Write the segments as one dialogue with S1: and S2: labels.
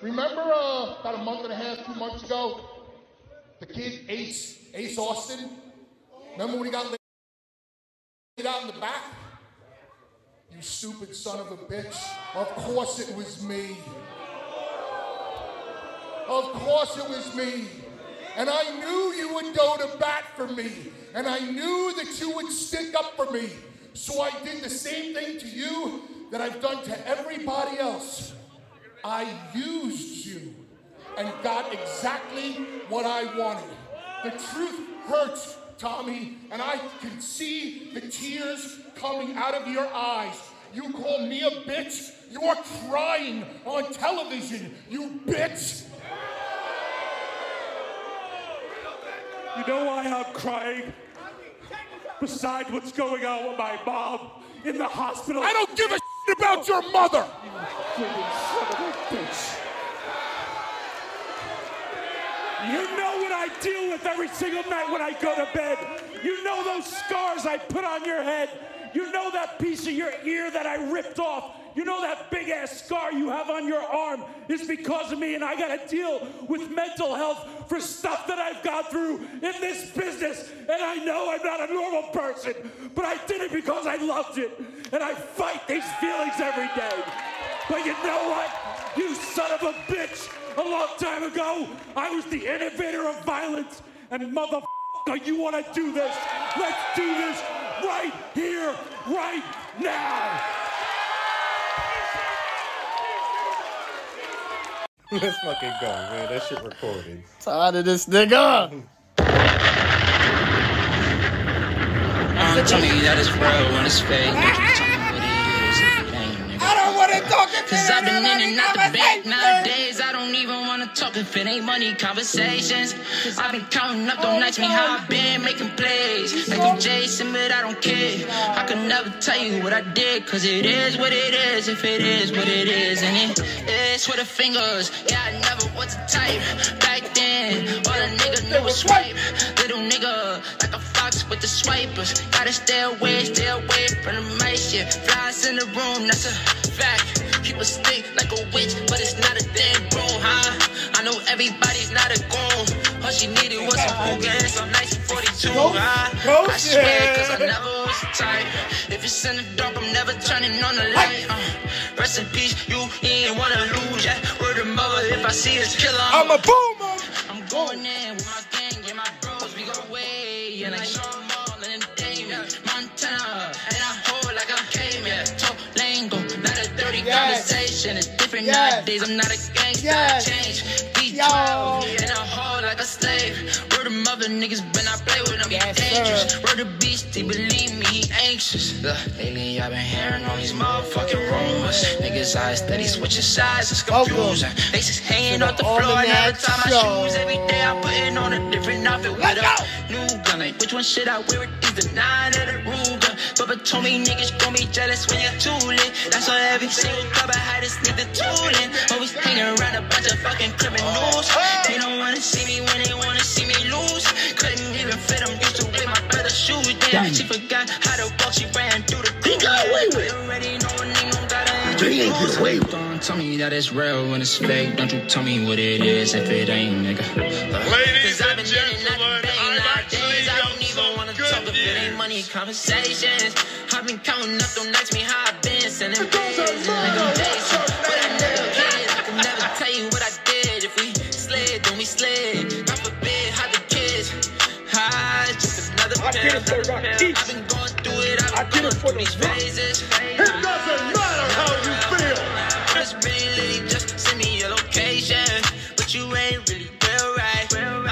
S1: Remember uh, about a month and a half, two months ago, the kid Ace Ace Austin. Remember when he got laid out in the back? You stupid son of a bitch. Of course it was me. Of course it was me. And I knew you would go to bat for me. And I knew that you would stick up for me. So I did the same thing to you that I've done to everybody else. I used you and got exactly what I wanted. The truth hurts, Tommy, and I can see the tears coming out of your eyes. You call me a bitch? You are crying on television, you bitch!
S2: You know why I'm crying? Besides what's going on with my mom in the hospital.
S1: I don't give a shit about your mother!
S2: Son of a bitch. You know what I deal with every single night when I go to bed. You know those scars I put on your head. You know that piece of your ear that I ripped off. You know that big ass scar you have on your arm is because of me, and I gotta deal with mental health for stuff that I've gone through in this business. And I know I'm not a normal person, but I did it because I loved it. And I fight these feelings every day. But you know what? You son of a bitch! A long time ago, I was the innovator of violence, and motherfucker, you want to do this? Let's do this right here, right now!
S3: Let's fucking go, man. That shit recorded.
S4: Tired of this nigga.
S5: I'm telling you that it's real when it's fake. I don't wanna talk if Cause I've been in and out the bank nowadays. I don't even wanna talk if it ain't money conversations. I've been counting up, don't ask me how I've been making plays. Like I'm Jason, but I don't care. I can never tell you what I did, cause it is what it is, if it is what it is, and it is with the fingers. Yeah, I never was a type. Back then, all a nigga knew was swipe. Little nigga, like a fox with the swipers. Gotta stay away, stay away from the mic shit. Flies in the room, that's a fact. People stink like a witch, but it's not a damn room, huh? I know everybody's not a goon. All she needed was some boogans on 1942, huh? I swear, cause I never was the type. If it's in the dark, I'm never turning on the light. Uh, rest in peace, you ain't wanna lose. Yeah, word of mother, if I see it's killer, I'm a I'm going in with my gang and my bros. We go away and like Sean Mall and Damien, Montana. And I hold like I came here. Talk lingo, not a dirty
S4: Yes.
S5: conversation. It's different
S4: Yes.
S5: nowadays. I'm not a gangster.
S4: Yes.
S5: I changed. B12
S4: Yo.
S5: and I hold like a slave. Word of mother niggas, when I play with them,
S4: Yes,
S5: he dangerous.
S4: sir.
S5: Word of beast, they believe me, he anxious. Look, lately I've been hearing all these motherfucking rumors. Niggas eyes steady switching sides, it's
S4: Welcome
S5: confusing. They just hanging
S4: to
S5: off the
S4: the
S5: floor, and every
S4: Almanac
S5: time I
S4: Show.
S5: shoes, every day I putting on a different outfit with
S4: Let's
S5: a
S4: go.
S5: new gun. Like, which one should I wear? Is the nine or the Ruger? Bubba told me niggas gon' be jealous when you're too lit. That's why every single club I had is need the tooling. Always hanging around a bunch of fucking criminals. They don't wanna see me when they wanna see me lose. Couldn't even fit 'em, used to wear my brother's shoes. Damn, she forgot how to walk, she ran through the Think I wait with. Already know a nigga don't gotta introduce it. Don't tell me that it's real when it's fake. Don't you tell me what it is if it ain't, nigga.
S6: Ladies
S5: Cause
S6: and
S5: I've been in and out
S6: gentlemen,
S5: the bang
S6: I've actually
S5: nowadays. I
S6: done
S5: don't even wanna
S6: some
S5: talk
S6: good
S5: if it ain't money
S6: news.
S5: conversations. I've been counting up them nights me how I've been sending days and living days. But I never cared. I can never tell you what I did. If we slid, then we slid. God forbid, hide the kids. Hide just another
S2: I did
S5: pair.
S2: it for
S5: another
S2: the
S5: pair.
S2: kids.
S5: I've been going through it.
S2: I did
S5: I've been going
S2: it for
S5: through these
S2: the rock.
S5: phases.
S2: It doesn't matter how you feel.
S5: It's really just send me your location. But you ain't really real right.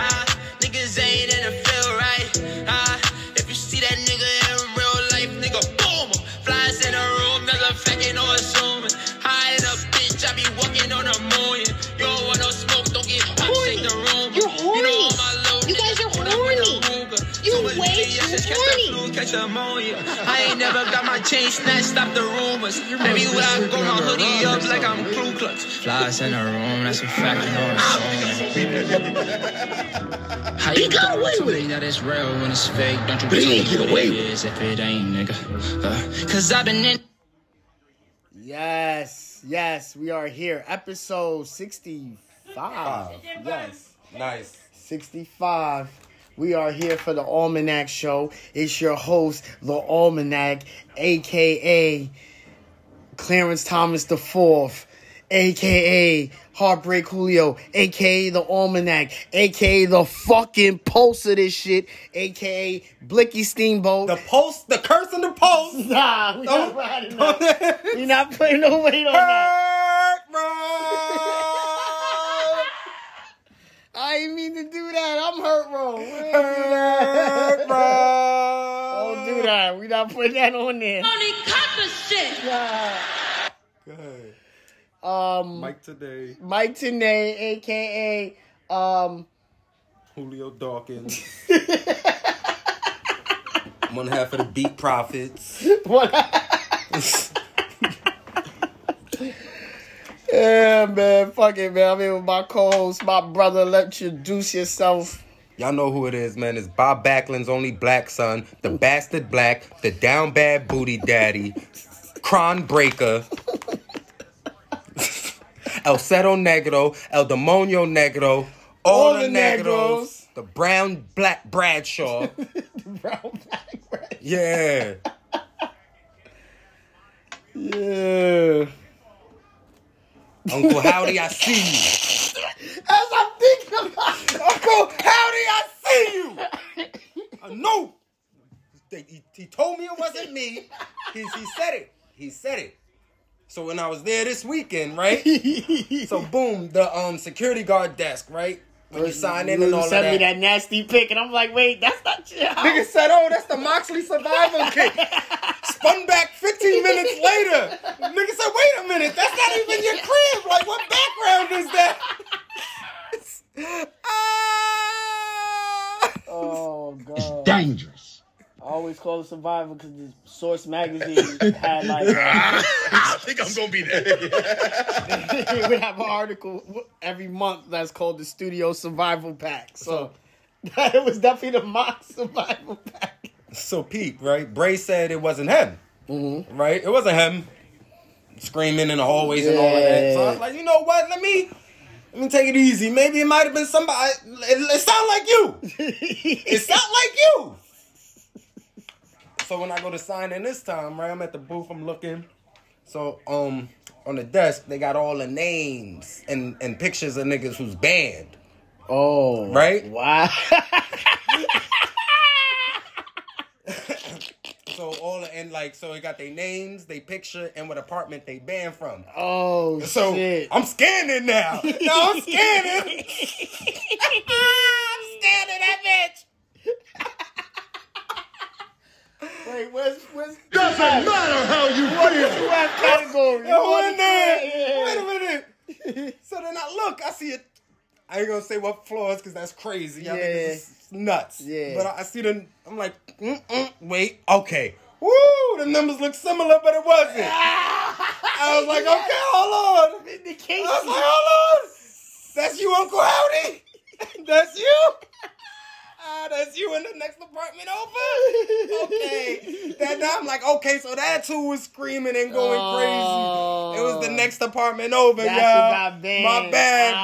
S5: Ah, niggas ain't in the feel right. Ah, if you see that nigga in real life, nigga, boom. Flies in the room, never faking or assuming. High in a bitch, I be walking on a moon. You don't want no smoke, don't get punched, shake the room.
S7: You're
S5: You know all
S7: horny.
S5: my little
S7: You guys
S5: niggas
S7: are
S5: pulled up with a
S7: horny.
S5: Ruger.
S7: You
S5: So believe
S7: way
S5: me, I
S7: too
S5: just catch the
S7: horny.
S5: flu, Catch pneumonia. I ain't never got my chain snatched, stop the rumors. Everywhere I go, my hoodie up like I'm Ku Klux. Flies in the room, that's a fact, you know what I'm saying. How you get away with it? That is real when it's fake. Don't you believe get away with it? If it ain't, nigga. Uh, Cause I've been in.
S4: Yes. Yes, yes, we are here. Episode 65. Yes.
S3: Nice.
S4: 65. We are here for the Almanac Show. It's your host, the Almanac, aka Clarence Thomas the Fourth, aka Heartbreak Julio, aka the Almanac, aka the fucking pulse of this shit, aka Blicky Steamboat.
S3: The post, the curse in the post.
S4: nah, we not
S3: Don't-
S4: riding
S3: don't-
S4: that. We not putting no weight on that.
S3: Hurt, bro.
S4: I didn't mean to do that. I'm hurt, bro. We ain't do
S3: Hurt,
S4: that.
S3: bro.
S4: Don't do that. We not putting that on there.
S5: Only copper shit.
S3: Good.
S4: Um,
S3: Mike today,
S4: Mike Tenay, aka um,
S3: Julio Dawkins. One half of the Beat Profits.
S4: what? yeah, man. Fuck it, man. I'm here with my co-host, my brother. Let you introduce yourself.
S3: Y'all know who it is, man. It's Bob Backlund's only black son, the bastard black, the down bad booty daddy, Cron Breaker, El Ceto Negro, El Demonio Negro, all the Negros, the brown black Bradshaw.
S4: Brown Black Bread.
S3: Yeah.
S4: Yeah.
S3: Uncle Howdy, I see you.
S4: As I'm thinking about
S3: Uncle Howdy, I see you. I know. They- He, he told me it wasn't me. He, he said it. He said it. So when I was there this weekend, right? so boom, the um security guard desk, right? When you sign in and all of
S4: sent me
S3: that.
S4: that nasty pic, and I'm like, wait, that's not your house.
S3: Nigga said, "Oh, that's the Moxley survival kick." Spun back 15 minutes later. Nigga said, "Wait a minute, that's not even your crib. Like, what background is that?" Ah.
S4: Oh god!
S5: Dangerous.
S4: I always call it survival because the Source magazine had like
S5: I think I'm gonna be there.
S4: we would have an article every month that's called the Studio Survival Pack. So it was definitely the mock survival pack.
S3: So Pete, right? Bray said it wasn't him. Right? It wasn't him. Screaming in the hallways and all of that. So I was
S4: Yeah.
S3: like, you know what? Let me let me take it easy. Maybe it might have been somebody. It, it sound like you. it sound like you. So when I go to sign in this time, right? I'm at the booth. I'm looking. So um, on the desk they got all the names and and pictures of niggas who's banned.
S4: Oh,
S3: Right?
S4: Wow.
S3: So all and like so it got their names, they picture, and what apartment they banned from.
S4: Oh
S3: So
S4: shit!
S3: I'm scanning now. No, I'm scanning. I'm scanning that bitch.
S4: Wait, where's where's
S1: Doesn't matter how you feel.
S4: you have category?
S3: Yo, what in
S4: Yeah.
S3: there? Wait a minute. So then I look, I see it. I ain't gonna say what floors because that's crazy. Y'all
S4: Yeah.
S3: niggas is nuts.
S4: Yeah.
S3: But I, I see them. I'm like, Mm-mm, wait, okay. Woo, the numbers look similar, but it wasn't. I was like, okay, hold on.
S4: The case.
S3: I was like, hold on. That's you, Uncle Howdy. That's you. Ah, that's you in the next apartment over. Okay. That now I'm like, okay, so that's who was screaming and going
S4: Oh.
S3: crazy. It was the next apartment over,
S4: That's
S3: y'all.
S4: about bad.
S3: My bad,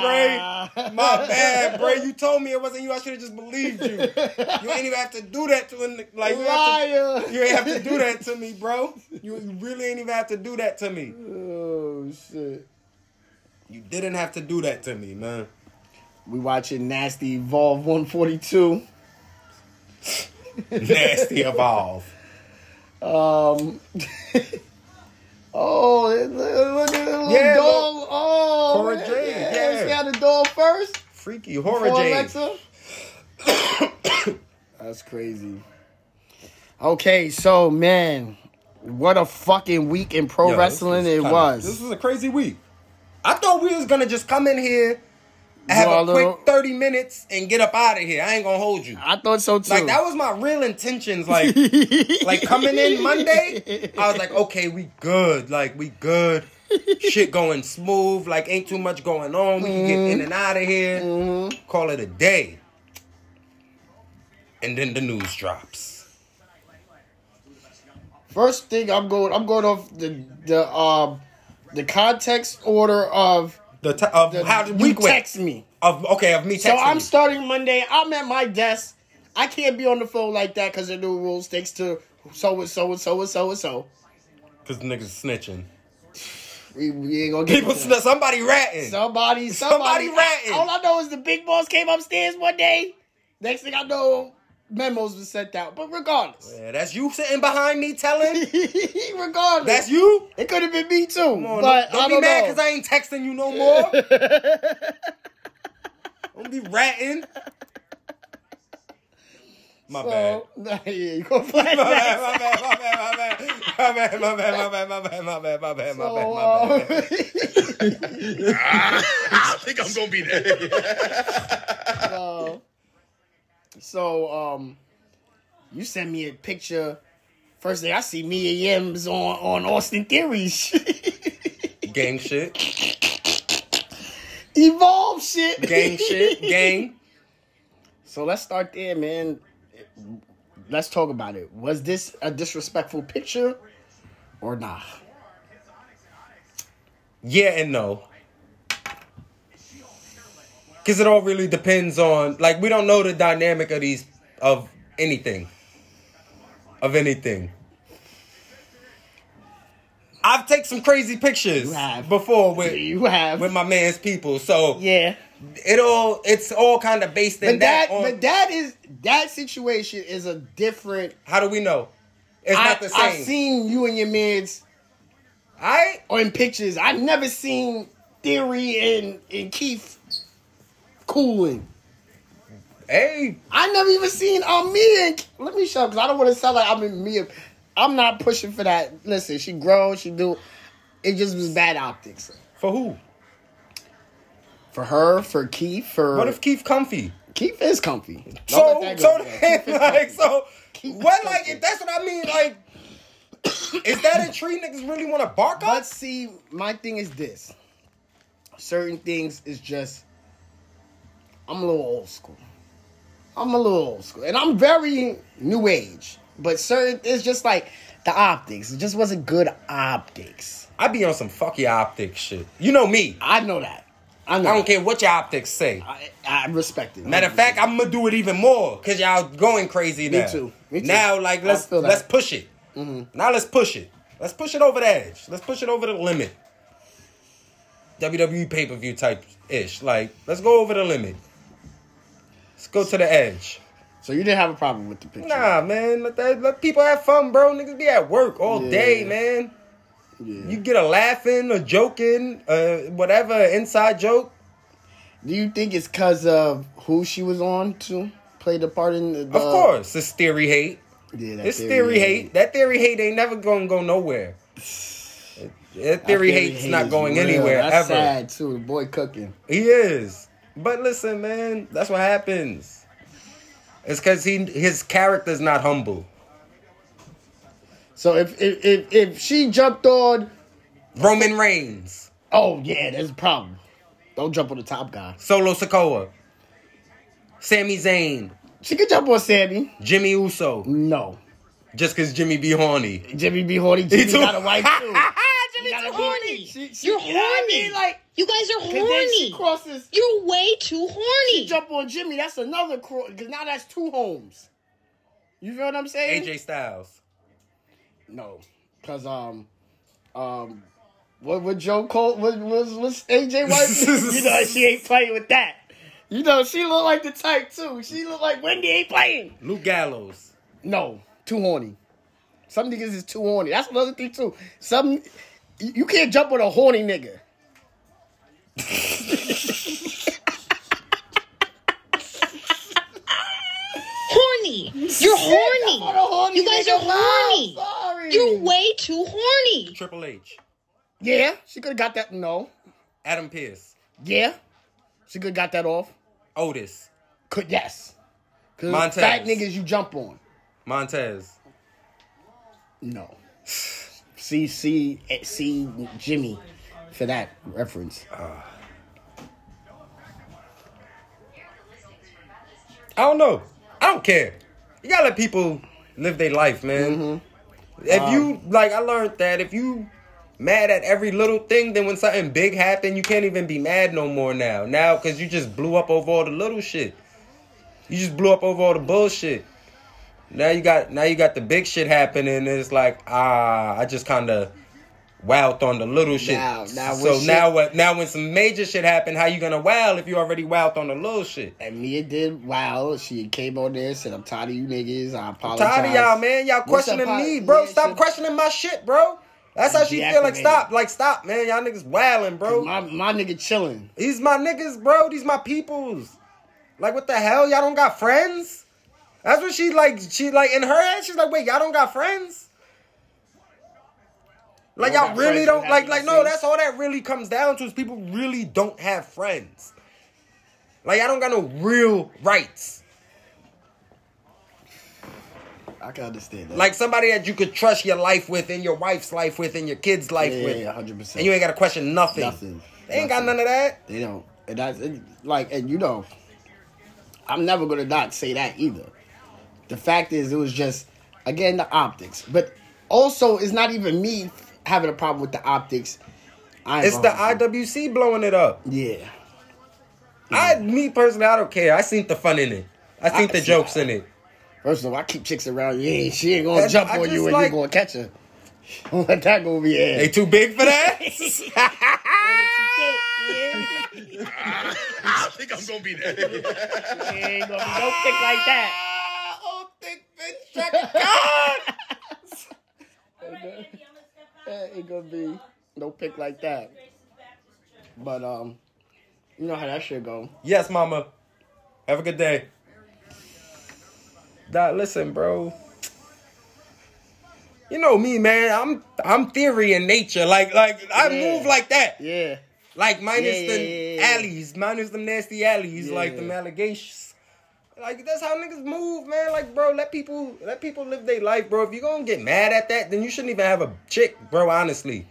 S4: Ah.
S3: Bray. My bad, Bray. You told me it wasn't you. I should have just believed you. You ain't even have to do that to an- like you, have
S4: Liar.
S3: to, you ain't have to do that to me, bro. You, you really ain't even have to do that to me.
S4: Oh shit!
S3: You didn't have to do that to me, man.
S4: We watching Nasty Evolve 142.
S3: Nasty evolve.
S4: Um. oh, look, look at the little
S3: Yeah,
S4: dog. oh,
S3: Cora
S4: man.
S3: Jade,
S4: we
S3: yeah.
S4: got the dog first
S3: Freaky horror
S4: for
S3: James.
S4: Alexa. That's crazy. Okay, so man, what a fucking week in pro
S3: Yo, this
S4: wrestling it
S3: kinda-
S4: was.
S3: This was a crazy week. I thought we was gonna just come in here, have
S4: Draw a
S3: a
S4: little-
S3: quick thirty minutes, and get up out of here. I ain't gonna hold you.
S4: I thought so too.
S3: Like that was my real intentions. Like, like coming in Monday, I was like, okay, we good. Like we good. Shit going smooth. Like ain't too much going on. We can get
S4: Mm-hmm.
S3: in and out of here. Call it a day. And then the news drops.
S4: First thing I'm going, I'm going off the the um the context order of
S3: The t- of
S4: the,
S3: how did
S4: you
S3: we quit?
S4: text me.
S3: Of okay, of me texting.
S4: So I'm
S3: you.
S4: starting Monday. I'm at my desk. I can't be on the phone like that because the new rules thanks to so and so and so and so and so.
S3: Cause niggas snitching.
S4: We, we ain't gonna get
S3: People,
S4: to
S3: sn- somebody ratting.
S4: Somebody,
S3: Somebody
S4: somebody,
S3: ratting.
S4: All I know is the big boss came upstairs one day. Next thing I know, memos were sent out. But regardless,
S3: yeah, that's you sitting behind me telling.
S4: regardless,
S3: That's you.
S4: it could have been me too.
S3: Come on,
S4: but
S3: don't, don't
S4: I don't
S3: be mad
S4: know.
S3: because I ain't texting you no more. don't be ratting. My bad.
S4: so, yeah, you gonna play
S3: My
S4: that?
S3: bad, my bad, my bad, my bad, my bad, my bad, my bad, my bad, my bad, my bad, my bad, my bad,
S4: So,
S3: my bad.
S4: uh,
S6: I think I'm gonna be there.
S4: so, so, um, you sent me a picture. First thing I see, me and Yim's on on Austin Theories,
S3: Gang shit,
S4: evolve shit,
S3: gang shit, gang.
S4: So let's start there, man. Let's talk about it. Was this a disrespectful picture or nah?
S3: Yeah and no. Cause it all really depends on like we don't know the dynamic of these of anything. Of anything. I've taken some crazy pictures
S4: You have.
S3: before with
S4: You have.
S3: with my man's people. So
S4: yeah.
S3: it all it's all kind of based in
S4: But that,
S3: that, on,
S4: but that is that situation is a different
S3: how do we know? It's
S4: I,
S3: not the
S4: I've
S3: same.
S4: seen you and your mans
S3: I
S4: or in pictures. I've never seen Theory and, and Keith cooling.
S3: hey
S4: I never even seen um, Mia. And, let me shut up because I don't want to sound like I'm in Mia. I'm not pushing for that. Listen, she grown. She do. It just was bad optics.
S3: for who?
S4: For her, for Keith, for
S3: What if Keith comfy?
S4: Keith is comfy. Don't
S3: So,
S4: let that go
S3: so,
S4: there.
S3: then, like, so,
S4: Keep it
S3: what, like,
S4: simple.
S3: if that's what I mean, like, is that a tree niggas really want to bark on?
S4: But see, my thing is this: certain things is just. I'm a little old school. I'm a little old school, and I'm very new age. But certain, it's just like the optics. It just wasn't good optics.
S3: I be on some fuck your optics shit. You know me.
S4: I know that. I know.
S3: I don't
S4: that.
S3: care what your optics say.
S4: I, I respect it.
S3: Matter of fact, I'm gonna do it even more because y'all going crazy
S4: Me
S3: now.
S4: too. Me too.
S3: Now, like,
S4: I
S3: let's
S4: feel that. Mm-hmm.
S3: let's push it. Now let's push it. Let's push it over the edge. Let's push it over the limit. WWE pay per view type ish. Like, let's go over the limit. Let's go to the edge.
S4: so you didn't have a problem with the picture.
S3: Nah, man. Let, that, let people have fun, bro. Niggas be at work all
S4: Yeah.
S3: day, man.
S4: Yeah.
S3: You get a laughing, a joking, uh, whatever, inside joke.
S4: Do you think it's because of who she was on to play the part in the?
S3: Of course, it's theory hate.
S4: Yeah, Uh, that
S3: It's theory hate. That theory hate ain't never gonna go nowhere. That theory hate's not
S4: is
S3: going
S4: real.
S3: anywhere
S4: That's
S3: ever.
S4: Sad too. The boy cooking.
S3: He is. But listen, man, that's what happens. It's because he his character's not humble.
S4: So if if if, if she jumped on,
S3: Roman Reigns,
S4: oh yeah, that's a problem. Don't jump on the top guy.
S3: Solo Sokoa, Sami Zayn,
S4: She could jump on Sammy.
S3: Jimmy Uso.
S4: No,
S3: Just cause Jimmy be horny.
S4: Jimmy be horny. Jimmy
S3: too.
S4: got a wife too.
S3: Jimmy
S4: She got
S3: too
S4: a-
S3: horny.
S4: She, she,
S7: You're
S4: you know what I
S7: horny.
S4: mean? Like
S7: You guys are
S4: 'cause then she
S7: horny.
S4: crosses.
S7: You're way too horny.
S4: Jump on Jimmy. That's another cross. Cause now that's two homes. You feel what I'm saying?
S3: AJ Styles.
S4: No, cause um, um, what what Joe Cole what was was AJ White? you know she ain't playing with that. You know she look like the type too. She look like Wendy ain't playing.
S3: Luke Gallows.
S4: No, too horny. Some niggas is too horny. That's another thing too. Some you you can't jump on a horny nigga.
S7: horny. You're
S4: Jump on a
S7: horny.
S4: horny
S7: You guys
S4: nigga.
S7: are horny.
S4: No, I'm sorry.
S8: Hmm.
S7: You're way too horny.
S3: Triple H.
S4: yeah, she could have got that. No,
S3: Adam Pierce.
S4: yeah, she could have got that off.
S3: Otis.
S4: Could yes, cause
S3: Montez.
S4: fat niggas you jump on.
S3: Montez.
S4: No. See, see, eh, see, Jimmy, for that reference.
S3: I don't know. I don't care. You gotta
S4: Mm-hmm. Um,
S3: let people live their life, man. If you like, I learned that if you mad at every little thing. Then when something big happened, you can't even be mad no more now. Now, because you just blew up over all the little shit. You just blew up over all the bullshit. Now you got now you got the big shit happening. And it's like ah, I just kind of wowed on the little shit.
S4: Now- now
S3: so
S4: when shit-
S3: now what? Now when some major shit happen, how you gonna wow if you already wowed on the little shit?
S4: And Mia did wow. She came on there and said, I'm tired of you niggas. I apologize.
S3: Tired of y'all, man. Y'all
S4: What's
S3: questioning
S4: up,
S3: me,
S4: Pop?
S3: bro.
S4: Yeah,
S3: stop
S4: shit.
S3: questioning my shit, bro. That's how she
S4: Be
S3: feel. Like
S4: activated.
S3: stop, like stop, man. Y'all niggas wildin', bro.
S4: My, my nigga chilling.
S3: These my niggas, bro. These my peoples. Like what the hell? Y'all don't got friends? That's what she like. She like in her head. She's like, wait, y'all don't got friends. Like
S4: Y'all
S3: y'all
S4: got
S3: really
S4: friends
S3: don't
S4: without
S3: like
S4: being
S3: like no.
S4: friends.
S3: That's all that really comes down to is people really don't have friends. Like y'all don't got no real rights.
S4: I can understand that.
S3: Like somebody that you could trust your life with, and your wife's life with, and your kid's life
S4: Yeah,
S3: with.
S4: yeah, 100%.
S3: And you ain't got to question nothing.
S4: Nothing.
S3: They ain't got none
S4: Nothing.
S3: of that.
S4: They don't. And that's and, like, and you know, I'm never gonna not say that either. The fact is, it was just again the optics, but also it's not even me having a problem with the optics. I ain't
S3: It's the
S4: gonna-
S3: IWC blowing it up.
S4: yeah.
S3: I, me personally, I don't care. I seen the fun in it. I seen
S4: I-
S3: the jokes in it.
S4: First of all, I keep chicks around. You ain't she ain't gonna
S3: And
S4: jump
S3: I
S4: on you
S3: just
S4: and
S3: like-
S4: you gonna catch her. Don't Let that go over your head.
S3: They too big for that.
S6: I don't think I'm gonna be there.
S9: ain't gonna be no thick like that.
S3: Ah, oh, thick bitch, check it out.
S4: It ain't gonna be no pick like that. But um, you know how that shit go.
S3: Yes, mama. Have a good day. Dot, listen, bro. You know me, man. I'm I'm theory in nature. Like like I
S4: Yeah.
S3: move like that.
S4: Yeah.
S3: Like minus
S4: Yeah,
S3: the
S4: yeah, yeah, yeah.
S3: alleys, minus them nasty alleys,
S4: Yeah.
S3: like them allegations. Like that's how niggas move, man. Like, bro, let people let people live their life, bro. If you gonna get mad at that, then you shouldn't even have a chick, bro. Honestly,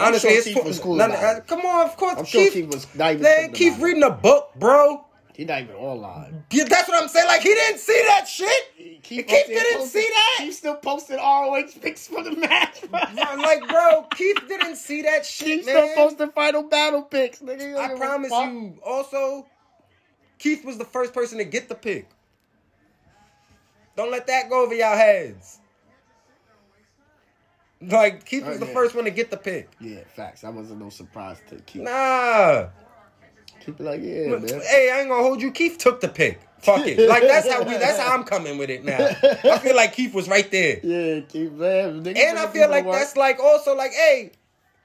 S3: honestly,
S4: sure
S3: it's
S4: Keith
S3: po-
S4: was cool
S3: none-
S4: about it.
S3: uh, Come on, of course,
S4: I'm sure Keith was not even
S3: man,
S4: thinking
S3: Keith
S4: about it.
S3: reading a book, bro.
S4: He not even online.
S3: Yeah, that's what I'm saying. Like he didn't see that shit. Keith, didn't see that.
S4: He still posted ROH pics for the match.
S3: Nah, like, bro, Keith didn't see that shit,
S4: Keith
S3: man.
S4: still posted final battle pics. Nigga, You don't
S3: I
S4: give a
S3: promise
S4: fuck.
S3: you. Also, Keith was the first person to get the pick. Don't let that go over y'all heads. Like Keith was
S4: Oh,
S3: the
S4: yeah.
S3: first one to get the pick.
S4: Yeah, facts. That wasn't no surprise to Keith.
S3: Nah.
S4: Keith be like, yeah, man.
S3: Hey, I ain't gonna hold you. Keith took the pick. Fuck it. Like that's how we that's how I'm coming with it now. I feel like Keith was right there.
S4: Yeah, Keith, man. Nigga,
S3: And I
S4: nigga
S3: feel
S4: do
S3: like
S4: work.
S3: that's like also like, hey,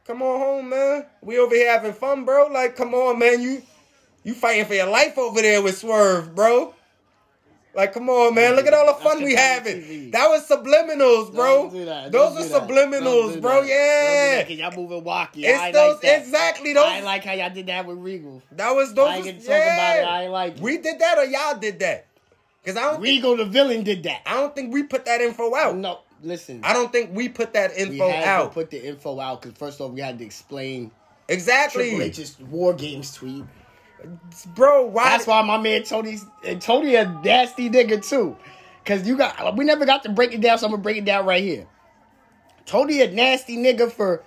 S3: come on home, man. We over here having fun, bro. Like, come on, man. You you fighting for your life over there with Swerve, bro. Like, come on, man. Look at all the fun we having. That was subliminals, bro.
S4: Don't do that.
S3: Those
S4: Don't
S3: are
S4: do that. Don't
S3: subliminals,
S4: do
S3: bro.
S4: that. Don't
S3: Yeah.
S4: do that, 'cause Y'all moving walkie.
S3: It's
S4: I ain't
S3: those-
S4: like that.
S3: exactly
S4: I
S3: those-
S4: ain't like how y'all did that with Regal.
S3: That was those.
S4: I ain't
S3: was-
S4: gonna talk about
S3: yeah.
S4: it. I ain't like it.
S3: We did that or y'all did that? Cause I don't think,
S4: Regal, the villain, did that.
S3: I don't think we put that info out.
S4: No, listen.
S3: I don't think we put that
S4: we
S3: info
S4: had
S3: out.
S4: to put the info out because first off, we had to explain Triple
S3: exactly.
S4: H's War Games tweet.
S3: Bro, why
S4: That's why my man Tony's and Tony a nasty nigga too. Cause you got we never got to break it down, so I'm gonna break it down right here. Tony a nasty nigga for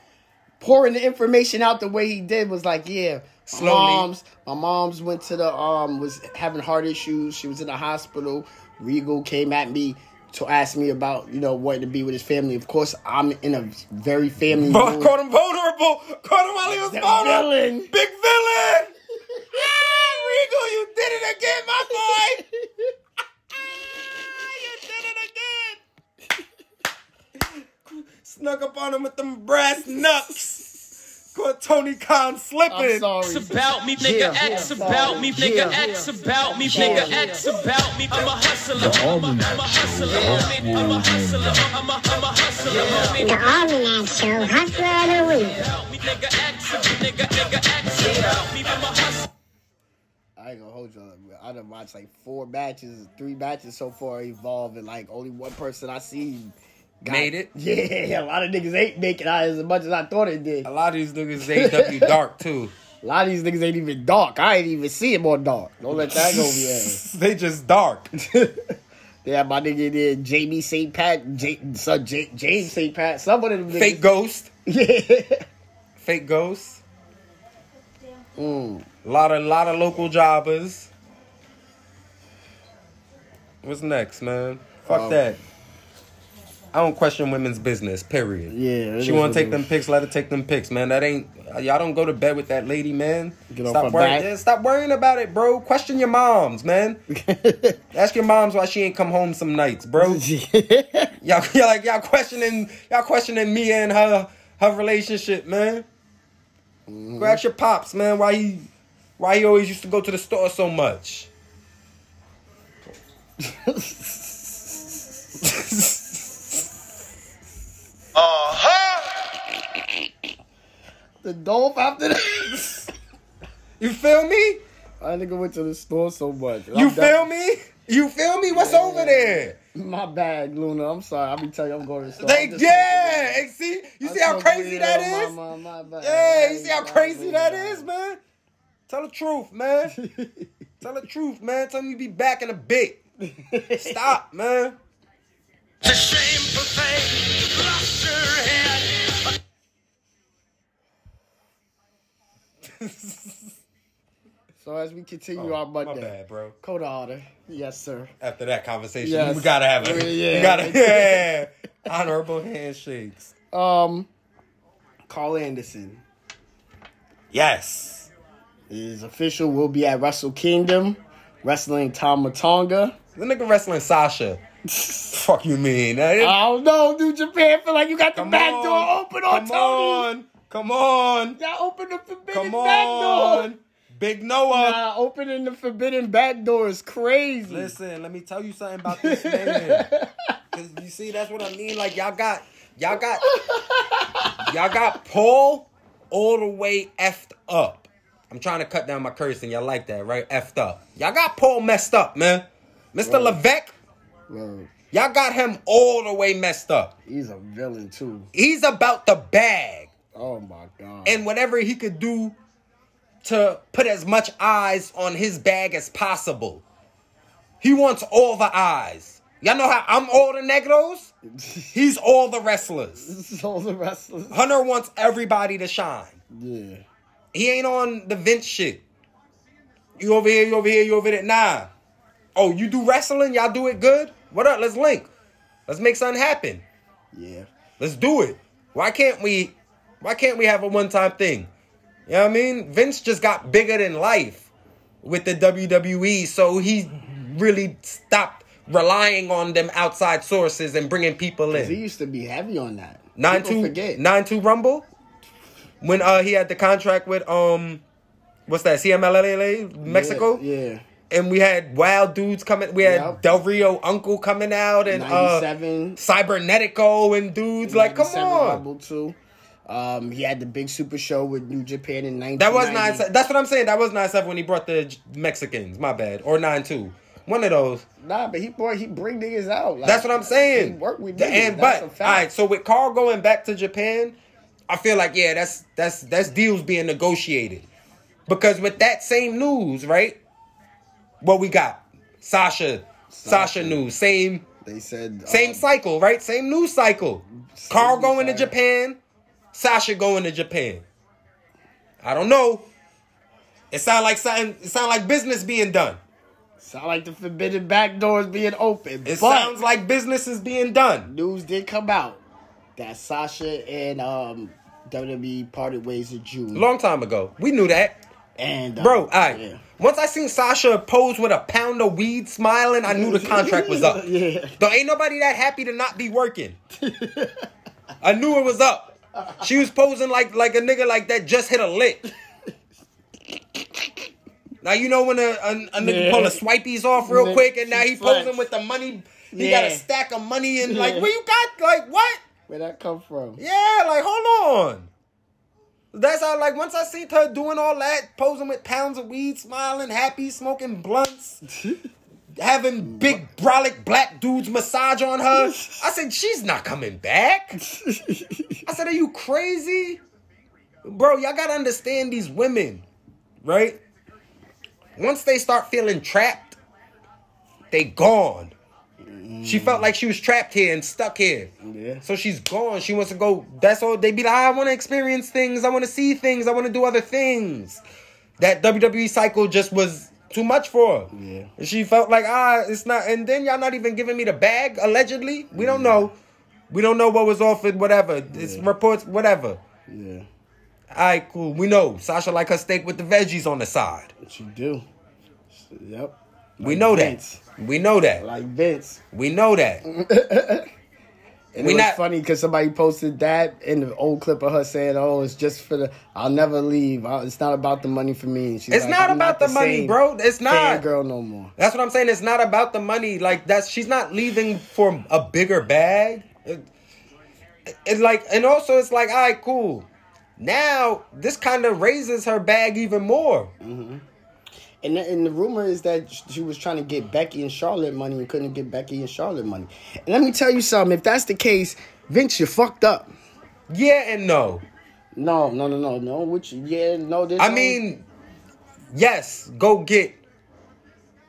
S4: pouring the information out the way he did was like, yeah. My
S3: Slowly.
S4: mom's my mom's went to the um was having heart issues. She was in the hospital. Regal came at me to ask me about, you know, wanting to be with his family. Of course, I'm in a very family
S3: Bro, I
S4: mood.
S3: caught him vulnerable. Caught him while he was
S4: The
S3: vulnerable.
S4: villain.
S3: Big villain. Yeah, Regal, you did it again, my boy. Ah, you did it again. Snuck up on him with them brass knucks. Caught Tony Khan
S4: I'm
S3: slipping.
S4: sorry.
S5: X about me, nigga. X about me, nigga. X about me, nigga. X about me. I'm a hustler. I'm a, I'm a hustler. homie. I'm a hustler. I'm a, I'm a hustler. homie.
S8: The Almanac Show Hustler of the Week.
S5: Nigga, X, nigga, nigga, X about me. I'm a hustler.
S4: I ain't gonna hold y'all. but I done watched like four matches, three matches so far evolve, and like only one person I see got,
S3: Made it?
S4: Yeah, a lot of niggas ain't making out as much as I thought it did.
S3: A
S4: A
S3: lot of these niggas AW dark too.
S4: lot of these niggas ain't even dark. I ain't even see him on dark. Don't let that go over your head.
S3: They just dark.
S4: Yeah, my nigga in there, Jamie St. Pat, J- son, J- James St. Pat, some of them niggas.
S3: Fake ghost. fake ghosts. A lot of lot of local jobbers. What's next, man? Fuck
S4: Um,
S3: that. I don't question women's business. Period.
S4: Yeah, it
S3: she
S4: is
S3: want
S4: what
S3: to
S4: it
S3: take them pics. Let her take them pics, man. That ain't y'all don't go to bed with that lady, man.
S4: Get off
S3: stop
S4: her
S3: worrying.
S4: back.
S3: yeah, stop worrying about it, bro. Question your moms, man. Ask your moms why she ain't come home some nights, bro. Y'all, y'all like y'all questioning y'all questioning me and her her relationship, man.
S4: Mm-hmm.
S3: Go ask your pops, man, why he why he always used to go to the store so much.
S4: the dope after that.
S3: You feel me?
S4: I nigga went to the store so much.
S3: You
S4: I'm done-
S3: feel me? You feel me? What's over there?
S4: My bad, Luna. I'm sorry. I be telling you, I'm going to the store. I'm
S3: They
S4: just
S3: yeah. and see, you
S4: talking-
S3: see how
S4: I'm talking
S3: crazy
S4: real,
S3: that
S4: my-
S3: is?
S4: my- my bad.
S3: Yeah,
S4: I
S3: you
S4: ain't-
S3: see how
S4: I
S3: crazy
S4: ain't-
S3: that is, man. Tell the truth, man. Tell the truth, man. Tell me you be back in a bit. Stop, man.
S5: It's a shameful thing. You lost your head.
S4: So as we continue our
S3: Oh, My
S4: Monday,
S3: bad, bro.
S4: Coda Otter. Yes, sir.
S3: After that conversation,
S4: Yes.
S3: we gotta have a
S4: Yeah.
S3: we gotta yeah. honorable handshakes.
S4: Um, Carl Anderson.
S3: Yes.
S4: His official will be at Wrestle Kingdom, wrestling Tom Matonga.
S3: The nigga wrestling Sasha. Fuck you mean? That is-
S4: I don't know, New Japan feel like you got the
S3: Come
S4: Ah, back
S3: on.
S4: door open on
S3: Come
S4: Tony.
S3: on. Come on.
S4: Y'all open the forbidden
S3: Come
S4: back door.
S3: on. Big Noah.
S4: Nah, opening the forbidden back door is crazy.
S3: Listen, let me tell you something about this man. Cause you see, that's what I mean. Like y'all got y'all got y'all got Paul all the way effed up. I'm trying to cut down my cursing. Y'all like that, right? Effed up. Y'all got Paul messed up, man. Mr. Levesque,
S4: Bro,
S3: y'all got him all the way messed up.
S4: he's a villain too.
S3: He's about the bag.
S4: Oh my god.
S3: and whatever he could do to put as much eyes on his bag as possible. He wants all the eyes. Y'all know how I'm all the negros? He's all the wrestlers.
S4: this is all the wrestlers.
S3: Hunter wants everybody to shine.
S4: Yeah.
S3: He ain't on the Vince shit. You over here, you over here, you over there. Nah. Oh, you do wrestling? Y'all do it good? What up? Let's link. Let's make something happen.
S4: Yeah.
S3: Let's do it. Why can't we why can't we have a one-time thing? You know what I mean? Vince just got bigger than life with the WWE, so he really stopped relying on them outside sources and bringing people
S4: 'Cause He
S3: in.
S4: used to be heavy on that.
S3: Nine
S4: People
S3: two
S4: forget.
S3: nine two Rumble when uh he had the contract with um what's that CMLLA Mexico
S4: Yeah.
S3: and we had wild dudes coming we had
S4: Yep.
S3: Del Rio Uncle coming out and uh
S4: Ninety-seven.
S3: Cybernetico and dudes like come
S4: 97
S3: on
S4: Rebel too. Um, he had the big super show with New Japan in 1990.
S3: That was nine. se- That's what I'm saying. That was nine seven when he brought the J- Mexicans. My bad. Or nine two. One of those.
S4: Nah, but he brought he bring niggas out. Like,
S3: That's what I'm saying.
S4: He worked with
S3: The-
S4: niggas.
S3: and
S4: That's
S3: but
S4: a
S3: all
S4: fact.
S3: right. So with Carl going back to Japan, I feel like yeah, that's that's that's deals being negotiated because with that same news, right? What we got, Sasha, Sasha,
S4: Sasha.
S3: news, same
S4: they said
S3: same
S4: um,
S3: cycle, right? Same news cycle. Carl
S4: news
S3: going to
S4: cycle.
S3: Japan, Sasha going to Japan. I don't know. It sound like something. It sound like business being done.
S4: Sound like the forbidden back doors being open.
S3: It
S4: but
S3: sounds like business is being done.
S4: news did come out that Sasha and um WWE parted ways in June.
S3: Long time ago, we knew that,
S4: and uh,
S3: bro. I
S4: yeah.
S3: once I seen Sasha pose with a pound of weed smiling, I knew the contract was up.
S4: Yeah.
S3: There ain't nobody that happy to not be working. I knew it was up. She was posing like like a nigga like that just hit a lick. Now you know when a, a, a nigga
S4: Yeah.
S3: pull the swipies off real
S4: Nick,
S3: quick, and now he
S4: she flex.
S3: posing with the money. He
S4: Yeah.
S3: got a stack of money and like,
S4: Yeah.
S3: where you got like what?
S4: Where that come from?
S3: Yeah, like hold on. That's how like once I seen her doing all that, posing with pounds of weed, smiling, happy, smoking blunts, having big brolic black dudes massage on her. I said, She's not coming back. I said, Are you crazy? Bro, y'all gotta understand these women, right? Once they start feeling trapped, they gone. She felt like she was trapped here and stuck here.
S4: Yeah.
S3: So she's gone. She wants to go. That's all. They be like, "Ah, I want to experience things. I want to see things. I want to do other things. That WWE cycle just was too much for her.
S4: Yeah.
S3: And She felt like, ah, it's not. And then y'all not even giving me the bag, allegedly. We don't know. We don't know what was offered, whatever. It's reports, whatever.
S4: Yeah.
S3: All right, cool. We know. Sasha like her steak with the veggies on the side.
S4: What you do? Yep.
S3: We know that.
S4: Vince.
S3: We know that.
S4: Like Vince.
S3: We know that.
S4: Mm-hmm. And
S3: We
S4: it was
S3: not-
S4: funny because somebody posted that in the old clip of her saying, "Oh, it's just for the. I'll never leave. I- It's not about the money for me." And she's
S3: It's
S4: like,
S3: not
S4: "I'm
S3: about the money,
S4: same
S3: bro. It's not.
S4: fangirl no more.
S3: That's what I'm saying. It's not about the money. Like that's she's not leaving for a bigger bag. It, it like and also it's like, all right, cool. Now this kind of raises her bag even more.
S4: And the, and the rumor is that sh- she was trying to get Becky and Charlotte money and couldn't get Becky and Charlotte money. And let me tell you something. If that's the case, Vince, you fucked up.
S3: Yeah and no.
S4: No, no, no, no, no. Which yeah, no. There's
S3: I
S4: no-
S3: mean, yes, go get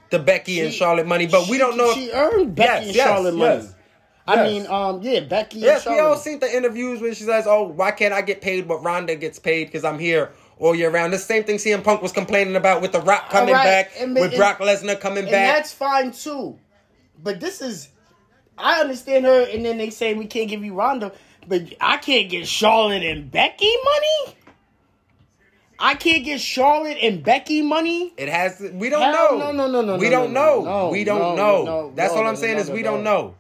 S3: the Becky and
S4: She-
S3: Charlotte money, but
S4: she-
S3: we don't know. if-
S4: She earned Becky
S3: Yes,
S4: and
S3: yes,
S4: Charlotte money.
S3: yes,
S4: I
S3: yes.
S4: mean, um, yeah, Becky and
S3: Yes, we
S4: Charlotte.
S3: all seen the interviews where she says, "Oh, why can't I get paid what Rhonda gets paid? Because I'm here all year round." The same thing CM Punk was complaining about with The Rock coming
S4: right,
S3: back,
S4: and-
S3: with
S4: and-
S3: Brock Lesnar coming
S4: and
S3: back.
S4: that's fine too. But this is, I understand her, and then they say we can't give you Ronda, but I can't get Charlotte and Becky money. I can't get Charlotte and Becky money.
S3: It has. We don't
S4: Hell, no,
S3: know.
S4: no, no, no,
S3: We
S4: no,
S3: don't
S4: no,
S3: know.
S4: no,
S3: we
S4: no,
S3: don't know.
S4: no, no,
S3: That's
S4: no,
S3: all
S4: no,
S3: I'm saying
S4: no,
S3: is
S4: no,
S3: we
S4: no.
S3: don't know.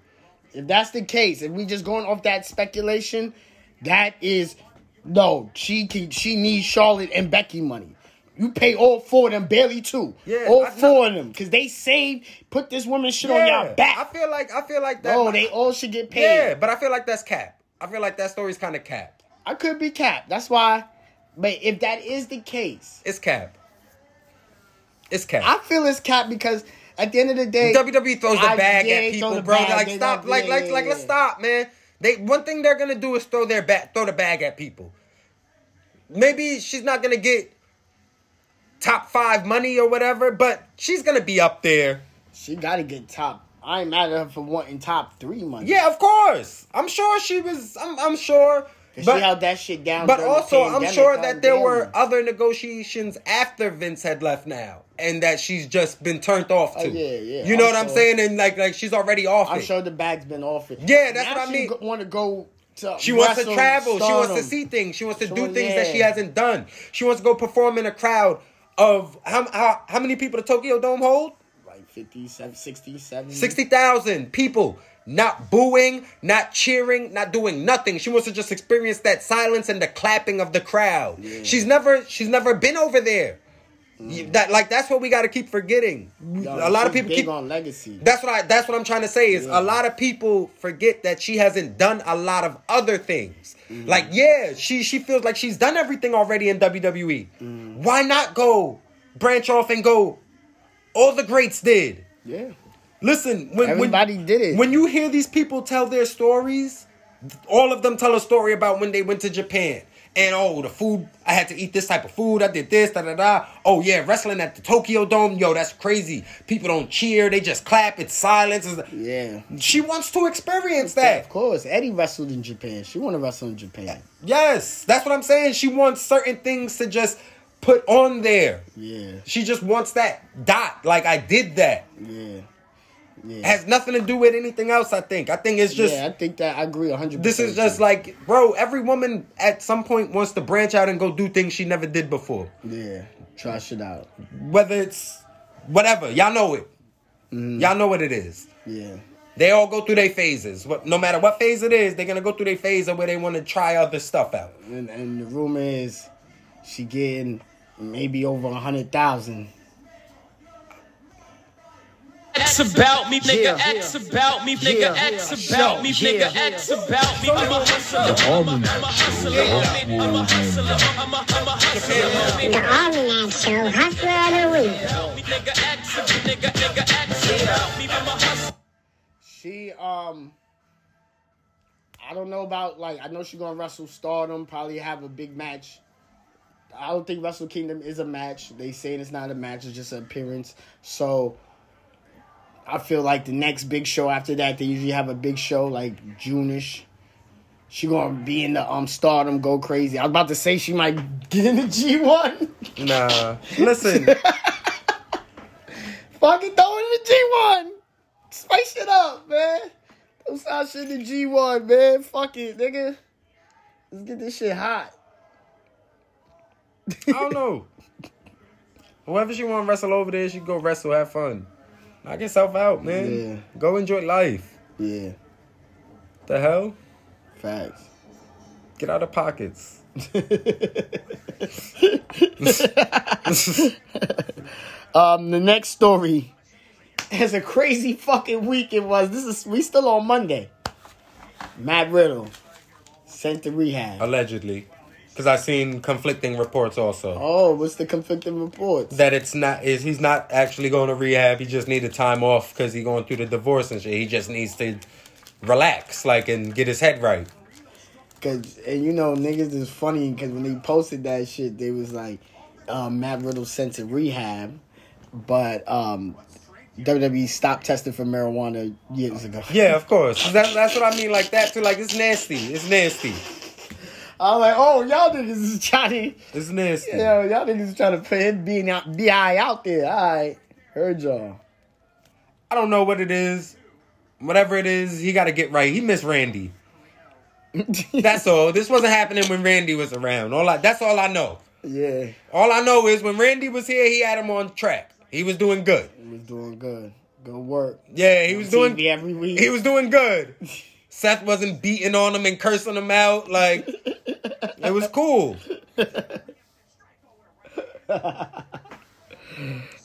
S4: If that's the case, if we just going off that speculation, that is no. She can, she needs Charlotte and Becky money. You pay all four of them, barely two.
S3: Yeah,
S4: all
S3: I-
S4: four of them, because they saved, put this woman's shit on y'all
S3: I
S4: back.
S3: feel like I feel like that.
S4: No, they all should get paid.
S3: yeah, but I feel like that's cap. I feel like that story's kind of cap.
S4: I could be capped. That's why. But if that is the case,
S3: It's cap. It's cap.
S4: I feel it's capped because at the end of the day,
S3: WWE E throws the
S4: I-
S3: bag
S4: yeah,
S3: at
S4: they throw
S3: people,
S4: the
S3: bro.
S4: bag.
S3: They're like
S4: They
S3: stop,
S4: don't-
S3: like
S4: yeah,
S3: like
S4: yeah,
S3: like let's
S4: yeah.
S3: stop, man. They one thing they're gonna do is throw their back, throw the bag at people. Maybe she's not gonna get top five money or whatever, but she's gonna be up there.
S4: she got to get top. I ain't mad at her for wanting top three money.
S3: Yeah, of course. I'm sure she was. I'm I'm sure.
S4: 'Cause
S3: But
S4: she held that shit down.
S3: But
S4: during
S3: also,
S4: the
S3: I'm
S4: pandemic,
S3: sure that there
S4: goddamn.
S3: were other negotiations after Vince had left now, and that she's just been turned off to.
S4: Oh, yeah, yeah,
S3: You know
S4: I'm
S3: what I'm
S4: sure.
S3: saying? And like, like she's already off.
S4: I'm
S3: it.
S4: sure the bag's been offered.
S3: Yeah, that's
S4: Now
S3: what I
S4: she
S3: mean.
S4: Want to go to?
S3: She wants to
S4: wrestle,
S3: travel. She wants to
S4: stardom.
S3: see things. She wants to
S4: She
S3: do
S4: want-
S3: things that she
S4: yeah.
S3: hasn't done. She wants to go perform in a crowd of how how, how many people the Tokyo Dome
S4: Mm.
S3: hold?
S4: like 57, 67,
S3: 60,000 people. Not booing, not cheering, not doing nothing. She wants to just experience that silence and the clapping of the crowd. She's never she's never been over there. You- That like that's what we got to keep forgetting.
S4: Yo,
S3: a lot of
S4: she's
S3: people
S4: Mm. big
S3: keep
S4: on legacy.
S3: Mm. that's what I that's what I'm trying to say is a lot of people forget that she hasn't done a lot of other things. Like yeah, she she feels like she's done everything already in WWE. Why not go branch off and go all the greats did.
S4: yeah,
S3: Listen, when when-
S4: Everybody did it.
S3: When you hear these people tell their stories, all of them tell a story about when they went to Japan. And oh, the food, I had to eat this type of food. I did this, da da da. Oh, yeah, wrestling at the Tokyo Dome. Yo, that's crazy. People don't cheer, they just clap. It's silence. It's-
S4: yeah.
S3: She wants to experience
S4: Of
S3: that.
S4: course, Eddie wrestled in Japan. She want to wrestle in Japan.
S3: Yes, that's what I'm saying. She wants certain things to just put on there.
S4: Yeah,
S3: She just wants that dot. Like, I did that.
S4: yeah,
S3: It has nothing to do with anything else, I think. I think it's just.
S4: yeah. I think that I agree hundred.
S3: This is just like, bro, every woman at some point wants to branch out and go do things she never did before.
S4: yeah, try shit out.
S3: Whether it's whatever, y'all know it. Y'all know what it is.
S4: Yeah,
S3: They all go through their phases. What, no matter what phase it is, they're gonna go through their phase of where they want to try other stuff out.
S4: and, and the rumor is she getting maybe over a hundred thousand.
S5: X about me, nigga.
S4: Yeah.
S5: X about me, nigga.
S4: Yeah.
S5: X about me,
S4: Yeah.
S5: nigga. X about me. I'm a hustler. I'm a I'm a hustler. I'm a hustler. I'm a I'm a hustler.
S8: The Almanac Show Hustler of the Week.
S5: About me, Nigga, X, nigga, nigga, X about me. I'm a hustler.
S4: She um I don't know about like I know she's gonna wrestle stardom, probably have a big match. I don't think Wrestle Kingdom is a match. They saying it's not a match, it's just an appearance. So I feel like the next big show after that, they usually have a big show like Juneish. She gonna be in the um stardom, go crazy. I was about to say she might get in the G one.
S3: Nah. Listen.
S4: Fucking throw it in the G one. Spice it up, man. Throw some shit in the G one, man. Fuck it, nigga. Let's get this shit hot.
S3: I don't know. Whoever she want to wrestle over there, she go wrestle, have fun. Knock yourself out, man.
S4: Yeah.
S3: Go enjoy life.
S4: Yeah,
S3: The hell?
S4: facts.
S3: Get out of pockets.
S4: Um, the next story. As a crazy fucking week it was. This is we still on Monday. Matt Riddle sent to rehab.
S3: Allegedly. Because i seen conflicting reports also.
S4: Oh, what's the conflicting reports?
S3: That it's not is he's not actually going to rehab. He just needed time off because he going through the divorce and shit. He just needs to relax, like, and get his head right.
S4: Cause and you know niggas is funny because when they posted that shit, they was like, uh, Matt Riddle sent to rehab, but um, WWE stopped testing for marijuana years ago.
S3: Yeah, of course. That, that's what I mean, like that too. Like it's nasty. It's nasty.
S4: I'm like, oh y'all niggas is Johnny.
S3: It's nasty.
S4: Yeah, y'all niggas trying to put him being out bi out there. All right, heard y'all.
S3: I don't know what it is. Whatever it is, he got to get right. He missed Randy. that's all. This wasn't happening when Randy was around. All I, that's all I know.
S4: Yeah,
S3: All I know is when Randy was here, he had him on track. He was doing good.
S4: he was doing good. Good work.
S3: Yeah, he was doing
S4: TV every week.
S3: he was doing good. Seth wasn't beating on him and cursing him out like it was cool.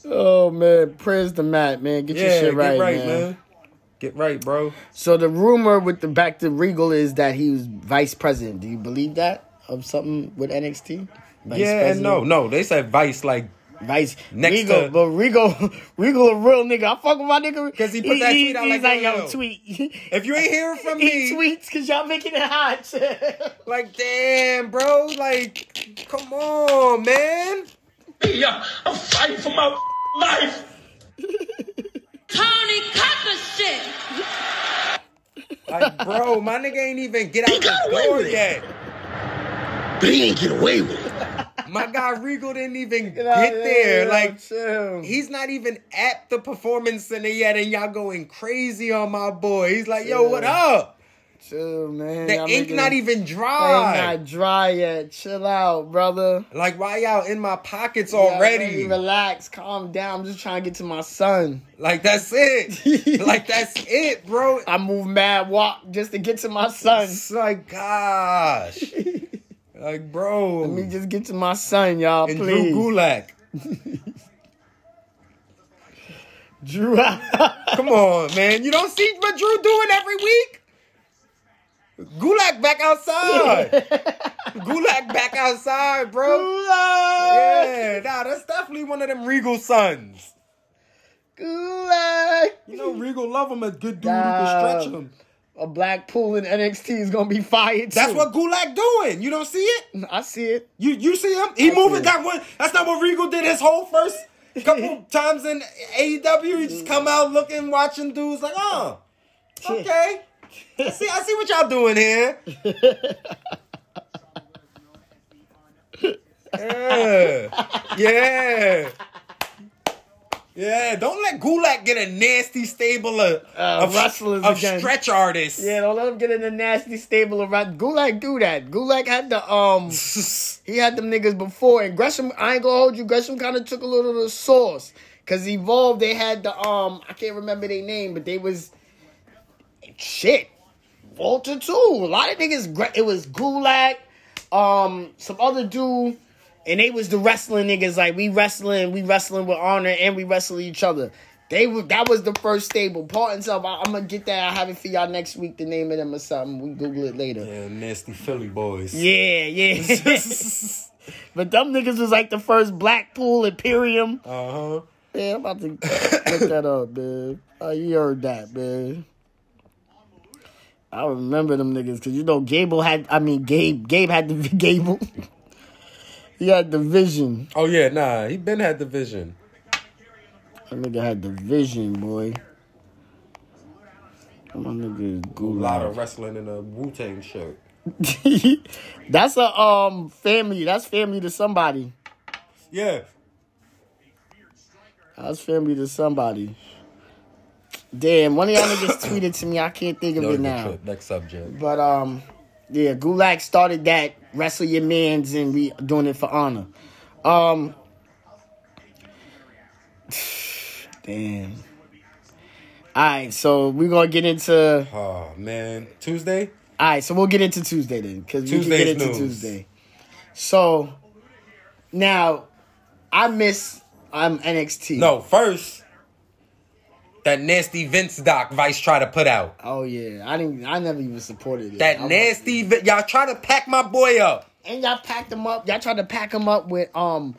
S4: oh man, prayers to Matt, man. Get your
S3: Yeah,
S4: shit right,
S3: get right,
S4: man.
S3: man. Get right, bro.
S4: So the rumor with the back to Regal is that he was vice president. Do you believe that of something with NXT? Vice
S3: yeah, and
S4: president?
S3: no, no. They said Vice like
S4: Vice
S3: Next
S4: Regal,
S3: to-
S4: but Regal, Regal a real nigga. I fuck with my nigga
S3: 'Cause he put that tweet out
S4: he's like
S3: like, yo,
S4: yo,
S3: yo.
S4: tweet.
S3: if you ain't hearing from
S4: he
S3: me,
S4: tweets because y'all making it hot.
S3: Like, damn, bro. Like, come on, man.
S6: Yeah, I'm fighting for my life.
S5: Tony Copper shit.
S3: Like, bro, my nigga ain't even get out
S6: got
S3: the
S6: away
S3: door
S6: with it.
S3: yet.
S6: But he ain't get away with it.
S3: My guy Regal didn't even get there. Like,
S4: chill.
S3: he's not even at the performance center yet, and y'all going crazy on my boy. He's like, yo, what up?
S4: chill, man.
S3: The
S4: Y'all
S3: ink
S4: making-
S3: not even
S4: They
S3: dry.
S4: not dry yet. Chill out, brother.
S3: Like, why y'all in my pockets
S4: Y'all
S3: already?
S4: relax, calm down. I'm just trying to get to my son.
S3: Like, that's it. like, that's it, bro.
S4: I move mad walk just to get to my son.
S3: It's like, gosh. like, bro.
S4: Let me just get to my son, y'all.
S3: and
S4: please.
S3: Drew Gulak.
S4: Drew.
S3: Come on, man. You don't see what Drew doing every week? Gulak back outside. Gulak back outside, bro. Yeah, nah, that's definitely one of them Regal sons.
S4: Gulak.
S3: You know, Regal love him a good dude who
S4: Nah.
S3: can stretch him.
S4: A black pool in NXT is gonna be fired.
S3: That's
S4: too.
S3: what Gulak doing. You don't see it?
S4: I see it.
S3: You you see him? He
S4: I see
S3: moving
S4: it.
S3: that one. That's not what Regal did his whole first couple times in AEW. He just come out looking, watching dudes like, oh, okay. I see, I see what y'all doing here. yeah. Yeah. Yeah, don't let Gulak get a nasty stable of,
S4: Uh,
S3: of
S4: wrestlers
S3: of
S4: again.
S3: stretch artists.
S4: Yeah, don't let him get in the nasty stable around. Gulak do that. Gulak had the um. He had them niggas before, and Gresham. I ain't gonna hold you. Gresham kind of took a little of the sauce, cause evolved. They had the um. I can't remember their name, but they was shit. Walter too. A lot of niggas. Gre- It was Gulak, um, some other dude, and they was the wrestling niggas. Like we wrestling, we wrestling with honor, and we wrestle each other. They were that was the first stable. Paul and self. I, am gonna get that. I have it for y'all next week. The name of them or something. We Google it later.
S3: Yeah, nasty Philly boys.
S4: Yeah, yeah. but them niggas was like the first Blackpool Imperium.
S3: Uh huh.
S4: Man, I'm about to look that up, man. Oh, you heard that, man. I remember them niggas because you know Gable had. I mean, Gabe. Gabe had the Gable. he had the vision.
S3: Oh yeah, nah. He been had the vision.
S4: That nigga had the vision, boy. My nigga is
S3: A lot of
S4: gulag.
S3: wrestling in a Wu Tang shirt.
S4: that's a um family. That's family to somebody.
S3: Yeah.
S4: That's family to somebody. Damn, one of y'all niggas tweeted to me. I can't think of
S3: No,
S4: it
S3: good
S4: now.
S3: trip. Next subject.
S4: But um, yeah, Gulak started that wrestle your man's, and we doing it for honor. Um, damn. All right, so we're gonna get into. All
S3: Oh man, Tuesday.
S4: right, so we'll get into Tuesday then, because we can get
S3: Tuesday's
S4: into
S3: news.
S4: Tuesday. So now, I miss um NXT.
S3: No, first that nasty Vince doc Vice tried to put out.
S4: Oh yeah, I didn't. I never even supported it.
S3: That
S4: I-
S3: nasty Vi- y'all try to pack my boy up.
S4: And y'all packed them up. Y'all tried to pack them up with um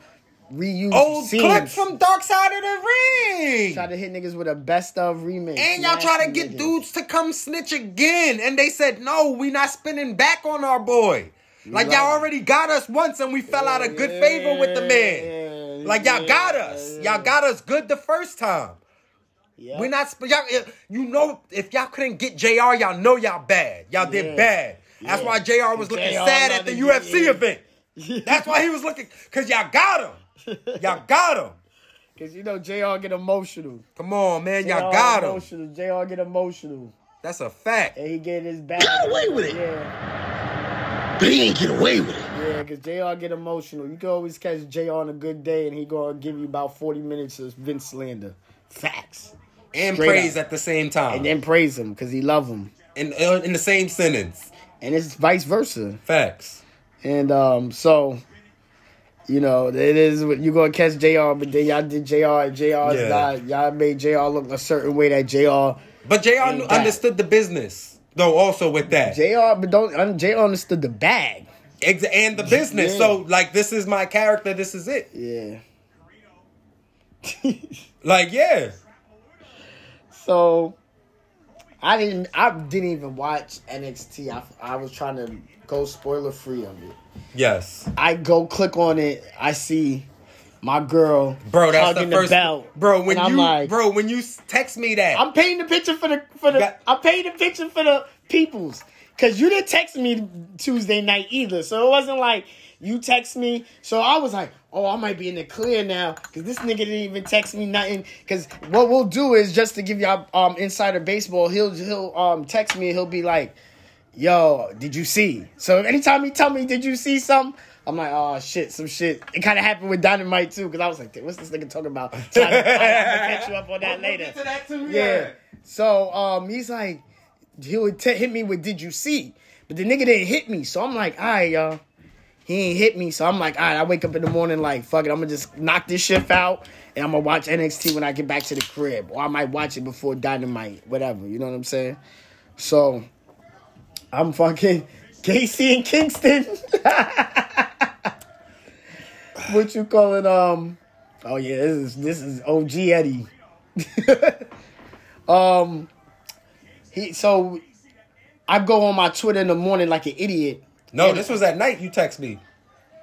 S4: reused
S3: Old
S4: scenes.
S3: clip from Dark Side of the Ring.
S4: Try to hit niggas with a best of remix.
S3: And y'all try
S4: Nasty
S3: to get
S4: niggas.
S3: dudes to come snitch again. And they said, no, we not spinning back on our boy. Like y'all already got us once and we fell out of good favor with the man.
S4: Yeah,
S3: Like y'all got
S4: yeah,
S3: us. Y'all got us good the first time.
S4: Yeah.
S3: We're not sp- y'all, eh, you know if y'all couldn't get JR, y'all know y'all bad. Y'all
S4: Yeah.
S3: did bad. That's why JR was looking
S4: JR
S3: sad at the
S4: not in
S3: UFC
S4: the-
S3: event. That's why he was looking cuz y'all got him. Y'all got him.
S4: Cause you know Jr. get emotional.
S3: Come on, man. Y'all
S4: JR
S3: got him.
S4: emotional. Jr. get emotional,
S3: That's a fact.
S4: and he get his back.
S5: Got away with it.
S4: Yeah,
S5: But he ain't get away with it.
S4: yeah. Cause Jr. get emotional. You can always catch Jr. on a good day, and he gonna give you about forty minutes of Vince slander, facts,
S3: and
S4: Straight
S3: praise
S4: up.
S3: at the same time,
S4: and then praise him cause he love him,
S3: in, uh, in the same sentence.
S4: and it's vice versa.
S3: Facts.
S4: And um, so, you know, it is you gonna catch Jr. But then y'all did Jr. and Jr.
S3: Yeah.
S4: is not. Y'all made Jr. look a certain way that Jr.
S3: But Jr.
S4: And
S3: knew-
S4: that.
S3: understood the business though, also with that
S4: Jr. But don't un- Jr. understood the bag.
S3: Ex- and the business.
S4: Yeah.
S3: So like, this is my character. This is it.
S4: Yeah.
S3: Like, yeah,
S4: So, I didn't. I didn't even watch NXT. I, I was trying to go spoiler free of it.
S3: yes,
S4: I go click on it. I see my girl.
S3: bro. That's the
S4: hugging
S3: first,
S4: belt.
S3: bro. When
S4: And I'm
S3: you,
S4: like-
S3: bro, when you s- text me that,
S4: I'm painting the picture for the for the
S3: That-
S4: I'm painting the picture for the peoples. Cause you didn't text me Tuesday night either. So it wasn't like you text me. So I was like, oh, I might be in the clear now. Cause this nigga didn't even text me nothing. Cause what we'll do is just to give y'all um insider baseball, he'll he'll um text me and he'll be like, yo, did you see? So anytime he tell me, did you see something? I'm like, oh shit, some shit. It kind of happened with Dynamite too, because I was like, what's this nigga talking about? So I, I, I'll catch you up on that later. Yeah. So um, he's like, he would t- hit me with "Did you see?" But the nigga didn't hit me, so I'm like, all right, y'all. He ain't hit me, so I'm like, all right. I wake up in the morning like, fuck it, I'm gonna just knock this shit out, and I'm gonna watch NXT when I get back to the crib, or I might watch it before Dynamite, whatever. You know what I'm saying? So I'm fucking Casey and Kingston. what you call it? Um. Oh yeah, this is this is OG Eddie. um. He so I go on my Twitter in the morning like an idiot.
S3: No, this was at night. You text me.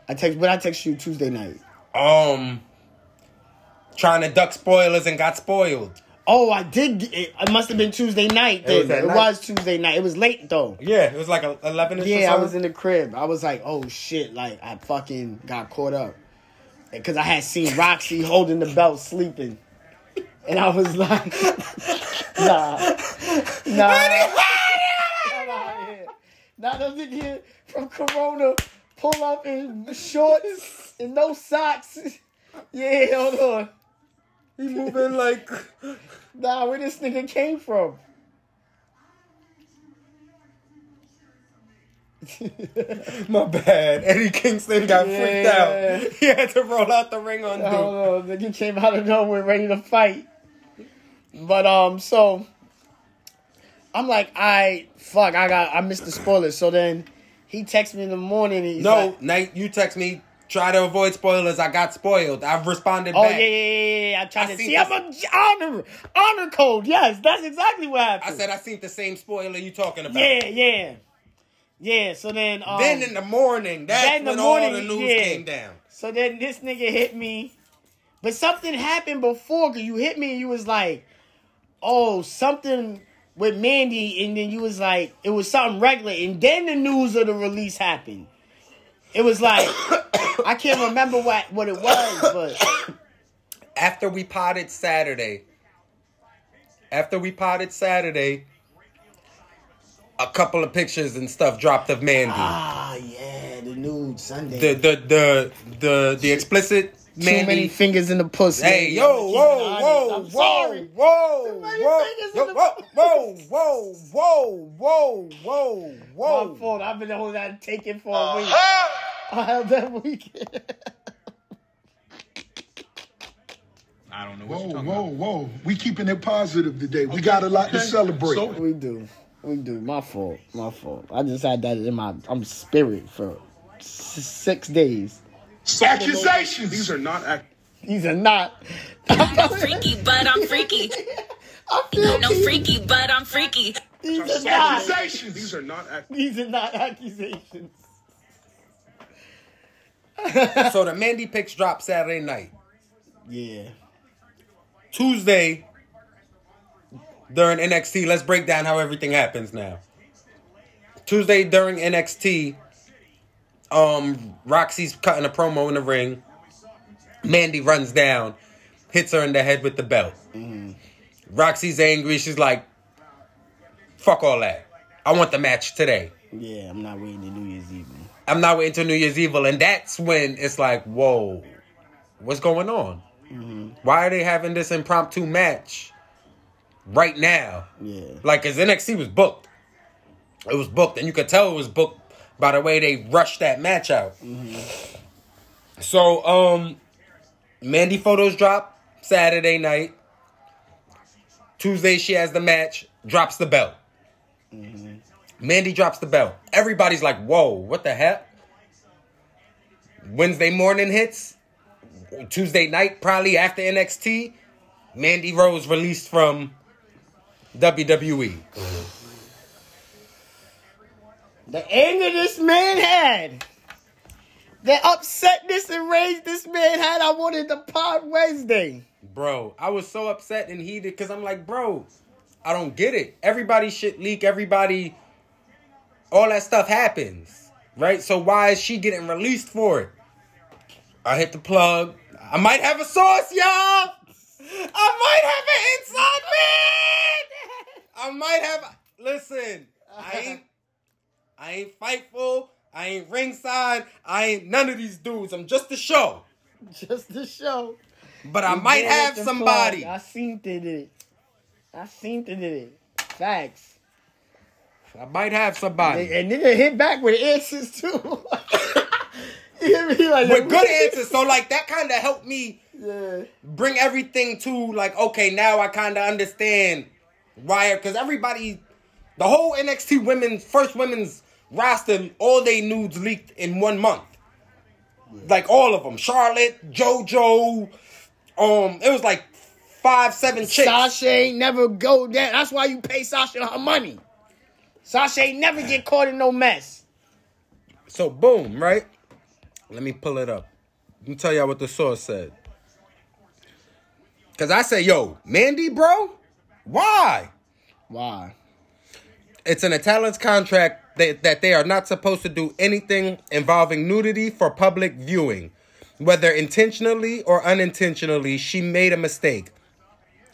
S4: I text, but I text you Tuesday night.
S3: Um, trying to duck spoilers and got spoiled.
S4: Oh, I did. get- It, it must have been Tuesday night.
S3: It
S4: Then.
S3: was that
S4: It,
S3: night.
S4: was Tuesday night. It was late though.
S3: Yeah, it was like a- eleven. -ish or
S4: Yeah, I
S3: something.
S4: was in the crib. I was like, oh shit, like I fucking got caught up. Because I had seen Roxy holding the belt sleeping. And I was like, nah. Nah. I'm out here. Not a nigga here from Corona pull up in shorts and no socks. Yeah, hold on.
S3: He moving like
S4: Nah, where this nigga came from.
S3: my bad. Eddie Kingston got
S4: Yeah. Oh,
S3: freaked out. He had to roll out the ring on
S4: I
S3: dude.
S4: don't know. Nigga came out of nowhere ready to fight. But um, so I'm like, I fuck, I got, I missed the spoilers. So then he texts me in the morning. He's
S3: No,
S4: like,
S3: Nate, you text me. Try to avoid spoilers. I got spoiled. I've responded
S4: oh yeah,
S3: back.
S4: yeah, yeah, yeah, yeah. I tried
S3: I
S4: to
S3: seen
S4: see. I'm a j- honor, honor code. Yes, that's exactly what
S3: I
S4: happened.
S3: said I seen the same spoiler you talking about.
S4: yeah, yeah, yeah. So then, um,
S3: Then in the morning, that's
S4: Then in the
S3: when all
S4: morning,
S3: the news
S4: yeah.
S3: came down.
S4: So then this nigga hit me. But something happened before because you hit me and you was like, oh, something with Mandy, and then you was like, it was something regular, and then the news of the release happened. It was like I can't remember what what it was, but
S3: After we potted Saturday, after we potted Saturday, a couple of pictures and stuff dropped of Mandy.
S4: ah yeah, the nude Sunday.
S3: the the the the the explicit
S4: Too many
S3: Mandy.
S4: fingers in the pussy.
S3: Hey yo
S4: Keep it
S3: whoa
S4: honest.
S3: whoa
S4: I'm
S3: whoa
S4: sorry.
S3: whoa
S4: many fingers in
S3: whoa
S4: the
S3: whoa whoa whoa whoa whoa whoa Uh-huh.
S4: My
S3: whoa.
S4: fault. I've been holding that ticket for a week. I held that weekend.
S10: I don't know what
S1: Whoa,
S10: you're talking
S1: whoa,
S10: about.
S1: whoa. We keeping it positive today. We got a lot to celebrate.
S10: So-
S4: We do. We do. My fault. My fault. I just had that in my um, spirit for s- six days.
S1: Accusations.
S10: These are not ac-
S4: These are not.
S5: I'm a freaky, but I'm freaky.
S4: I feel
S5: No
S4: these-
S5: freaky, but I'm freaky.
S4: These are not.
S1: Accusations.
S10: These are not ac-
S4: These are not accusations.
S3: So the Mandy pics dropped Saturday night.
S4: Yeah.
S3: Tuesday during NXT. Let's break down how everything happens now. Tuesday during NXT, um, Roxy's cutting a promo in the ring. Mandy runs down, hits her in the head with the belt. Roxy's angry. She's like, "Fuck all that. I want the match today.
S4: Yeah. I'm not waiting to New Year's Eve. man.
S3: I'm not waiting till New Year's Evil." And that's when it's like, "Whoa, what's going on? Why are they having this impromptu match right now?"
S4: Yeah.
S3: Like, cause NXT was booked. It was booked, and you could tell it was booked by the way they rushed that match out. So, um, Mandy photos drop Saturday night. Tuesday she has the match, drops the belt. Mandy drops the belt. Everybody's like, "Whoa, what the heck?" Wednesday morning hits. Tuesday night, probably after NXT, Mandy Rose released from E. WWE.
S4: The anger this man had. The upsetness and rage this man had. I wanted to pod Wednesday.
S3: Bro, I was so upset and heated because I'm like, bro, I don't get it. Everybody shit leak, everybody, all that stuff happens, right? So why is she getting released for it? I hit the plug. I might have a source, y'all. I might have an inside man. I might have. Listen, I ain't, I ain't fightful. I ain't ringside. I ain't none of these dudes. I'm just the show.
S4: Just to show.
S3: But I might
S4: Yeah,
S3: have
S4: that's
S3: somebody.
S4: implied. I seen it. in it. I seen it. in it. Facts.
S3: I might have somebody.
S4: And nigga hit back with answers too. you hear me? Like,
S3: with good answers. So like that kind of helped me
S4: Yeah.
S3: bring everything to like okay now I kind of understand why because everybody, the whole NXT women first women's roster, all they nudes leaked in one month. Like all of them, Charlotte, JoJo, um, it was like five seven chicks.
S4: Sasha ain't never go down. That's why you pay Sasha her money. Sasha ain't never get caught in no mess.
S3: So boom, right? Let me pull it up. Let me tell y'all what the source said. Cause I say, yo, Mandy, bro, why?
S4: Why?
S3: It's an Italian's contract that, that they are not supposed to do anything involving nudity for public viewing. Whether intentionally or unintentionally, she made a mistake.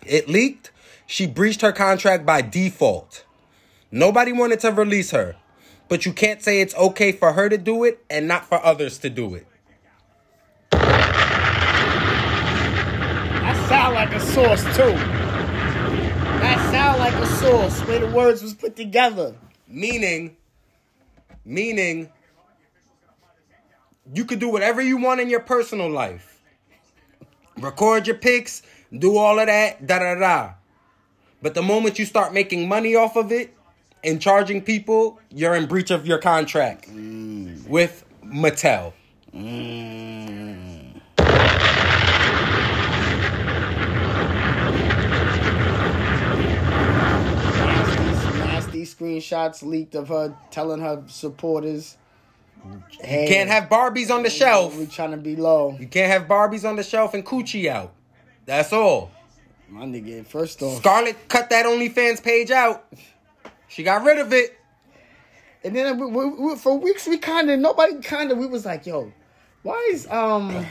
S3: It leaked. She breached her contract by default. Nobody wanted to release her, but you can't say it's okay for her to do it and not for others to do it.
S4: That sound like a source too. That sound like a source where the words was put together.
S3: Meaning, meaning, you could do whatever you want in your personal life. Record your pics, do all of that, da da da. But the moment you start making money off of it and charging people, you're in breach of your contract with Mattel.
S4: Mm. Nasty, nasty screenshots leaked of her telling her supporters, "Hey,
S3: Can't have Barbies on the shelf.
S4: we trying to be low."
S3: You can't have Barbies on the shelf and coochie out. That's all.
S4: My nigga, first off.
S3: Scarlett cut that OnlyFans page out. She got rid of it.
S4: And then we, we, we, for weeks we kind of nobody kind of we was like, yo, why is um,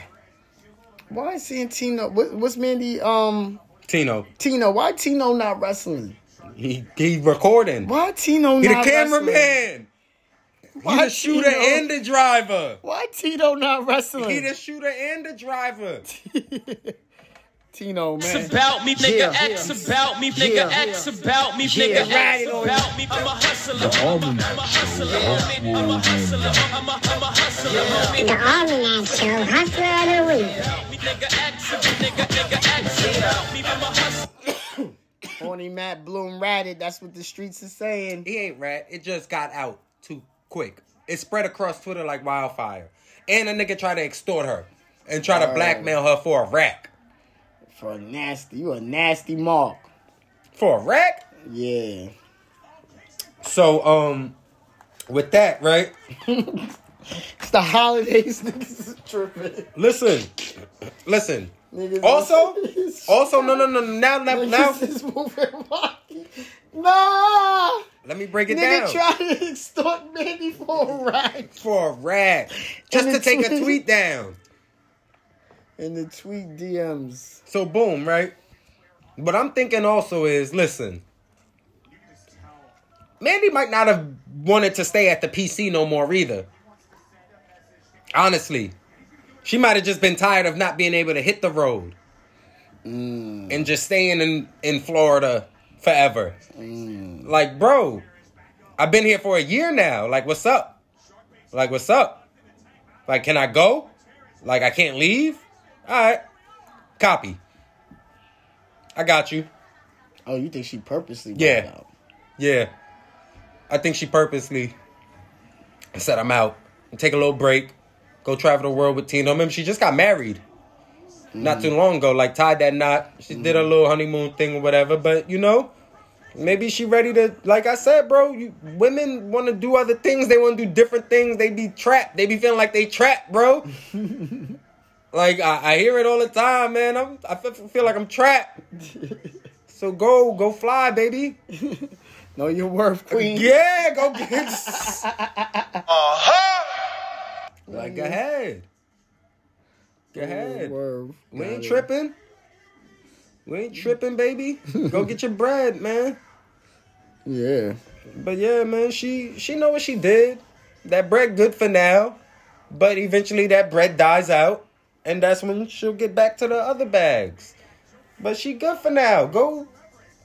S4: why is Santino? What, what's Mandy um
S3: Tino,
S4: Tino? Why Tino not wrestling?
S3: he he recording.
S4: Why Tino
S3: He the
S4: not wrestling?
S3: cameraman. He
S4: Why
S3: the shooter
S4: Tino?
S3: and the driver.
S4: Why Tino not wrestling?
S3: He the shooter and the driver.
S4: Tino man.
S5: X about me, nigga.
S4: Yeah.
S5: X about me, nigga.
S4: Yeah.
S5: X about me,
S4: Yeah.
S5: nigga.
S4: Ride
S5: X
S4: it on
S5: about me. I'm a hustler. I'm a I'm a hustler. homie. I'm a hustler. I'm a I'm a hustler. homie.
S8: The Almanac Show Hustler of the Week.
S5: Me, Nigga, X, nigga, nigga, X about me. I'm a hustler.
S4: Horny Matt Bloom ratted. That's what the streets are saying.
S3: He ain't rat. It just got out too quick. It spread across Twitter like wildfire. And a nigga tried to extort her and try
S4: Oh.
S3: to blackmail her for a rack.
S4: For a nasty, you a nasty mark.
S3: For a rack?
S4: Yeah.
S3: So um, with that right,
S4: It's the holidays. Niggas is tripping.
S3: listen, listen.
S4: Niggas
S3: Also,
S4: is-
S3: also no no no no, now now, now
S4: Niggas is moving rocky. Nah.
S3: let me break it down
S4: Nigga try to extort Mandy for a ride.
S3: for a rack just
S4: And the
S3: to take a
S4: tweet-
S3: tweet down.
S4: In the tweet DMs.
S3: So boom, right? But I'm thinking also is listen. Mandy might not have wanted to stay at the PC no more either. Honestly. She might have just been tired of not being able to hit the road. And just staying in, in Florida forever. Like, bro, I've been here for a year now. Like, what's up? Like, what's up? Like, can I go? Like, I can't leave? All right. Copy. I got you.
S4: Oh, you think she purposely?
S3: Yeah.
S4: went out?
S3: Yeah. I think she purposely said, I'm out. Take a little break. Go travel the world with Tina. Remember, she just got married not too long ago. Like, tied that knot. She did a little honeymoon thing or whatever. But, you know, maybe she ready to, like I said, bro, you, women want to do other things. They want to do different things. They be trapped. They be feeling like they trapped, bro. like, I, I hear it all the time, man. I'm, I fe- feel like I'm trapped. so go, go fly, baby.
S4: Know your worth, queen.
S3: Yeah, go get. uh huh. Like go ahead. Go ahead.
S4: Worth.
S3: We ain't tripping. We ain't tripping, baby. Go get your bread, man.
S4: Yeah.
S3: But yeah, man, she she know what she did. That bread good for now, but eventually that bread dies out, and that's when she'll get back to the other bags. But she good for now. Go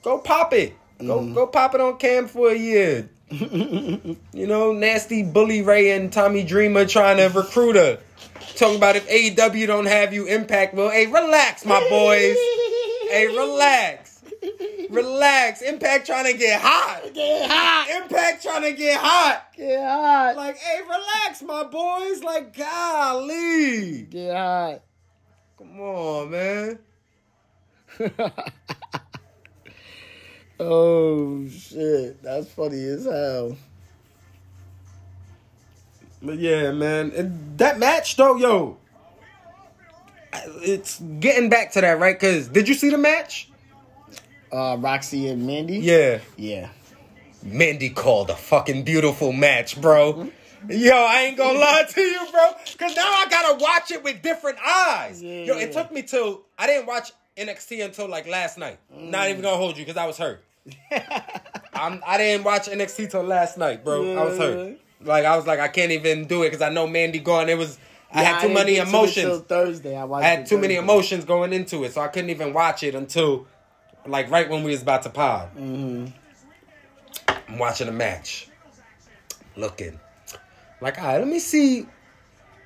S3: go pop it. Go go pop it on cam for a year. you know, nasty bully Ray and Tommy Dreamer trying to recruit her. Talking about if AEW don't have you, Impact will. Hey, relax, my boys. hey, relax. Relax. Impact trying to get hot.
S4: Get hot.
S3: Impact trying to get hot.
S4: Get hot.
S3: Like, hey, relax, my boys. Like, golly.
S4: Get hot.
S3: Come on, man.
S4: Oh shit, that's funny as hell.
S3: But yeah, man. And that match, though, yo. It's getting back to that, right? Because did you see the match?
S4: Uh, Roxy and Mandy.
S3: Yeah.
S4: Yeah.
S3: Mandy called a fucking beautiful match, bro. Yo, I ain't gonna lie to you, bro. Cause now I gotta watch it with different eyes. Yo, it took me till I didn't watch NXT until like last night. Not even gonna hold you because I was hurt. I'm, I didn't watch NXT till last night, bro. I was hurt. Like I was like I can't even do it because I know Mandy gone. It was I
S4: Yeah,
S3: had too
S4: didn't
S3: many
S4: get to it till
S3: emotions.
S4: Thursday, I watched.
S3: I had
S4: it
S3: too many
S4: Thursday.
S3: emotions going into it, so I couldn't even watch it until like right when we was about to pod.
S4: Mm-hmm.
S3: I'm watching the match, looking like, all right, let me see,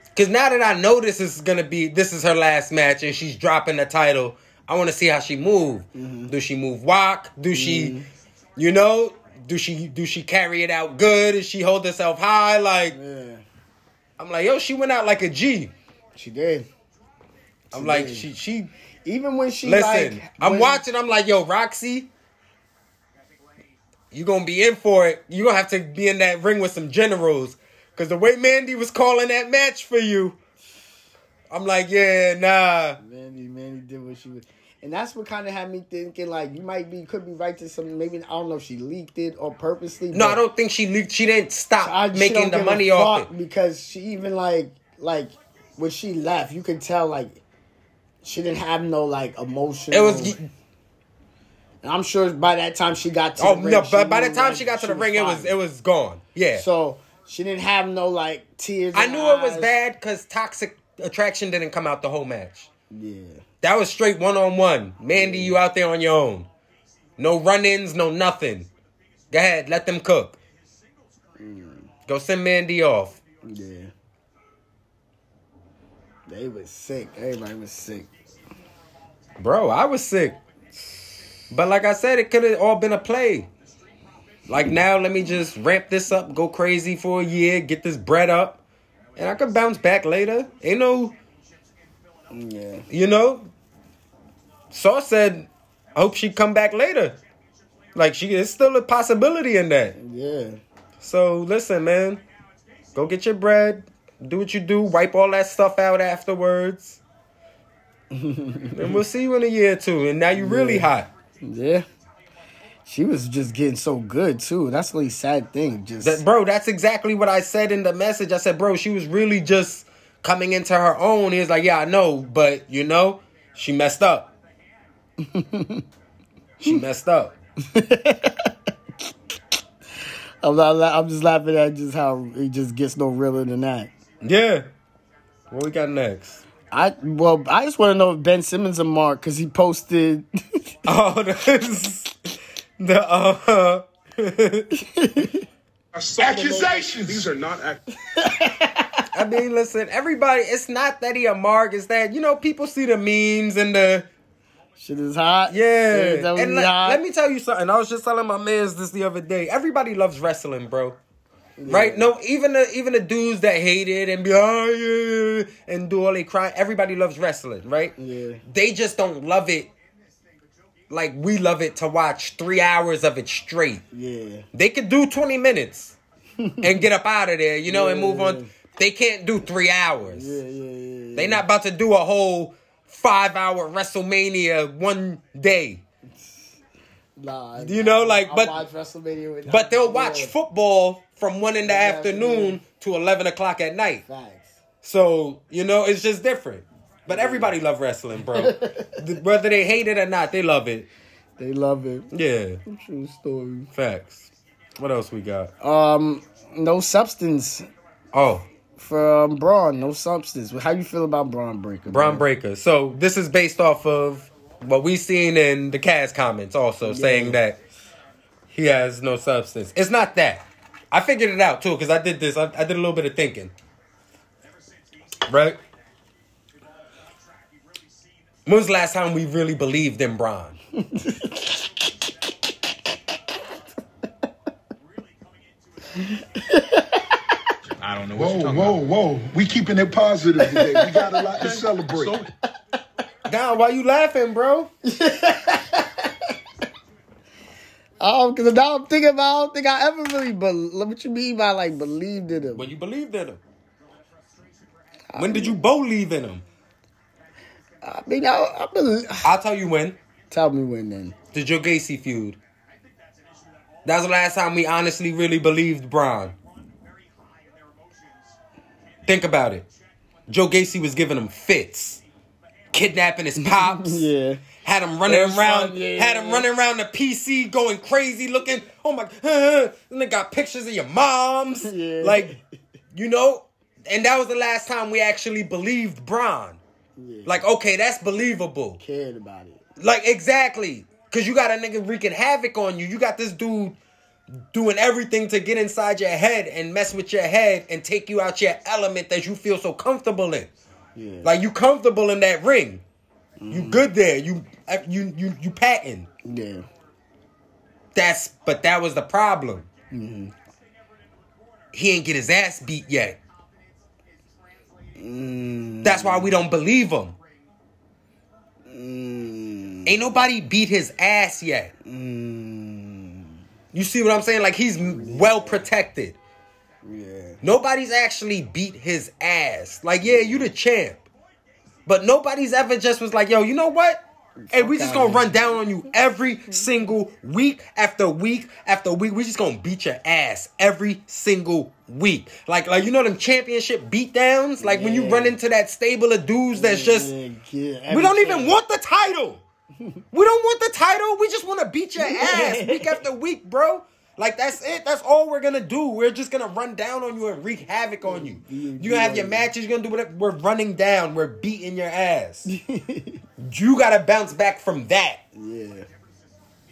S3: because now that I know this is gonna be this is her last match and she's dropping the title, I want to see how she move.
S4: Mm-hmm.
S3: Do she move walk? Do she, you know? Do she do she carry it out good? Does she hold herself high? Like
S4: Yeah,
S3: I'm like, yo, she went out like a G.
S4: she did.
S3: I'm like,
S4: did.
S3: she she
S4: Even when she
S3: Listen,
S4: like,
S3: I'm
S4: when-
S3: watching. I'm like, yo, Roxy, you gonna be in for it. You gonna have to be in that ring with some generals, cause the way Mandy was calling that match for you, I'm like, yeah, nah.
S4: Mandy, Mandy did what what she was, and that's what kind of had me thinking like you might be could be right to something. Maybe I don't know if she leaked it or purposely.
S3: No,
S4: but
S3: I don't think she leaked. She didn't stop
S4: I- she don't
S3: making the
S4: give a
S3: money off
S4: fuck
S3: it.
S4: because she even like like when she left, you could tell like she didn't have no like emotional.
S3: It was
S4: And I'm sure by that time she got to
S3: oh
S4: the ring,
S3: no,
S4: she
S3: but by
S4: knew,
S3: the time
S4: like,
S3: she got to the
S4: was
S3: ring, it was
S4: fine.
S3: it was gone. Yeah,
S4: So she didn't have no like tears.
S3: I
S4: in
S3: knew
S4: her
S3: it was
S4: eyes.
S3: bad because toxic attraction didn't come out the whole match.
S4: Yeah.
S3: That was straight one on one. Mandy, you out there on your own. No run ins, no nothing. Go ahead, let them cook. Go send Mandy off.
S4: Yeah. They was sick. Everybody was sick.
S3: Bro, I was sick. But like I said, it could have all been a play. Like now, let me just ramp this up, go crazy for a year, get this bread up, and I could bounce back later. Ain't no,
S4: Yeah.
S3: you know. Saw said, I hope she come back later. Like she, it's still a possibility in that.
S4: Yeah.
S3: So listen, man, go get your bread, do what you do, wipe all that stuff out afterwards, and we'll see you in a year or two. And now you're really hot.
S4: Yeah. She was just getting so good too. That's the really sad thing. Just
S3: That, bro, that's exactly what I said in the message. I said, bro, she was really just coming into her own. He was like, yeah, I know, but you know, she messed up. she messed up.
S4: I'm, not, la- I'm just laughing at just how it just gets no realer than that.
S3: Yeah. What we got next?
S4: I well, I just want to know if Ben Simmons a mark because he posted.
S3: Oh, the, the uh,
S10: Accusations. These are not ac-
S3: I mean, listen, everybody, it's not that he a mark, it's that, you know, people see the memes and the,
S4: Shit is hot.
S3: yeah.
S4: Shit is
S3: and
S4: really
S3: let,
S4: hot.
S3: let me tell you something. I was just telling my mans this the other day. Everybody loves wrestling, bro. Right? No, even the even the dudes that hate it and be oh, yeah, and do all they cry. Everybody loves wrestling, right?
S4: Yeah.
S3: They just don't love it like we love it to watch three hours of it straight.
S4: Yeah.
S3: They could do 20 minutes and get up out of there, you know, and move on. They can't do three hours.
S4: Yeah. Yeah. Yeah. yeah.
S3: They not about to do a whole five hour WrestleMania one day.
S4: Nah,
S3: You know, like,
S4: I
S3: but-
S4: watch WrestleMania with-
S3: But they'll watch
S4: Yeah,
S3: football from one in the
S4: Yeah,
S3: afternoon to eleven o'clock at night.
S4: Facts.
S3: So, you know, it's just different. But everybody love wrestling, bro. Th- Whether they hate it or not, they love it.
S4: They love it.
S3: Yeah.
S4: True story.
S3: Facts. What else we got?
S4: Um, no substance
S3: Oh,
S4: from Braun. No substance. How you feel about Braun Breaker?
S3: Braun
S4: man?
S3: Breaker. So this is based off of what we seen in the cast comments also saying that he has no substance. It's not that. I figured it out too because I did this. I, I did a little bit of thinking. Right? When was the last time we really believed in Braun?
S10: I don't know what you're
S1: Whoa,
S10: talking
S1: whoa, whoa. We keeping it positive today. We got a lot to celebrate.
S10: about. So,
S3: Don, why you laughing, bro?
S4: Oh, because now I'm thinking about. I don't think I ever really. But what you mean by like believed in him?
S3: When you believed in him. When did you believe in him?
S4: I mean, I, I believe.
S3: I'll tell you when.
S4: Tell me when then.
S3: The Joe Gacy feud. That was the last time we honestly really believed Braun. Think about it. Joe Gacy was giving him fits, kidnapping his pops.
S4: Yeah.
S3: Had him running
S4: It was
S3: around.
S4: fun, yeah,
S3: had
S4: yeah,
S3: him
S4: yeah.
S3: running around the PC, going crazy, looking. Oh my! and they got pictures of your moms.
S4: Yeah.
S3: Like, you know. And that was the last time we actually believed Braun. Like, okay, that's believable.
S4: Cared about it.
S3: Like exactly, cause you got a nigga wreaking havoc on you. You got this dude doing everything to get inside your head and mess with your head and take you out your element that you feel so comfortable in.
S4: Yeah.
S3: Like you comfortable in that ring. You good there. You you you you patting.
S4: Yeah.
S3: That's but that was the problem. He ain't get his ass beat yet. That's why we don't believe him. Ain't nobody beat his ass yet. You see what I'm saying? Like he's m well protected.
S4: Yeah.
S3: Nobody's actually beat his ass. Like yeah, you the champ, But nobody's ever just was like, yo, you know what? Hey, we just
S4: outta
S3: gonna
S4: here.
S3: run down on you every single week after week after week. We just gonna beat your ass every single week. Like, like you know them championship beatdowns. Like when you
S4: Yeah.
S3: run into that stable of dudes that's just
S4: Yeah, yeah,
S3: we
S4: every
S3: don't even
S4: chance.
S3: want the title. We don't want the title. We just want to beat your ass week after week, bro. Like that's it. That's all we're gonna do. We're just gonna run down on you and wreak havoc on you. You have your matches. You're gonna do whatever. We're running down. We're beating your ass. you gotta bounce back from that.
S4: Yeah.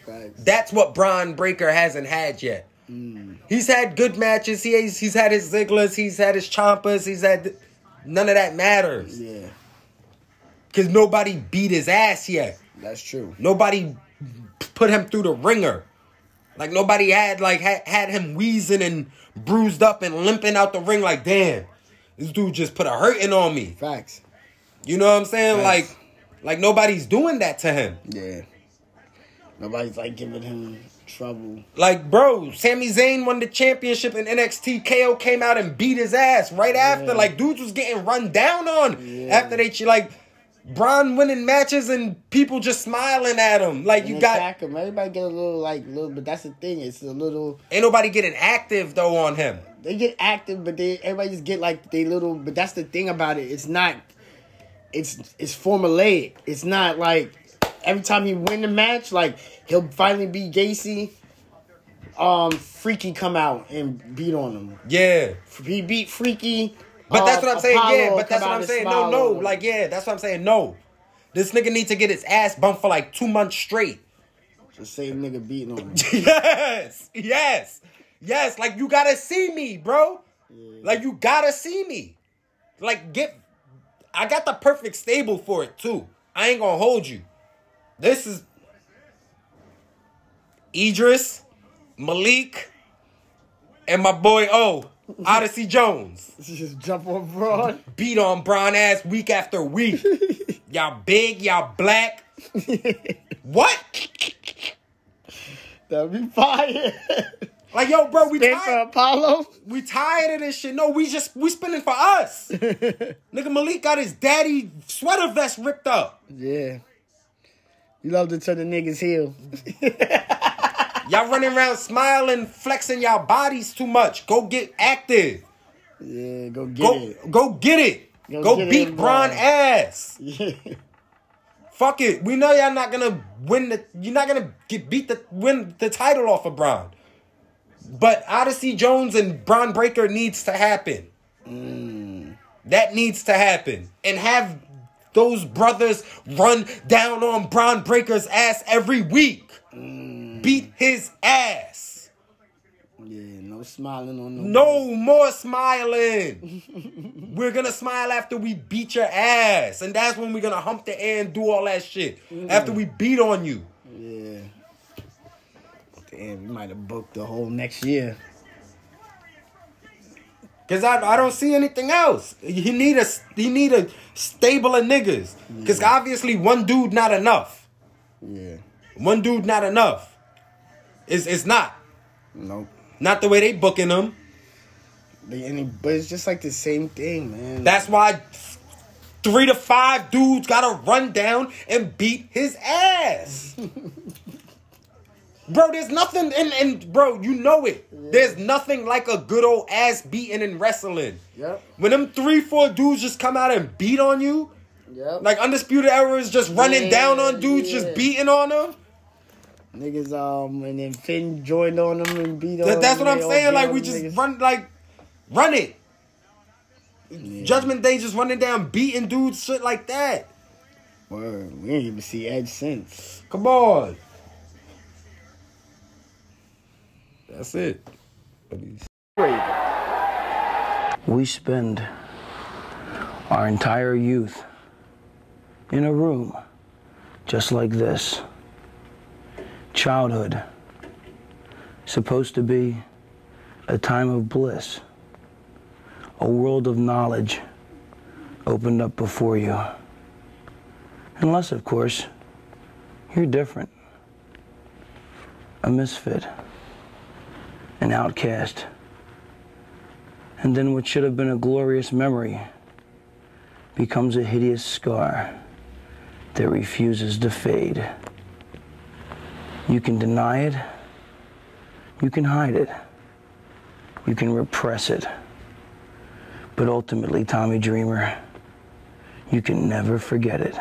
S4: Facts.
S3: That's what Braun Breaker hasn't had yet. He's had good matches. He he's, he's had his Ziggler's. He's had his Chompas. He's had none of that matters
S4: Yeah,
S3: because nobody beat his ass yet.
S4: that's true.
S3: Nobody put him through the ringer. Like nobody had like had, had him wheezing and bruised up and limping out the ring. Like damn, this dude just put a hurting on me.
S4: Facts.
S3: You know what I'm saying?
S4: Facts.
S3: Like like nobody's doing that to him.
S4: Yeah. Nobody's like giving him trouble.
S3: Like bro, Sami Zayn won the championship in NXT. KO came out and beat his ass right after. Like dudes was getting run down on
S4: Yeah.
S3: after they like. Braun winning matches and people just smiling at him. Like you
S4: And
S3: got
S4: attack him. Everybody get a little like little, but that's the thing. It's a little.
S3: ain't nobody getting active though on him.
S4: They get active, but they everybody just get like they little. But that's the thing about it. It's not. It's it's formulaic. It's not like every time he win the match, like he'll finally be Gacy. Um, Freaky come out and beat on him.
S3: Yeah.
S4: He beat Freaky.
S3: But
S4: um,
S3: that's what I'm saying. yeah,
S4: Apollo
S3: but that's
S4: come
S3: what
S4: out
S3: I'm
S4: and
S3: saying.
S4: smile
S3: No,
S4: on
S3: no.
S4: him.
S3: Like, yeah, that's what I'm saying. No. This nigga need to get his ass bumped for like two months straight.
S4: the same nigga beating on him.
S3: yes. Yes. Yes. Like, you gotta see me, bro. Like, you gotta see me. Like, get. I got the perfect stable for it, too. I ain't gonna hold you. This is. Idris, Malik, and my boy O, Odyssey Jones.
S4: just jump on broad.
S3: beat on brown ass week after week. y'all big, y'all black. what?
S4: That'd be fire.
S3: Like yo, bro, we
S4: Stand for
S3: tired.
S4: Apollo.
S3: We tired of this shit. No, we just we spinning for us. Nigga Malik got his daddy sweater vest ripped up.
S4: Yeah. You love to turn the niggas heel.
S3: Y'all running around smiling, flexing y'all bodies too much. Go get active.
S4: Yeah, go get
S3: Go
S4: it.
S3: go get it.
S4: Go
S3: go
S4: get it,
S3: beat Bron
S4: Bron.
S3: ass.
S4: Yeah.
S3: Fuck it. We know y'all not gonna win the. You're not gonna get beat the win the title off of Braun. But Odyssey Jones and Braun Breaker needs to happen.
S4: Mm.
S3: That needs to happen, and have those brothers run down on Braun Breaker's ass every week.
S4: Mm.
S3: Beat his ass.
S4: Yeah, no smiling on them.
S3: No more smiling. we're gonna smile after we beat your ass, and that's when we're gonna hump the air and do all that shit. After we beat on you.
S4: Yeah. Damn, you might have booked the whole next year.
S3: Cause I, I don't see anything else. He need a he need a stable of niggas. Cause obviously one dude not enough.
S4: Yeah.
S3: One dude not enough. It's it's not
S4: Nope.
S3: not the way they booking them.
S4: They, and it- but it's just like the same thing, man.
S3: That's why three to five dudes gotta run down and beat his ass. bro, there's nothing and and bro, you know it. There's nothing like a good old ass beating in wrestling.
S4: Yep.
S3: When them three four dudes just come out and beat on you.
S4: Yep.
S3: Like undisputed era is just running
S4: Yeah,
S3: down on dudes,
S4: yeah.
S3: just beating on them.
S4: niggas, um, and then Finn joined on them and beat
S3: That-
S4: on
S3: that's
S4: them,
S3: what I'm
S4: they all
S3: saying.
S4: beat
S3: Like
S4: on
S3: we
S4: them
S3: just
S4: niggas.
S3: run, like run it. Judgment Day just running down, beating dudes, shit like that.
S4: Word. We ain't even see Edge since.
S3: Come on. That's it.
S11: We spend our entire youth in a room just like this. Childhood, supposed to be a time of bliss, a world of knowledge opened up before you. Unless, of course, you're different, a misfit, an outcast and then what should have been a glorious memory becomes a hideous scar that refuses to fade. You can deny it, you can hide it, you can repress it, but ultimately, Tommy Dreamer, you can never forget it.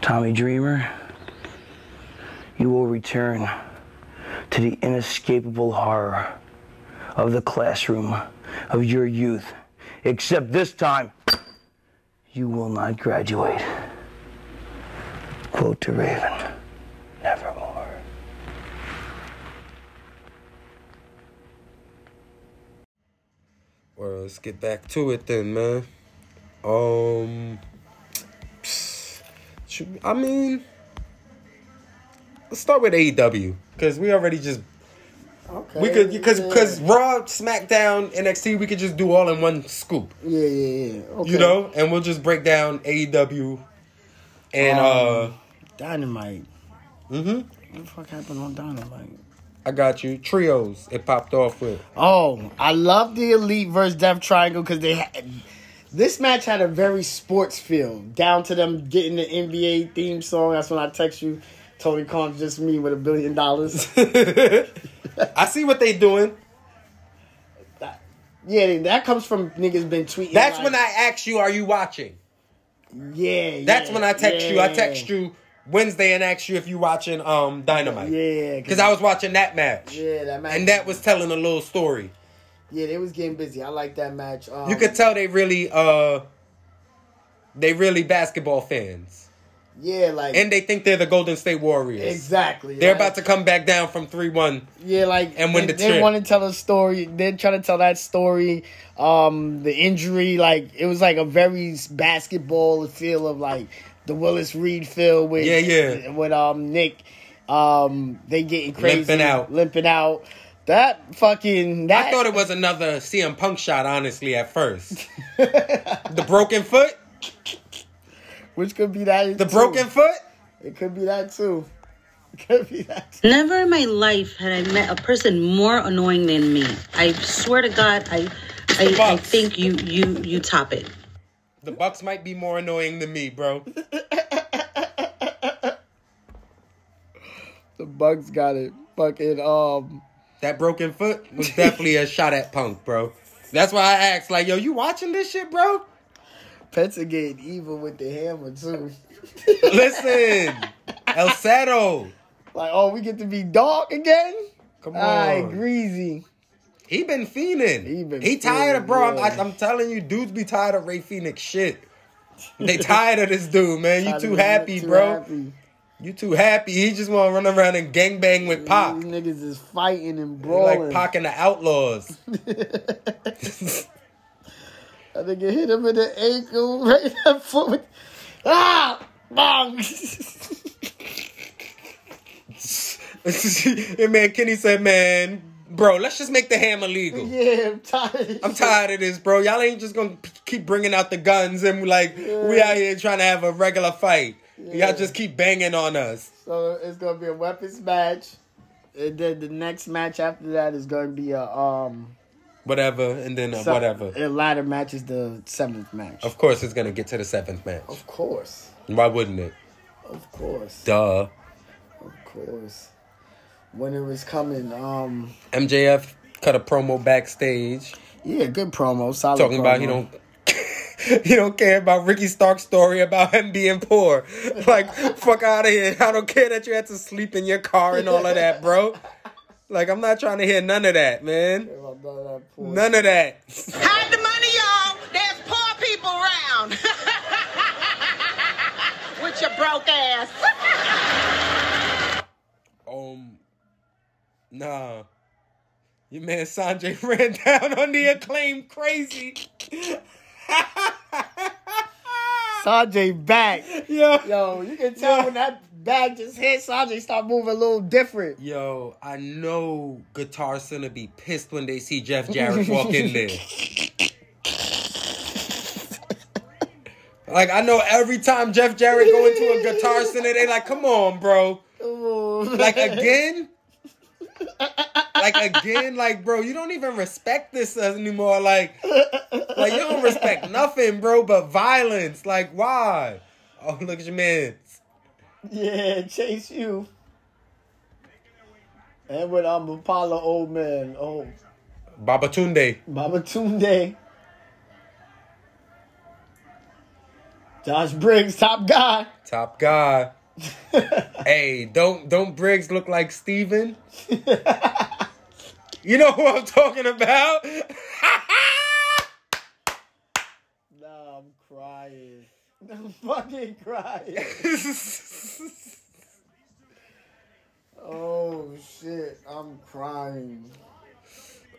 S11: Tommy Dreamer, you will return to the inescapable horror of the classroom of your youth, except this time, you will not graduate. Quote to Raven, nevermore.
S3: Well, let's get back to it then, man. Um, should- I mean, let's start with AEW because we already just
S4: Okay.
S3: we could because because Raw, SmackDown, NXT, we could just do all in one scoop,
S4: Yeah, yeah, yeah. Okay.
S3: you know, and we'll just break down AEW and uh,
S4: Um, Dynamite.
S3: mhm,
S4: What the fuck happened on Dynamite?
S3: I got you trios. It popped off with
S4: Oh, I love the Elite versus Death Triangle because they had this match had a very sports feel down to them getting the NBA theme song. That's when I text you, Tony Khan's just me with a billion dollars.
S3: I see what they doing.
S4: yeah, that comes from niggas been tweeting.
S3: That's
S4: like,
S3: when I asked you, "Are you watching?"
S4: Yeah,
S3: That's
S4: yeah,
S3: when I text you. I
S4: yeah.
S3: text you Wednesday and ask you if you watching um Dynamite.
S4: Yeah,
S3: Because I was watching that match.
S4: Yeah, that match.
S3: And that was telling a little story.
S4: yeah, they was getting busy. I like that match. Um,
S3: You could tell they really uh they really basketball fans.
S4: yeah, like
S3: And they think they're the Golden State Warriors.
S4: exactly.
S3: They're
S4: like-
S3: about to come back down from 3-1.
S4: Yeah, like
S3: And when
S4: they,
S3: the trip.
S4: want to tell a story, they're trying to tell that story. Um, the injury, like it was like a very s- basketball feel of like the Willis Reed feel with
S3: Yeah, yeah.
S4: with um Nick. Um, they getting crazy,
S3: Limping out.
S4: limping out. That fucking that.
S3: I thought it was another CM Punk shot honestly at first. the broken foot?
S4: which could be that.
S3: The broken foot?
S4: It could be that too. It could be that. Too.
S12: Never in my life had I met a person more annoying than me. I swear to God, I I, I think you you you top it.
S3: The Bucks might be more annoying than me, bro.
S4: The Bucks got it. Fucking um.
S3: That broken foot was definitely a shot at Punk, bro. That's why I asked, like, yo, you watching this shit, bro?
S4: Penta getting evil with the hammer too.
S3: Listen, El Cero,
S4: Like, oh, we get to be dark again?
S3: come on.
S4: Alright, greasy.
S3: He been fiending. He,
S4: been
S3: tired of, bro.
S4: fiending,
S3: I'm, I, I'm telling you, dudes be tired of Ray Phoenix shit. They tired of this dude, man. You
S4: Tired
S3: too
S4: of being
S3: happy,
S4: too
S3: bro.
S4: happy.
S3: You too happy. He just want to run around and gangbang with Pop.
S4: These niggas is fighting and
S3: He Ah. Like
S4: brawling.
S3: Pac and the Outlaws.
S4: That nigga hit him in the ankle, right in the foot. with- Ah! Bong!
S3: and man, Kenny said, man, bro, let's just make the hammer legal.
S4: yeah, I'm tired.
S3: I'm tired of this, bro. Y'all ain't just gonna p- keep bringing out the guns and like we out here trying to have a regular fight. Y'all just keep banging on us.
S4: So it's gonna be a weapons match. And then the next match after that is gonna be a um
S3: Whatever, and then uh,
S4: some-
S3: whatever.
S4: A ladder match is the seventh match.
S3: Of course, it's gonna get to the seventh match.
S4: Of course.
S3: Why wouldn't it?
S4: Of course.
S3: Duh.
S4: Of course. When it was coming, um
S3: MJF cut a promo backstage
S4: Yeah, good promo. Solid
S3: talking about he
S4: promo.
S3: don't. He don't care about Ricky Stark's story about him being poor. Like, fuck out of here. I don't care that you had to sleep in your car and all of that, bro. Like, I'm not trying to hear none of that, man.
S4: About that poor-
S3: None of that.
S5: Hide the money, y'all. There's poor people around. With your broke ass.
S3: Um, nah. Your man Sanjay ran down on the acclaim crazy.
S4: Sanjay back.
S3: Yo.
S4: Yo, you can tell when that bag just hit, Sanjay start moving a little different.
S3: Yo, I know Guitar Center be pissed when they see Jeff Jarrett walk in there. Like I know every time Jeff Jarrett go into a Guitar Center, they like, come on, bro.
S4: Ooh.
S3: Like again? like again, like bro, you don't even respect this anymore. Like, like you don't respect nothing, bro, but violence. Like, why? Oh, look at your man.
S4: Yeah, chase you. And with um Apollo old man. Oh
S3: Babatunde.
S4: Babatunde. Josh Briggs, top guy.
S3: Top guy. hey, don't don't Briggs look like Steven? you know who I'm talking about?
S4: Nah, I'm crying. I'm fucking crying. oh shit, I'm crying.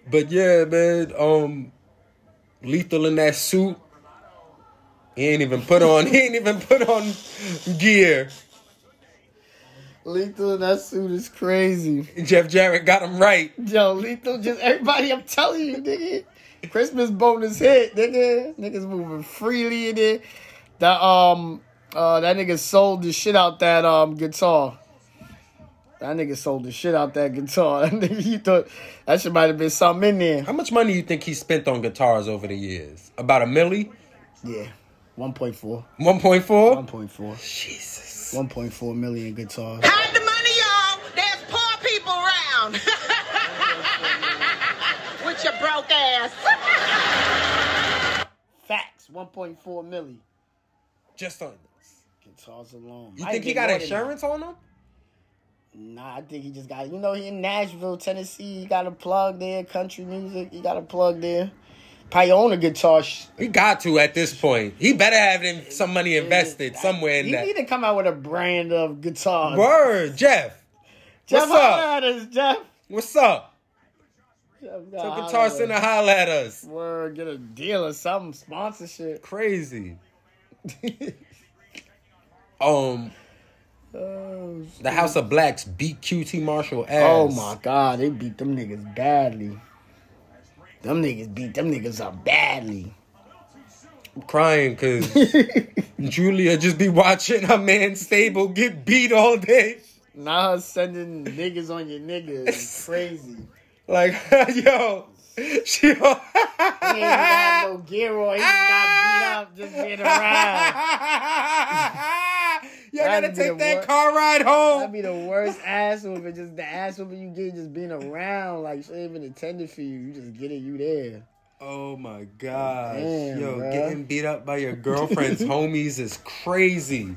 S3: But yeah, man, um Lethal in that suit. He ain't even put on he ain't even put on gear.
S4: Lethal in that suit is crazy.
S3: Jeff Jarrett got him right.
S4: Yo, Lethal just everybody I'm telling you, nigga. Christmas bonus hit, nigga. Niggas moving freely in there. That um uh that nigga sold the shit out that um guitar. That nigga sold the shit out that guitar. That nigga you thought that shit might have been something in there.
S3: How much money you think he spent on guitars over the years? About a milli?
S4: Yeah. 1.4.
S3: 1.4?
S4: 1.4.
S3: Jesus.
S4: 1.4 million guitars.
S5: Hide the money, y'all. There's poor people around. With your broke ass.
S4: Facts. 1.4 million.
S3: Just on
S4: Guitars alone.
S3: You
S4: Might
S3: think he
S4: be
S3: got
S4: more than that.
S3: insurance on him?
S4: Nah, I think he just got you know he in Nashville, Tennessee. He got a plug there, country music. He got a plug there. Probably own a guitar. Sh-
S3: He got to at this point. He better have in- some money invested somewhere in
S4: he
S3: that.
S4: need to come out with a brand of guitars.
S3: Word, Jeff.
S4: Jeff,
S3: what's up?
S4: holla at us, Jeff.
S3: What's up?
S4: Jeff
S3: So
S4: gotta
S3: Guitar
S4: holla at
S3: Center
S4: us.
S3: holla at us.
S4: Word, get a deal or something, sponsorship.
S3: Crazy. Um,
S4: Oh,
S3: the House of Blacks beat QT Marshall ass.
S4: oh my God, they beat them niggas badly. Them niggas beat them niggas up badly.
S3: I'm crying because Julia just be watching her man Stable get beat all day.
S4: Now sending niggas on your niggas is crazy.
S3: Like, yo, she.
S4: He ain't got no gear on. He just got beat up just being around.
S3: Y'all gotta
S4: That'd be
S3: take
S4: the
S3: Ah. that
S4: wor-
S3: car ride home.
S4: That'd be the worst ass whooping. Just the ass whooping you get just being around. Like, she ain't even intended for you. You just getting you there.
S3: Oh my gosh.
S4: Damn,
S3: Yo,
S4: bruh.
S3: getting beat up by your girlfriend's homies is crazy.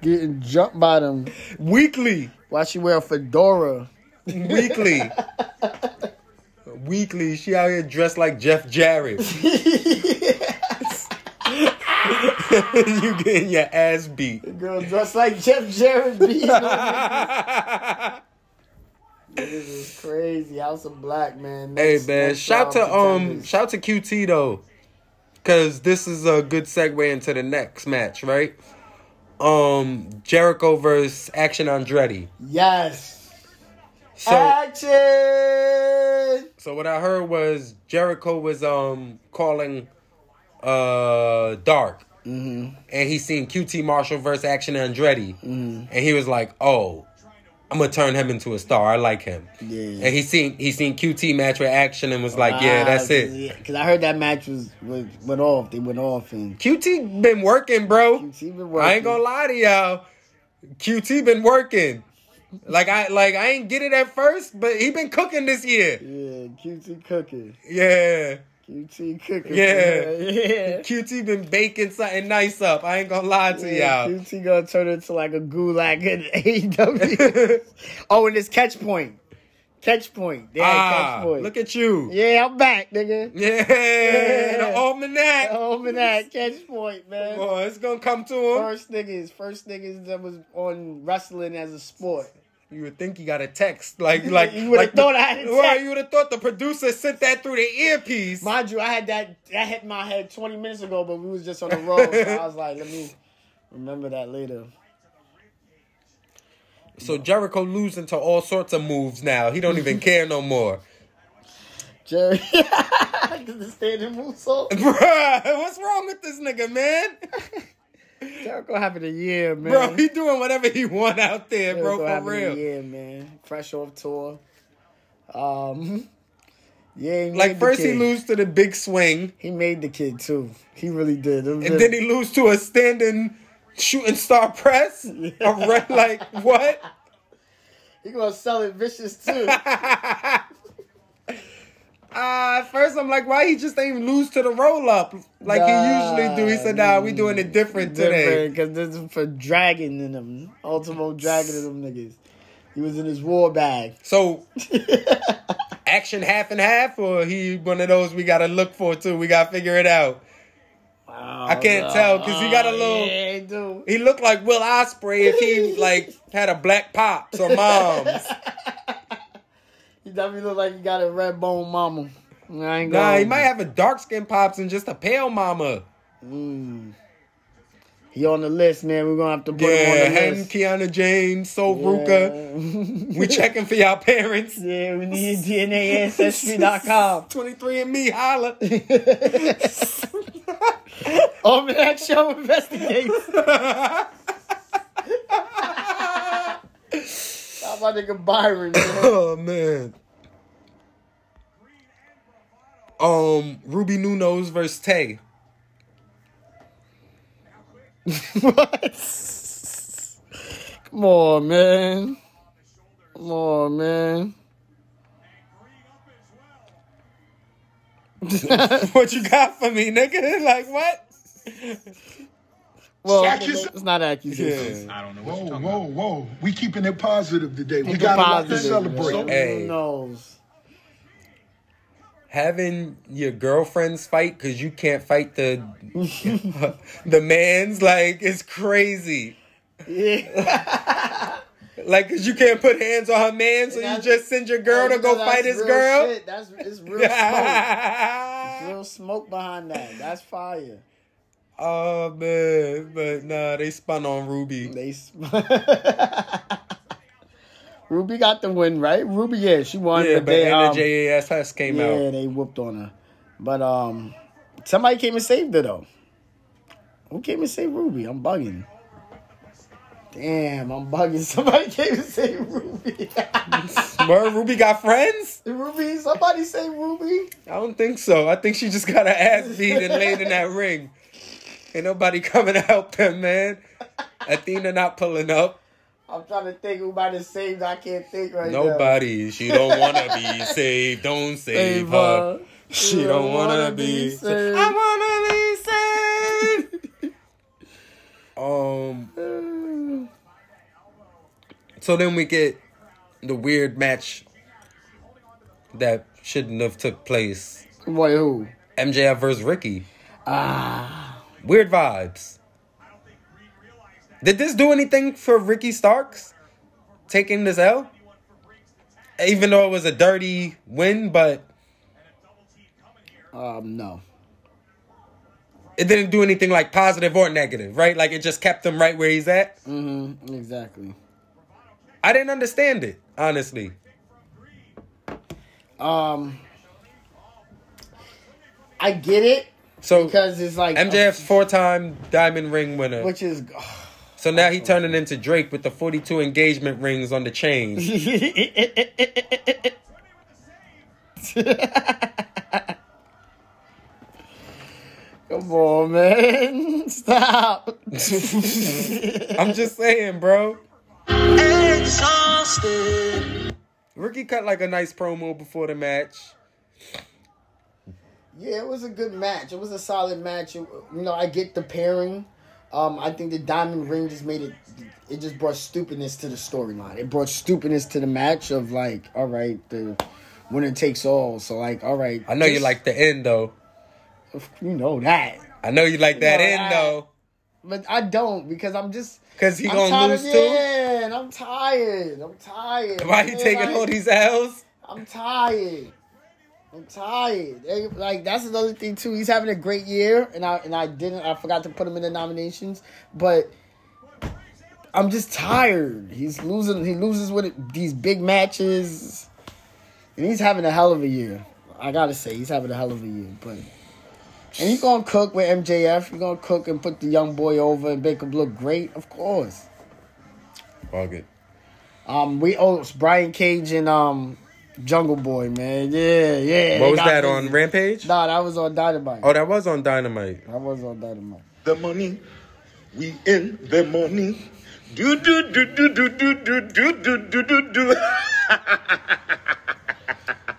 S4: Getting jumped by them.
S3: Weekly.
S4: Why she wear a fedora?
S3: Weekly. Weekly. She out here dressed like Jeff Jarrett. you getting your ass beat.
S4: Girl dressed like Jeff Jarrett. beat them. this is crazy. House of Black, man.
S3: Hey
S4: Next-
S3: man,
S4: next
S3: shout to
S4: round
S3: um
S4: contenders.
S3: shout to QT though. Cause this is a good segue into the next match, right? Um Jericho versus Action Andretti.
S4: Yes.
S3: So
S4: Uh, Action.
S3: so what I heard was Jericho was um calling uh Dark. And he seen QT Marshall versus Action Andretti. And he was like, "Oh, I'm gonna turn him into a star. I like him."
S4: Yeah. Ah,
S3: And he seen he seen QT match with Action and was like, "Yeah, that's it."
S4: Because I heard that match was, was went off. They went off and
S3: QT been working, bro.
S4: QT been
S3: I ain't gonna
S4: working.
S3: lie to y'all. QT been working. Like I like I ain't get it at first, but he been cooking this year.
S4: Yeah, QT cooking.
S3: Yeah.
S4: QT cooking.
S3: Yeah.
S4: yeah.
S3: QT been baking something nice up. I ain't gonna lie to
S4: Yeah,
S3: y'all.
S4: QT gonna turn into like a gulag in AEW. oh, and it's catch point. Catch point. Yeah,
S3: ah,
S4: catch point.
S3: look at you.
S4: yeah, I'm back, nigga.
S3: Yeah. The
S4: Yeah. Oh.
S3: almanac.
S4: Over that catch point, man.
S3: Oh, it's gonna come to him.
S4: First niggas, first niggas that was on wrestling as a sport.
S3: You would think he got a text. Like like
S4: You would've
S3: like
S4: thought I had a
S3: Well,
S4: text.
S3: you would have thought the producer sent that through the earpiece.
S4: Mind you, I had that that hit my head 20 minutes ago, but we was just on the road. so I was like, let me remember that later.
S3: So Jericho losing to all sorts of moves now. He don't even care no more.
S4: Jerry, because the standing moonsault.
S3: Bruh, what's wrong with this nigga, man?
S4: Jericho gonna happen in a year, man.
S3: Bro, he doing whatever he want out there,
S4: It's
S3: bro,
S4: gonna
S3: for
S4: happen in a
S3: real.
S4: year, man. Fresh off tour. Um, yeah. he
S3: Like
S4: made
S3: first
S4: the
S3: he
S4: kid.
S3: lose to the big swing,
S4: He made the kid too. He really did. Them
S3: and then he lose to a standing shooting star press. A red, like what?
S4: He gonna sell it vicious too.
S3: Uh, at first I'm like, why he just ain't lose to the roll up like
S4: Nah,
S3: he usually do? He said, nah, we doing it different, today.
S4: Because this is for dragging in them. Ultimo dragging in them niggas. He was in his war bag.
S3: So action half and half, or he one of those we gotta look for too. We gotta figure it out. I can't
S4: Oh, no.
S3: tell because he got a
S4: Oh,
S3: little.
S4: yeah, he do.
S3: He looked like Will Osprey if he like had a black pops or moms.
S4: He definitely look like he got a red bone mama. I ain't
S3: nah,
S4: gonna-
S3: he might have a dark skin pops and just a pale mama.
S4: Mm. He on the list, man. We're gonna have to put
S3: Yeah,
S4: him on the
S3: him,
S4: list.
S3: Kiana James, So Ruka. We checking for y'all parents.
S4: Yeah, we need DNAAncestry.com.
S3: 23andMe, holla.
S4: On that Oh, show investigates. How about nigga Byron, man?
S3: Oh man. Um, Ruby Nuno's versus Tay.
S4: Come on, man. Come on, man.
S3: what you got for me, nigga? Like what?
S4: Well,
S6: Check yourself.
S4: it's not accusations.
S10: I don't know what you're
S1: Whoa,
S10: talking
S1: whoa, whoa. We keeping it positive today. We
S4: Keep it
S1: got a lot to
S4: positive,
S1: celebrate.
S4: man.
S3: Hey.
S4: Who knows?
S3: Having your girlfriends fight because you can't fight the the man's like it's crazy.
S4: Yeah.
S3: Like, cause you can't put hands on her man, so you
S4: That's-
S3: just send your girl
S4: You
S3: to go
S4: know
S3: fight
S4: that's real
S3: his girl.
S4: shit. That's it's real smoke. real smoke behind that. That's fire.
S3: oh man, but nah, they spun on Ruby.
S4: They sm- Ruby got the win, right? Ruby, yeah, she won.
S3: Yeah,
S4: but
S3: but
S4: they,
S3: and
S4: um,
S3: the JASS came
S4: yeah,
S3: out.
S4: they whooped on her. But um, somebody came and saved her though. Who came and saved Ruby? I'm bugging. Damn, I'm bugging. Somebody came and saved Ruby.
S3: Where Ruby got friends?
S4: Ruby, somebody saved Ruby.
S3: I don't think so. I think she just got her ass beat and laid in that ring. Ain't nobody coming to help them, man. Athena not pulling up.
S4: I'm trying to think who might have saved. her. I can't think right now.
S3: Nobody. She don't wanna be saved. Don't save her. She don't wanna be. sa- I wanna be saved. um. So then we get the weird match that shouldn't have took place.
S4: Wait, who?
S3: MJF versus Ricky. Ah. Weird vibes. Did this do anything for Ricky Starks taking this L? Even though it was a dirty win, but
S4: Um, no.
S3: it didn't do anything like positive or negative, right? Like it just kept him right where he's at.
S4: Mm-hmm. Exactly.
S3: I didn't understand it, honestly.
S4: Um, I get it
S3: So
S4: because it's like
S3: MJF's four time diamond ring winner.
S4: which is
S3: so now he turning into Drake with the 42 engagement rings on the chain.
S4: Come on, man. Stop.
S3: I'm just saying, bro.
S5: Exhausted.
S3: Ricky cut like a nice promo before the match.
S4: Yeah, it was a good match. It was a solid match. It- you know, I get the pairing. Um, I think the diamond ring just made it. It just brought stupidness to the storyline. It brought stupidness to the match of like, all right, the winner takes all. So like, all right.
S3: I know you
S4: just-
S3: like the end though.
S4: you know that,
S3: I know you like that
S4: No,
S3: end
S4: I-
S3: though.
S4: but I don't because I'm just.
S3: 'Cause he
S4: I'm
S3: gonna
S4: tired
S3: lose
S4: of,
S3: too?
S4: Yeah, and I'm tired. I'm tired.
S3: Why you
S4: man,
S3: taking
S4: like-
S3: all these L's?
S4: I'm tired. I'm tired. They- Like that's another thing too. He's having a great year, and I and I didn't. I forgot to put him in the nominations, but I'm just tired. He's losing. He loses with it- these big matches, and he's having a hell of a year. I gotta say, he's having a hell of a year. But And you gonna cook with MJF. You're gonna cook and put the young boy over and make him look great, of course.
S3: Fuck it.
S4: Um, we oh Brian Cage and um Jungle Boy, man. Yeah, yeah.
S3: What was
S4: They got
S3: that
S4: me.
S3: on Rampage?
S4: Nah, that was on Dynamite.
S3: Oh, that was on Dynamite.
S4: That was on Dynamite.
S6: The money, we in the money. Do do do do do do do do do do do do.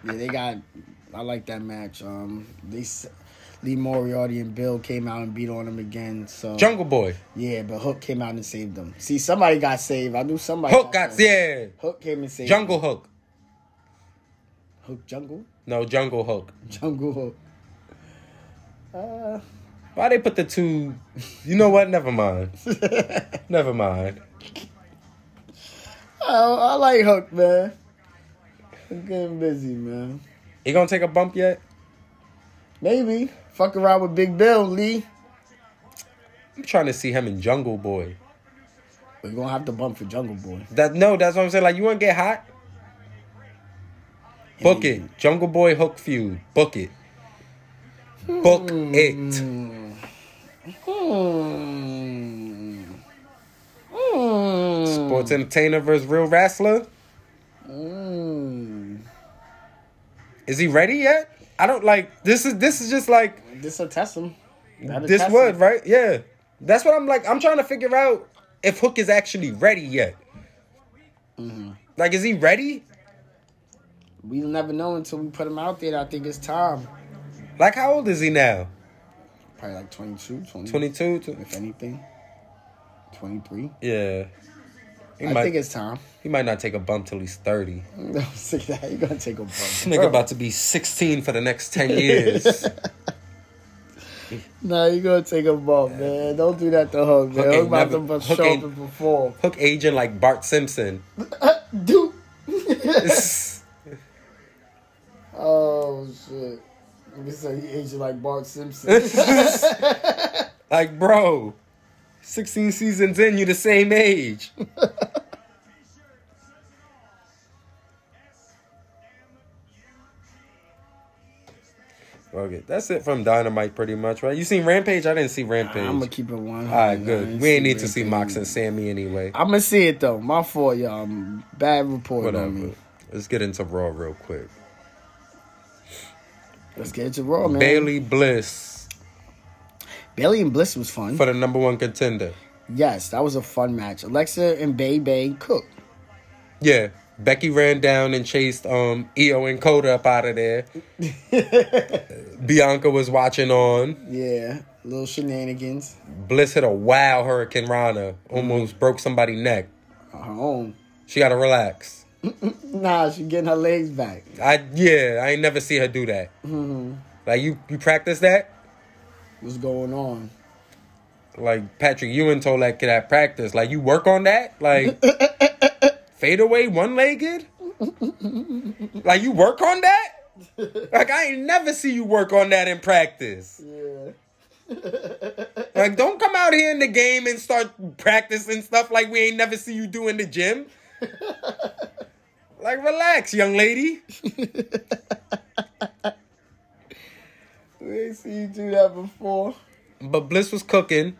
S4: Yeah, they got. I like that match. Um, they s- Lee Moriarty and Bill came out and beat on him again. So
S3: Jungle Boy.
S4: Yeah, but Hook came out and saved them. See, somebody got saved. I knew somebody.
S3: Hook got yeah.
S4: Hook came and saved.
S3: Jungle
S4: them.
S3: Hook.
S4: Hook Jungle.
S3: No, Jungle Hook.
S4: Jungle Hook. Uh,
S3: Why they put the two? You know what? Never mind. Never mind.
S4: oh, I like Hook, man. I'm getting busy, man.
S3: You gonna take a bump yet?
S4: Maybe fuck around with Big Bill Lee.
S3: I'm trying to see him in Jungle Boy.
S4: We're gonna have to bump for Jungle Boy.
S3: That no, that's what I'm saying. Like you wanna get hot? Book it. Jungle Boy Hook feud. Book it. Book it.
S4: Hmm. Hmm.
S3: Sports entertainer versus real wrestler.
S4: Mm.
S3: Is he ready yet? I don't like this is this is just like
S4: This will test him. That'll
S3: this
S4: test
S3: would,
S4: him.
S3: right? Yeah. That's what I'm like. I'm trying to figure out if Hook is actually ready yet. Like, is he ready?
S4: We'll never know until we put him out there. I think it's time.
S3: Like, how old is he now?
S4: Probably like 22, 20,
S3: 22?
S4: if anything. 23.
S3: Yeah. He
S4: I think it's time.
S3: He might not take a bump till he's 30.
S4: I'm sick of that. You're going to take a
S3: This
S4: bump.
S3: nigga
S4: bro.
S3: about to be 16 for the next 10 years.
S4: Nah, you're going to take a bump, man. Don't do that to Hook, man.
S3: Hook
S4: Hook
S3: ain't
S4: about
S3: never-
S4: to
S3: Hook
S4: show up
S3: ain't-
S4: and perform.
S3: Hook aging like Bart Simpson.
S4: Dude. oh, shit. Let me say he aged like Bart Simpson.
S3: Like, bro, 16 seasons in, you the same age. Okay, that's it from Dynamite, pretty much, right? You seen Rampage? I didn't see Rampage.
S4: I'm going to keep it one.
S3: All right, good. We ain't need to see Mox and Sammy anyway.
S4: I'm going to see it, though. My fault, y'all. Um, Bad report on me.
S3: Whatever. Let's get into Raw real quick.
S4: Let's get it to Raw, man.
S3: Bailey Bliss
S4: Bailey and Bliss was fun.
S3: for the number one contender.
S4: Yes, that was a fun match. Alexa and Bay Bay Cook.
S3: Yeah, Becky ran down and chased um Io and Coda up out of there. Bianca was watching on.
S4: Yeah, little shenanigans.
S3: Bliss hit a wow Hurricane Rana, almost broke somebody's neck.
S4: On her own.
S3: She gotta relax.
S4: Nah, she getting her legs back.
S3: I yeah, I ain't never see her do that.
S4: Mhm.
S3: Like you, you practice that.
S4: What's going on?
S3: Like Patrick Ewing told that kid at practice. Like you work on that. Like fade away one legged. Like you work on that. Like I ain't never see you work on that in practice. Like, don't come out here in the game and start practicing stuff like we ain't never see you do in the gym. like, relax, young lady.
S4: We ain't seen you do that before.
S3: But Bliss was cooking.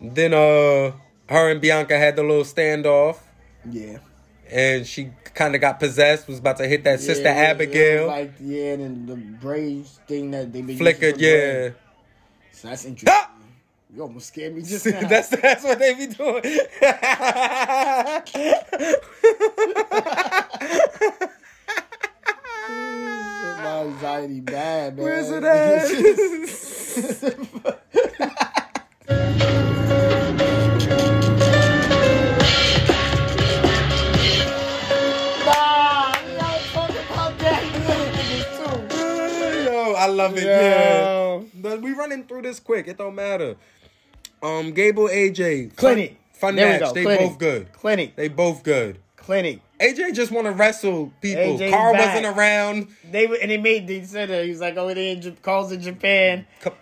S3: Then, uh, her and Bianca had the little standoff,
S4: Yeah.
S3: and she kind of got possessed. Was about to hit that sister
S4: Yeah, it was
S3: Abigail.
S4: Like, yeah, and the braids thing that they been
S3: Flickered,
S4: using for
S3: yeah. Ah!
S4: braids. So that's interesting. You almost scared me just now.
S3: that's that's what they be doing.
S4: My anxiety bad, man.
S3: Where's it at?
S4: Nah, we gotta talk about that.
S3: Yo, I love it. Yeah. But we running through this quick. It don't matter. Um, Gable, AJ,
S4: Clinic.
S3: fun, fun
S4: There we
S3: match.
S4: go,
S3: They
S4: clinic.
S3: both good.
S4: Clinic.
S3: They both good.
S4: Clinic.
S3: AJ just want to wrestle people.
S4: AJ
S3: Carl
S4: back.
S3: wasn't around.
S4: They were- and they made they said that he was like, oh, they in Jap- calls in Japan.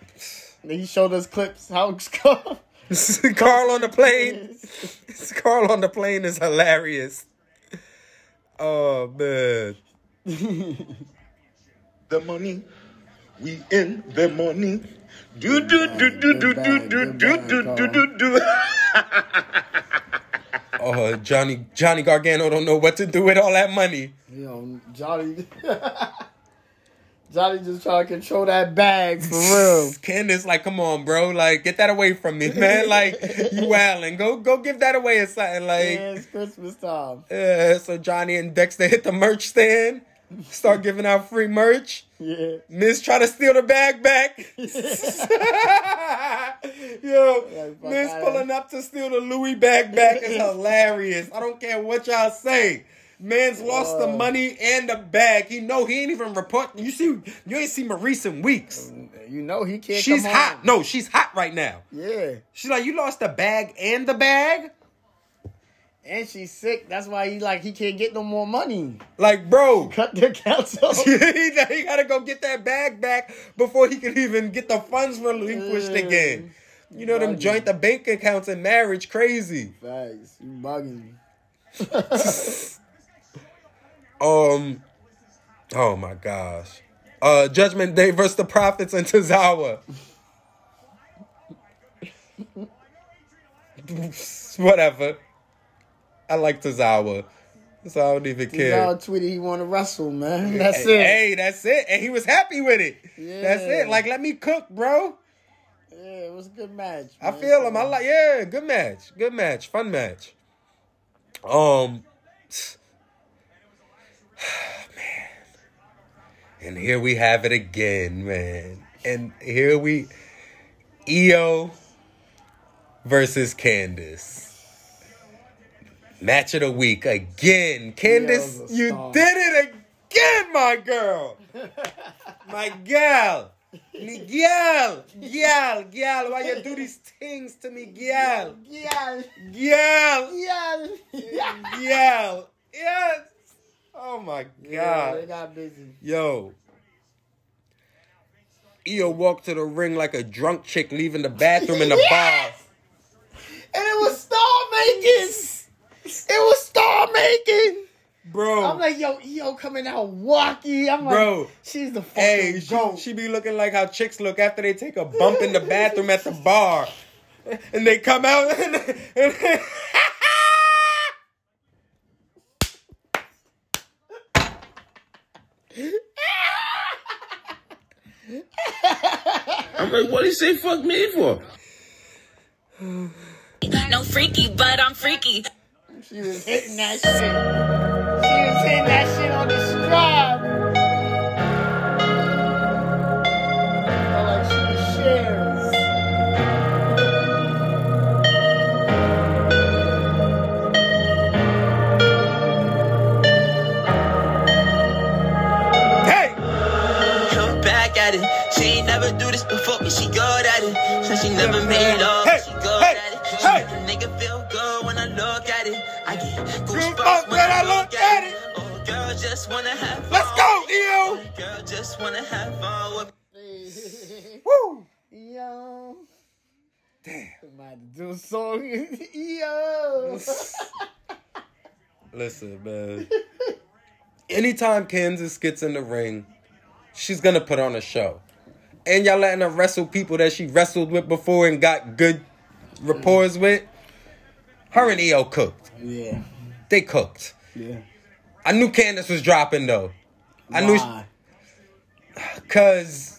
S4: Then he showed us clips how it's called.
S3: Carl on the plane. Carl on the plane is hilarious. Oh man.
S6: The money, We in the money. Do do do do do do do do do do do do.
S3: Oh, Johnny Johnny Gargano don't know what to do with all that money.
S4: You know, Johnny. Johnny just trying to control that bag for real.
S3: Candace, like, come on, bro, like, get that away from me, man. Like, you wildin'. Go, go, give that away or something. Like,
S4: yeah, it's Christmas time.
S3: Yeah, so Johnny and Dexter hit the merch stand, start giving out free merch.
S4: Yeah.
S3: Miz try to steal the bag back. Yo,
S4: fuck
S3: Miz
S4: outta
S3: pulling up to steal the Louis bag back is hilarious. I don't care what y'all say. Man's lost the money and the bag. You know he ain't even report. You see, you ain't seen Maurice in weeks.
S4: You know he can't.
S3: She's
S4: come
S3: hot.
S4: home.
S3: No, she's hot right now.
S4: Yeah,
S3: She's like, you lost the bag and the bag.
S4: and she's sick. That's why he like he can't get no more money.
S3: Like, bro,
S4: Cut the accounts off.
S3: he, he gotta go get that bag back before he can even get the funds relinquished
S4: Mm.
S3: again. You know them joint the bank accounts in marriage crazy.
S4: Facts. You bugging me.
S3: Um, oh my gosh, uh, Judgment Day versus the Prophets and Tozawa. Whatever. I like Tozawa, so I don't even care.
S4: Y'all tweeted he want to wrestle, man. That's
S3: hey,
S4: it.
S3: Hey, that's it. And he was happy with it. That's
S4: Yeah.
S3: it. Like, let me cook, bro.
S4: Yeah, it was a good match.
S3: I
S4: man.
S3: feel him. I like, yeah, good match. Good match. Fun match. Um, man. And here we have it again, man. And here we, EO versus Candace. Match of the week again. Candace,
S4: Eo's a
S3: you
S4: star.
S3: did it again, my girl. My gal. Miguel. Gal, gal, why you do these things to me, gal?
S4: Yeah,
S3: Gal.
S4: yeah, yeah.
S3: Gal. Yes. Oh my
S4: Yeah, they
S3: god.
S4: got busy.
S3: Yo. Io walked to the ring like a drunk chick leaving the bathroom in the
S4: Yes! And it was star making. It was star making.
S3: bar. Bro.
S4: I'm like, yo, EO coming out wacky. I'm like,
S3: Bro.
S4: she's the fucking
S3: Hey, she,
S4: goat.
S3: she be looking like how chicks look after they take a bump in the bathroom at the bar. And they come out and, and-
S10: I'm like, what do you say fuck me for?
S5: No freaky, but I'm freaky.
S4: she was hitting that shit. She was hitting that shit on the strap. Felt like she was sharing.
S3: Hey!
S5: Come back at it. She ain't never do this before, but she good at it. Since she never made love,
S3: Hey,
S5: she good
S3: hey,
S5: at it. She
S3: hey.
S5: make a nigga feel good when I look at it. I get
S3: Goosebumps
S5: goosebumps
S3: when
S5: when
S3: I
S5: I
S3: look
S5: look at
S3: at it.
S5: it. Oh, girl, just wanna have
S3: Let's
S5: fun.
S3: go, E EO!
S5: Oh, Girl, just wanna have fun with
S3: Woo!
S4: Yo. Damn. Might have to do a song. Yo.
S3: Listen, man. Anytime Kansas gets in the ring, she's gonna put on a show. And y'all letting her wrestle people that she wrestled with before and got good rapports with. Her and EO cooked.
S4: yeah.
S3: They cooked.
S4: Yeah.
S3: I knew Candace was dropping though. I knew
S4: Why?
S3: because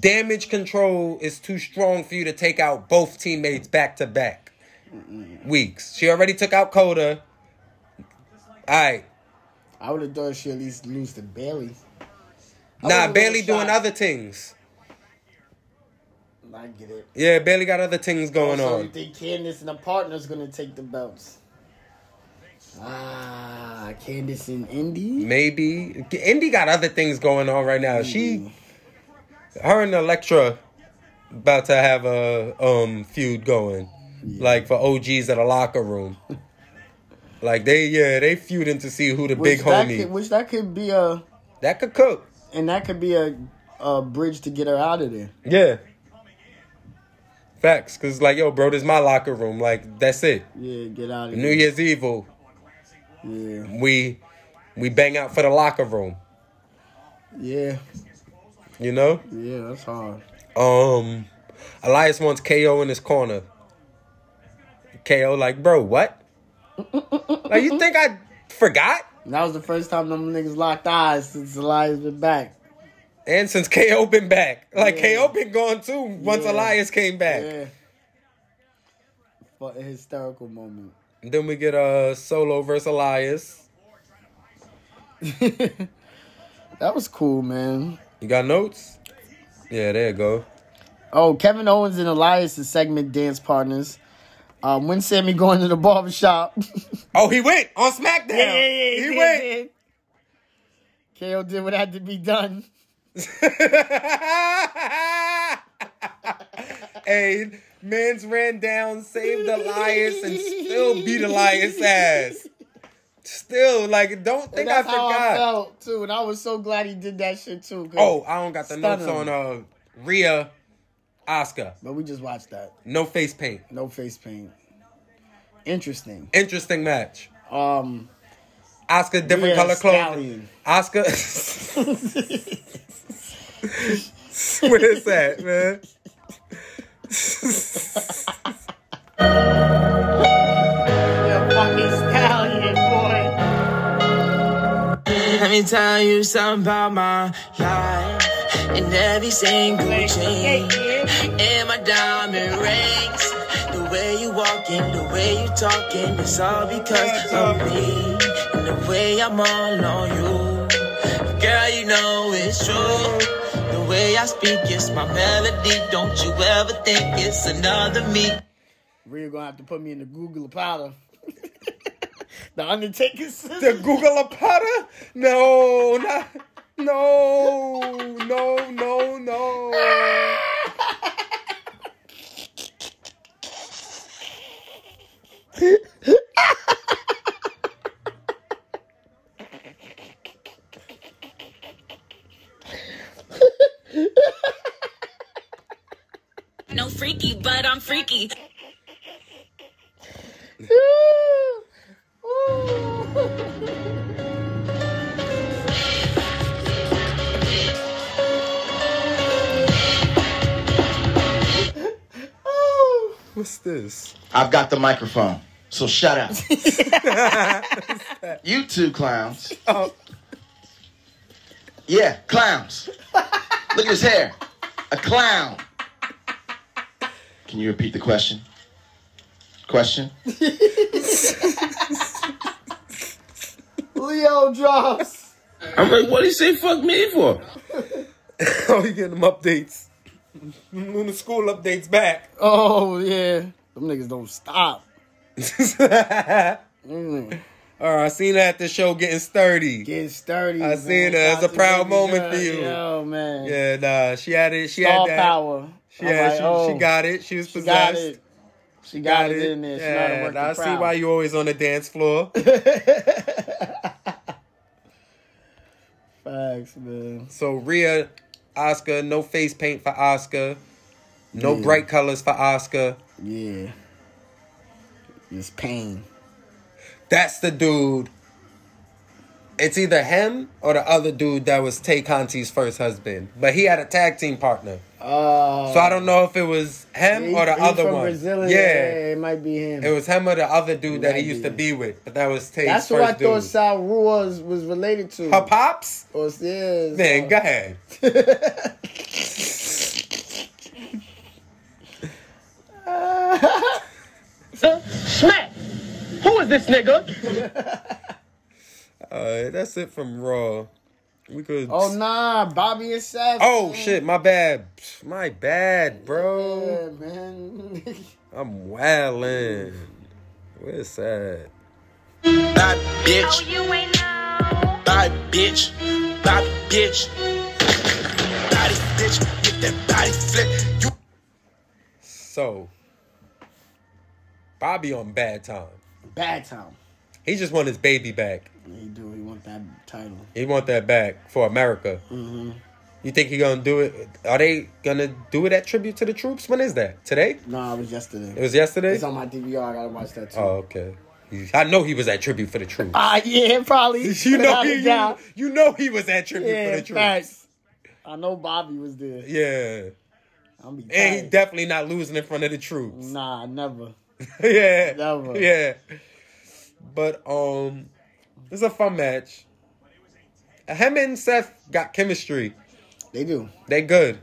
S3: damage control is too strong for you to take out both teammates back to back weeks. She already took out Coda. All right.
S4: I would have thought she at least lose to Bailey.
S3: Nah,
S4: would've given
S3: Bailey
S4: it a
S3: doing
S4: shot.
S3: other things.
S4: I get it.
S3: Yeah, Bailey got other things going
S4: Oh, so
S3: on.
S4: you think Candace and her partner's gonna take the belts? Ah, Candace and Indy.
S3: Maybe Indy got other things going on right now. She, her and Electra, about to have a um feud going, like for OGs at a locker room. like they, yeah, they feuding to see who the big
S4: that
S3: homie.
S4: Could, which that could be a,
S3: that could cook.
S4: and that could be a, a bridge to get her out of there.
S3: Yeah. Facts, cause like yo, bro, this is my locker room. Like that's it.
S4: Yeah, get out of
S3: New
S4: here.
S3: Year's Evil,
S4: Yeah,
S3: we we bang out for the locker room.
S4: yeah.
S3: You know?
S4: Yeah, that's hard.
S3: Um, Elias wants KO in his corner. KO, like, bro, what? like, you think I forgot?
S4: That was the first time them niggas locked eyes since Elias been back.
S3: And since KO been back. Like, KO been gone too once
S4: Yeah.
S3: Elias came back.
S4: Yeah. For a hysterical moment.
S3: And then we get uh, Solo versus Elias.
S4: That was cool, man.
S3: You got notes? Yeah, there you go.
S4: Oh, Kevin Owens and Elias is segment dance partners. Um, when Sammy going to the barbershop.
S3: oh, he went on SmackDown. He went.
S4: KO did what had to be done.
S3: Hey, men's ran down, saved Elias, and still beat Elias' ass. Still, like, don't think
S4: And
S3: I
S4: that's how I
S3: forgot.
S4: felt too, and I was so glad he did that shit too. 'cause-
S3: oh, I don't got the notes on
S4: Stunning.
S3: uh Rhea, Oscar.
S4: but we just watched that.
S3: No face paint.
S4: No face paint. Interesting.
S3: Interesting match.
S4: Um,
S3: Oscar different
S4: Rhea
S3: color clothing.
S4: Stallion.
S3: Oscar. Where's that, man?
S9: fucking stallion, boy.
S5: Let me tell you something about my life and every single chain and my diamond rings. The way you walking, the way you talking, it's all because of me and the way I'm all on you. Girl, you know it's true. The way I speak is my melody. Don't you ever think it's another me.
S4: Rhea gonna have to put me in the Google powder. the Undertaker's
S3: The Google of Potter? No, not, no, no, no, no.
S12: No freaky, but I'm freaky.
S3: What's this?
S13: I've got the microphone, so shut up. you two clowns. Yeah, clowns. Look at his hair. A clown. Can you repeat the question? Question?
S4: Leo drops.
S10: I'm like, what do you say fuck me for?
S3: oh, you getting them updates. Luna School updates back.
S4: Oh yeah, them niggas don't stop.
S3: Mm. All right, I seen that at the show getting sturdy.
S4: Getting sturdy.
S3: I seen that. It's a proud moment for you.
S4: Oh man.
S3: Yeah, nah, she had it. She
S4: Star
S3: had that.
S4: power.
S3: She,
S4: I'm
S3: had,
S4: like,
S3: she,
S4: oh.
S3: she got it. She was
S4: She got
S3: possessed.
S4: it. She got, it, in there. She know how to
S3: Yeah,
S4: work
S3: now I
S4: the crowd.
S3: see why you always on the dance floor.
S4: Facts, man.
S3: So Rhea, Oscar, no face paint for Oscar, no
S4: Yeah.
S3: bright colors for Oscar.
S4: Yeah. It's pain.
S3: That's the dude. It's either him or the other dude that was Tay Conti's first husband, but he had a tag team partner.
S4: Oh.
S3: So I don't know if it was him
S4: He-
S3: or the
S4: he
S3: other
S4: from
S3: one.
S4: Brazil,
S3: yeah.
S4: it might be him.
S3: It was him or the other dude that he
S4: Might
S3: used
S4: be.
S3: to be with, but that was Tay's
S4: That's who
S3: first
S4: I thought
S3: dude.
S4: Sal Rua was, was related to.
S3: Her pops?
S4: Or yeah.
S3: Man, go ahead.
S9: Smack! Who is this nigga?
S3: Uh, that's it from Raw. We could.
S4: Oh nah, Bobby and Seth.
S3: Oh
S4: man.
S3: shit, my bad. My bad, bro.
S4: Yeah, man.
S3: I'm wildin'. Where's that?
S5: Bad bitch. Bad bitch. Bad bitch. Body bitch. Get that body flip. You
S3: So, Bobby on bad time.
S4: Bad time.
S3: He just want his baby back.
S4: He do. He want that title.
S3: He want that back for America.
S4: Mm-hmm.
S3: You think he gonna do it? Are they gonna do it at tribute to the troops? When is that? Today?
S4: Nah, it was yesterday.
S3: It was yesterday.
S4: It's on my DVR. I gotta watch that too.
S3: Oh, okay. He- I know he was at tribute for the troops.
S4: Ah, yeah, probably.
S3: You know
S4: Without a
S3: he- you-
S4: doubt.
S3: you know he was at tribute for
S4: yeah,
S3: the troops.
S4: facts. I know Bobby was there.
S3: Yeah.
S4: I'm be
S3: And he
S4: tight.
S3: definitely not losing in front of the troops.
S4: Nah, never.
S3: yeah.
S4: Never.
S3: Yeah. But um it's a fun match. Him and Seth got chemistry.
S4: They do.
S3: They good.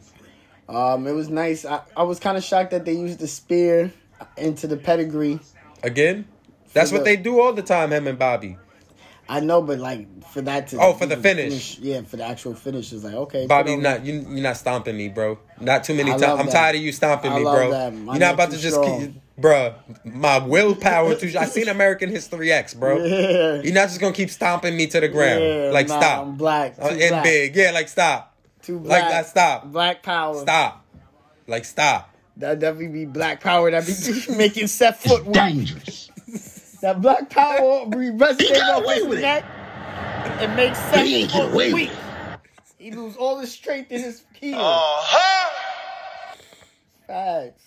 S4: Um, it was nice. I, I was kind of shocked that they used the spear into the pedigree.
S3: Again? That's
S4: For
S3: what
S4: the-
S3: they do all the time, him and Bobby.
S4: I know, but like for that to
S3: Oh, for the
S4: even
S3: finish.
S4: yeah, for the actual finish is like okay.
S3: Bobby,
S4: put on-
S3: not you, you're not stomping me, bro. Not too many
S4: I
S3: times.
S4: love
S3: I'm
S4: that.
S3: tired of you stomping
S4: I
S3: me,
S4: love
S3: bro.
S4: that.
S3: You're
S4: My
S3: not
S4: neck
S3: about to
S4: is
S3: just keep,
S4: strong.
S3: bruh. My willpower to. I seen American History X, bro.
S4: Yeah.
S3: You're not just gonna keep stomping me to the ground.
S4: Yeah,
S3: like
S4: nah,
S3: stop.
S4: I'm black.
S3: Uh,
S4: Too
S3: and
S4: black.
S3: big, yeah. Like stop.
S4: Too
S3: Like
S4: black.
S3: that. Stop.
S4: Black power.
S3: Stop. Like stop.
S4: That definitely be black power. That be making Seth foot weak. dangerous. That black power be resonating
S13: got
S4: off
S13: away
S4: his
S13: with it.
S4: neck and makes
S13: He ain't
S4: Seth
S13: get
S4: foot
S13: away with
S4: weak. He lose all the strength in his heel.
S13: huh.
S4: Facts.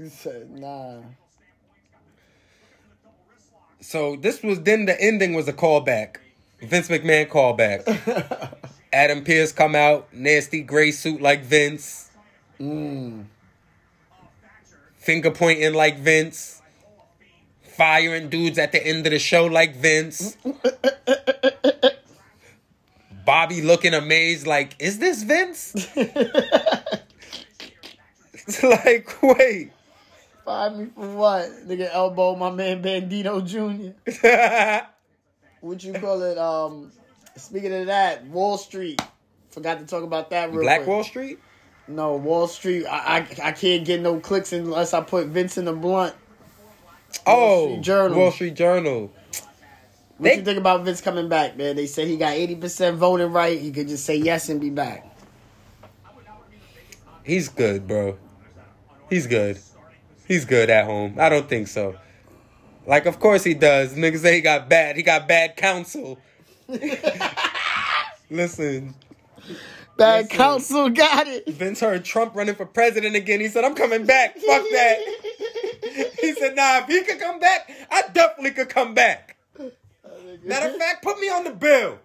S4: He said, nah.
S3: So this was then the ending was a callback. Vince McMahon callback. Adam Pierce come out, nasty gray suit like Vince. Finger pointing like Vince. Firing dudes at the end of the show like Vince. Bobby looking amazed like, is this Vince? It's like, wait.
S4: Find me for what? Nigga elbow my man Bandito Jr. what you call it? Um speaking of that, Wall Street. Forgot to talk about that real
S3: Black
S4: quick.
S3: Wall Street?
S4: No, Wall Street. I, I I can't get no clicks unless I put Vincent the Blunt.
S3: Oh,
S4: Street Journal.
S3: Wall Street Journal.
S4: What
S3: They-
S4: you think about Vince coming back, man? They said he got eighty percent voting right. He could just say yes and be back.
S3: He's good, bro. He's good. He's good at home. I don't think so. Like, of course he does. Niggas say he got bad. He got bad counsel. Listen,
S4: Bad counsel got it.
S3: Vince heard Trump running for president again. He said, "I'm coming back. Fuck that." he said, "Nah, if he could come back, I definitely could come back." Matter of fact, put me on the bill.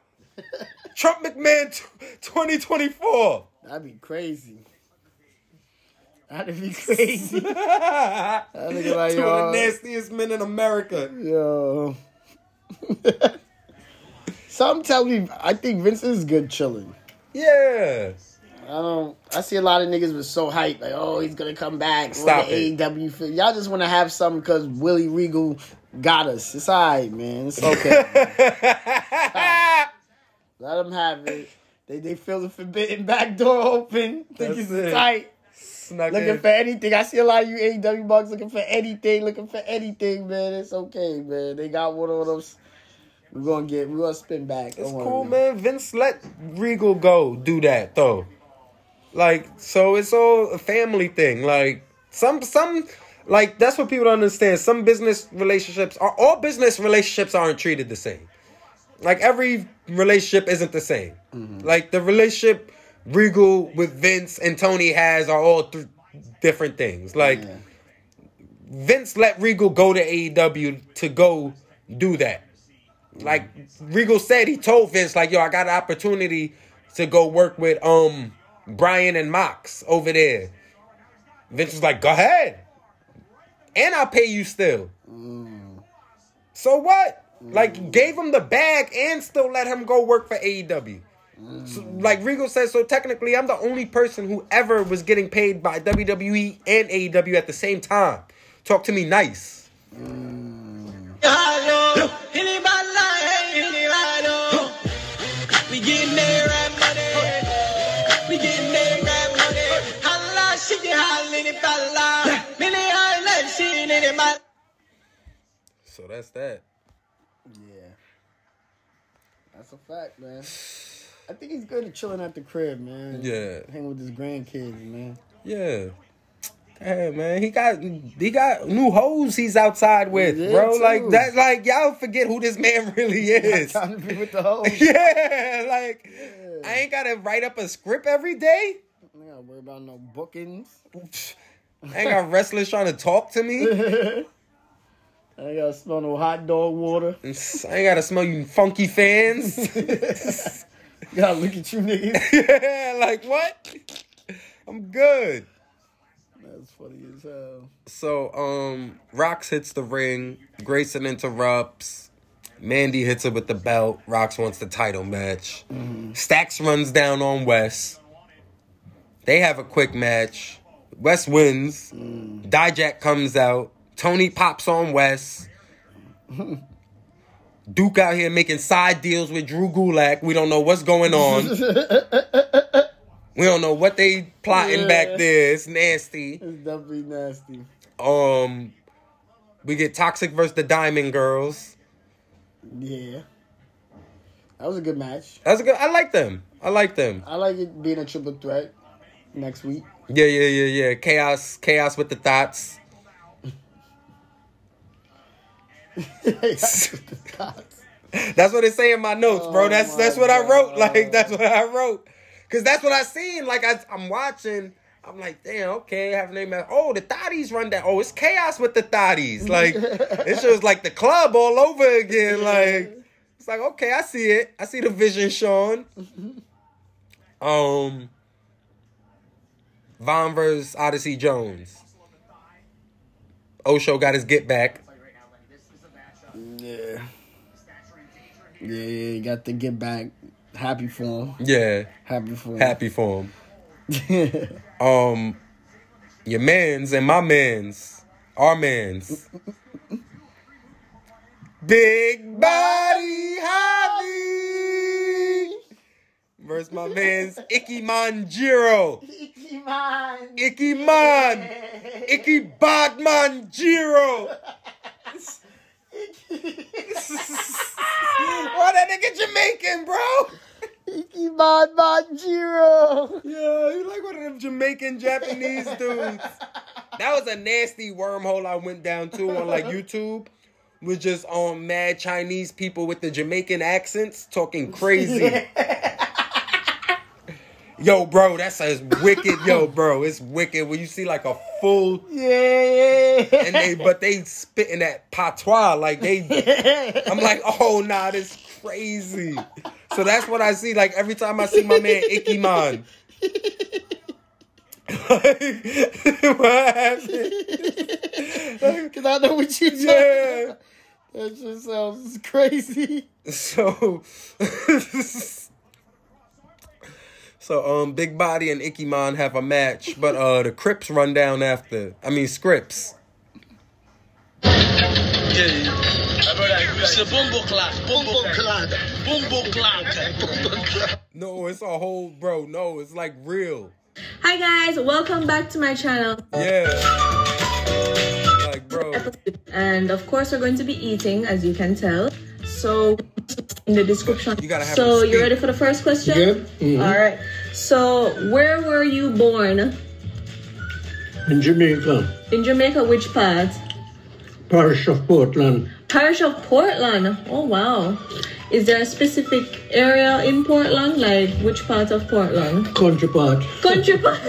S3: Trump McMahon, t- 2024.
S4: That'd be crazy. That'd be crazy. That nigga like,
S3: Two
S4: yo,
S3: of the nastiest men in America.
S4: yo. Some tell me I think Vince is good chilling.
S3: Yeah.
S4: I don't. Um, I see a lot of niggas was so hyped, like, oh, he's gonna come back.
S3: Stop
S4: We're the
S3: it.
S4: AEW fit. Y'all just want to have something because Willie Regal got us. It's all right, man. It's okay. Let them have it. They they feel the forbidden back door open. Think
S3: That's
S4: it's
S3: it.
S4: tight.
S3: Snuck
S4: Looking
S3: in.
S4: for anything. I see a lot of you AEW bucks looking for anything. Looking for anything, man. It's okay, man. They got one of those. We're gonna get. We're gonna spin back.
S3: It's
S4: Don't worry,
S3: cool, man. Vince let Regal go do that though. Like, so it's all a family thing. Like, some some like that's what people don't understand. Some business relationships are all business relationships aren't treated the same. Like every relationship isn't the same.
S4: Mm-hmm.
S3: Like the relationship Regal with Vince and Tony has are all th- different things. Like Vince let Regal go to AEW to go do that. Like Regal said, he told Vince, like, yo, I got an opportunity to go work with um Brian and Mox over there. Vince was like, go ahead. And I'll pay you still. So what? Like gave him the bag and still let him go work for AEW. So, like Regal says, so technically I'm the only person who ever was getting paid by WWE and AEW at the same time. Talk to me nice.
S5: We getting there, right money. We getting there, right money. Holla, she can holla, it, holla. Mini holla, she in it, my.
S3: So that's that.
S4: man. Yeah, that's a fact, man. I think he's good at chilling at the crib, man.
S3: Yeah.
S4: hang with his grandkids, man.
S3: Yeah. Hey man, he got he got new hoes he's outside with,
S4: Yeah,
S3: bro.
S4: too.
S3: Like that's like y'all forget who this man really is.
S4: Time to be with the hoes.
S3: yeah, like I ain't gotta write up a script every day.
S4: I ain't gotta worry about no bookings.
S3: I ain't got wrestlers trying to talk to me. I
S4: I ain't gotta smell no hot dog water.
S3: ain't gotta smell you funky fans.
S4: God, look at you, nigga.
S3: yeah, like what? I'm good.
S4: That's funny as hell.
S3: So, um, Rox hits the ring. Grayson interrupts. Mandy hits her with the belt. Rox wants the title match. Stax runs down on Wes. They have a quick match. Wes wins. Dijak comes out. Tony pops on Wes. Duke out here making side deals with Drew Gulak. We don't know what's going on. we don't know what they plotting
S4: Yeah.
S3: back there. It's nasty.
S4: It's definitely nasty.
S3: Um, we get Toxic versus the Diamond Girls.
S4: Yeah. That was a good match.
S3: That's a good. I like them. I like them.
S4: I like it being a triple threat next week.
S3: Yeah, yeah, yeah, yeah. Chaos, chaos with the thoughts. That's what it say in my notes, bro. that's that's what I wrote. Like that's what I wrote, cause that's what I seen. Like I, I'm watching. I'm like, damn, okay, have name. Oh, the thotties run down. Oh, it's chaos with the thotties. Like it's just like the club all over again. Like it's like okay, I see it. I see the vision, Sean. Um, Von versus Odyssey Jones. Osho got his get back.
S4: Yeah. Yeah, yeah, you got to get back. Happy for him.
S3: Yeah,
S4: Happy for him.
S3: happy for him. um, your man's and my man's, our man's. Big body hobby versus my man's Icky Manjiro.
S4: Icky man.
S3: Icky man. Icky bad Manjiro. Why that nigga Jamaican, bro?
S4: Icky man, Manjiro.
S3: Yeah, you like one of them Jamaican Japanese dudes. That was a nasty wormhole I went down to on like YouTube. Was just on mad Chinese people with the Jamaican accents talking crazy. yo, bro, that's a wicked. Yo, bro, it's wicked when you see like a full
S4: Yeah.
S3: and they but they spitting that patois like they I'm like, oh nah, this crazy. So that's what I see. Like every time I see my man Icky Man. what happened?
S4: Because I know what you
S3: Yeah.
S4: did. That just sounds crazy.
S3: So So um Big Body and Icky Man have a match, but uh the Crips run down after. I mean Scripps.
S5: It's a bumbo clock. Bumbo clock. Bumbo clock.
S3: No, it's a whole bro, no, it's like real.
S14: Hi guys, welcome back to my channel.
S3: Yeah. Like bro.
S14: And of course we're going to be eating as you can tell. So in the description. You
S3: gotta have
S14: so
S3: them
S14: you
S3: speak.
S14: ready for the first question?
S3: Good.
S15: Mm-hmm.
S3: Mhm.
S14: All right. So where were you born?
S15: In Jamaica,
S14: In Jamaica, which part?
S15: parish of Portland,
S14: Parish of Portland. Oh wow. Is there a specific area in Portland? Like which part of Portland?
S15: country part.
S14: Country part.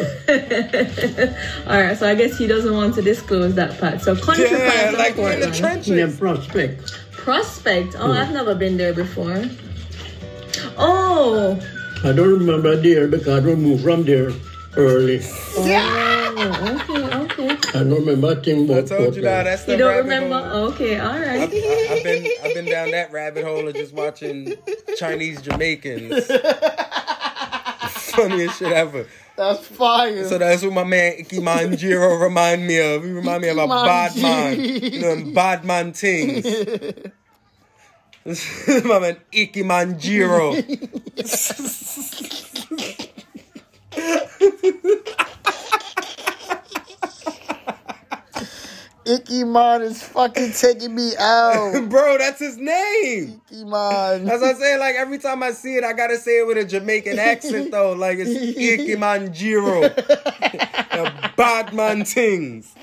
S14: All right, so I guess he doesn't want to disclose that part. So country part of Portland.
S15: Near Prospect.
S14: Prospect.
S15: Hmm.
S14: Oh, I've never been there before. Oh.
S15: I don't remember there because we moved from there early.
S14: Yeah. okay. Okay.
S15: I don't remember a thing about Portland.
S14: You don't remember? Okay. All right.
S3: I've, I- I've been I've been down that rabbit hole of just watching Chinese Jamaicans. Funniest shit ever.
S4: That's fire.
S3: So that's what my man Icky Manjiro remind me of. He remind me of a bad man. You know, them bad man things. my man Icky Manjiro.
S4: Icky man is fucking taking me out.
S3: Bro, that's his name.
S4: Icky man.
S3: That's what I'm saying. Like every time I see it, I gotta say it with a Jamaican accent though. Like it's Icky Manjiro. the bad man things.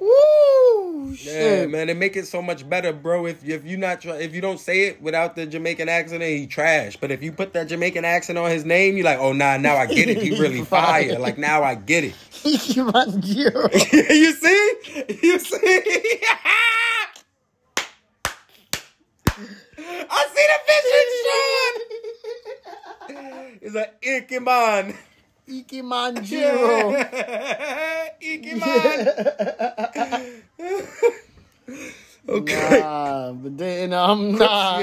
S4: Woo!
S3: Yeah,
S4: Shit.
S3: man, they make it so much better, bro. If if you not try, if you don't say it without the Jamaican accent, then he trash. But if you put that Jamaican accent on his name, you like, oh nah, now I get it. He really fire. Like now I get it.
S4: Icky man zero.
S3: you see? You see? the vision, Sean. It's an Ikiman.
S4: Ikimanjiro.
S3: Ikiman.
S4: okay. Nah, but then um, I'm not.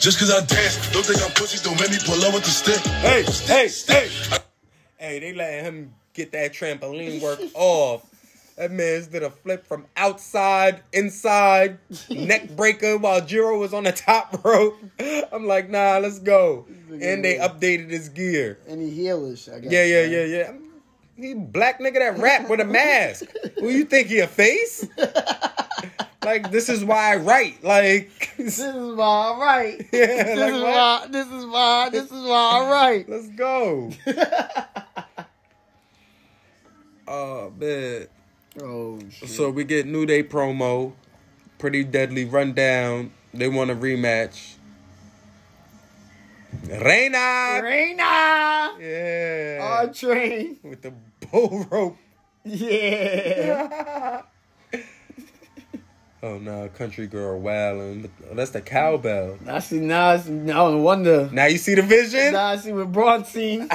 S16: Just cause I dance, don't think I'm pussies, don't make me pull up with the stick.
S3: Hey, hey, hey. Hey, they letting him get that trampoline work off. That man's did a flip from outside, inside, neck breaker while Jiro was on the top rope. I'm like, nah, let's go. And they updated his gear.
S4: Any healers, I guess.
S3: Yeah, yeah, yeah, yeah. He black nigga that rap with a mask. Who you think he a face? like this is why I write. Like
S4: This is why I write.
S3: Yeah,
S4: this,
S3: like
S4: is
S3: what?
S4: why, this is why. This is why I write.
S3: Let's go. oh man.
S4: Oh, shit.
S3: So we get New Day promo, pretty deadly rundown. They want a rematch. Reina,
S4: Reina!
S3: yeah,
S4: Our train.
S3: with the bull rope.
S4: Yeah.
S3: Oh no, country girl wailing. Oh, that's the cowbell.
S4: I see now. I see- now I wonder.
S3: Now you see the vision.
S4: Now I see with Bronstein.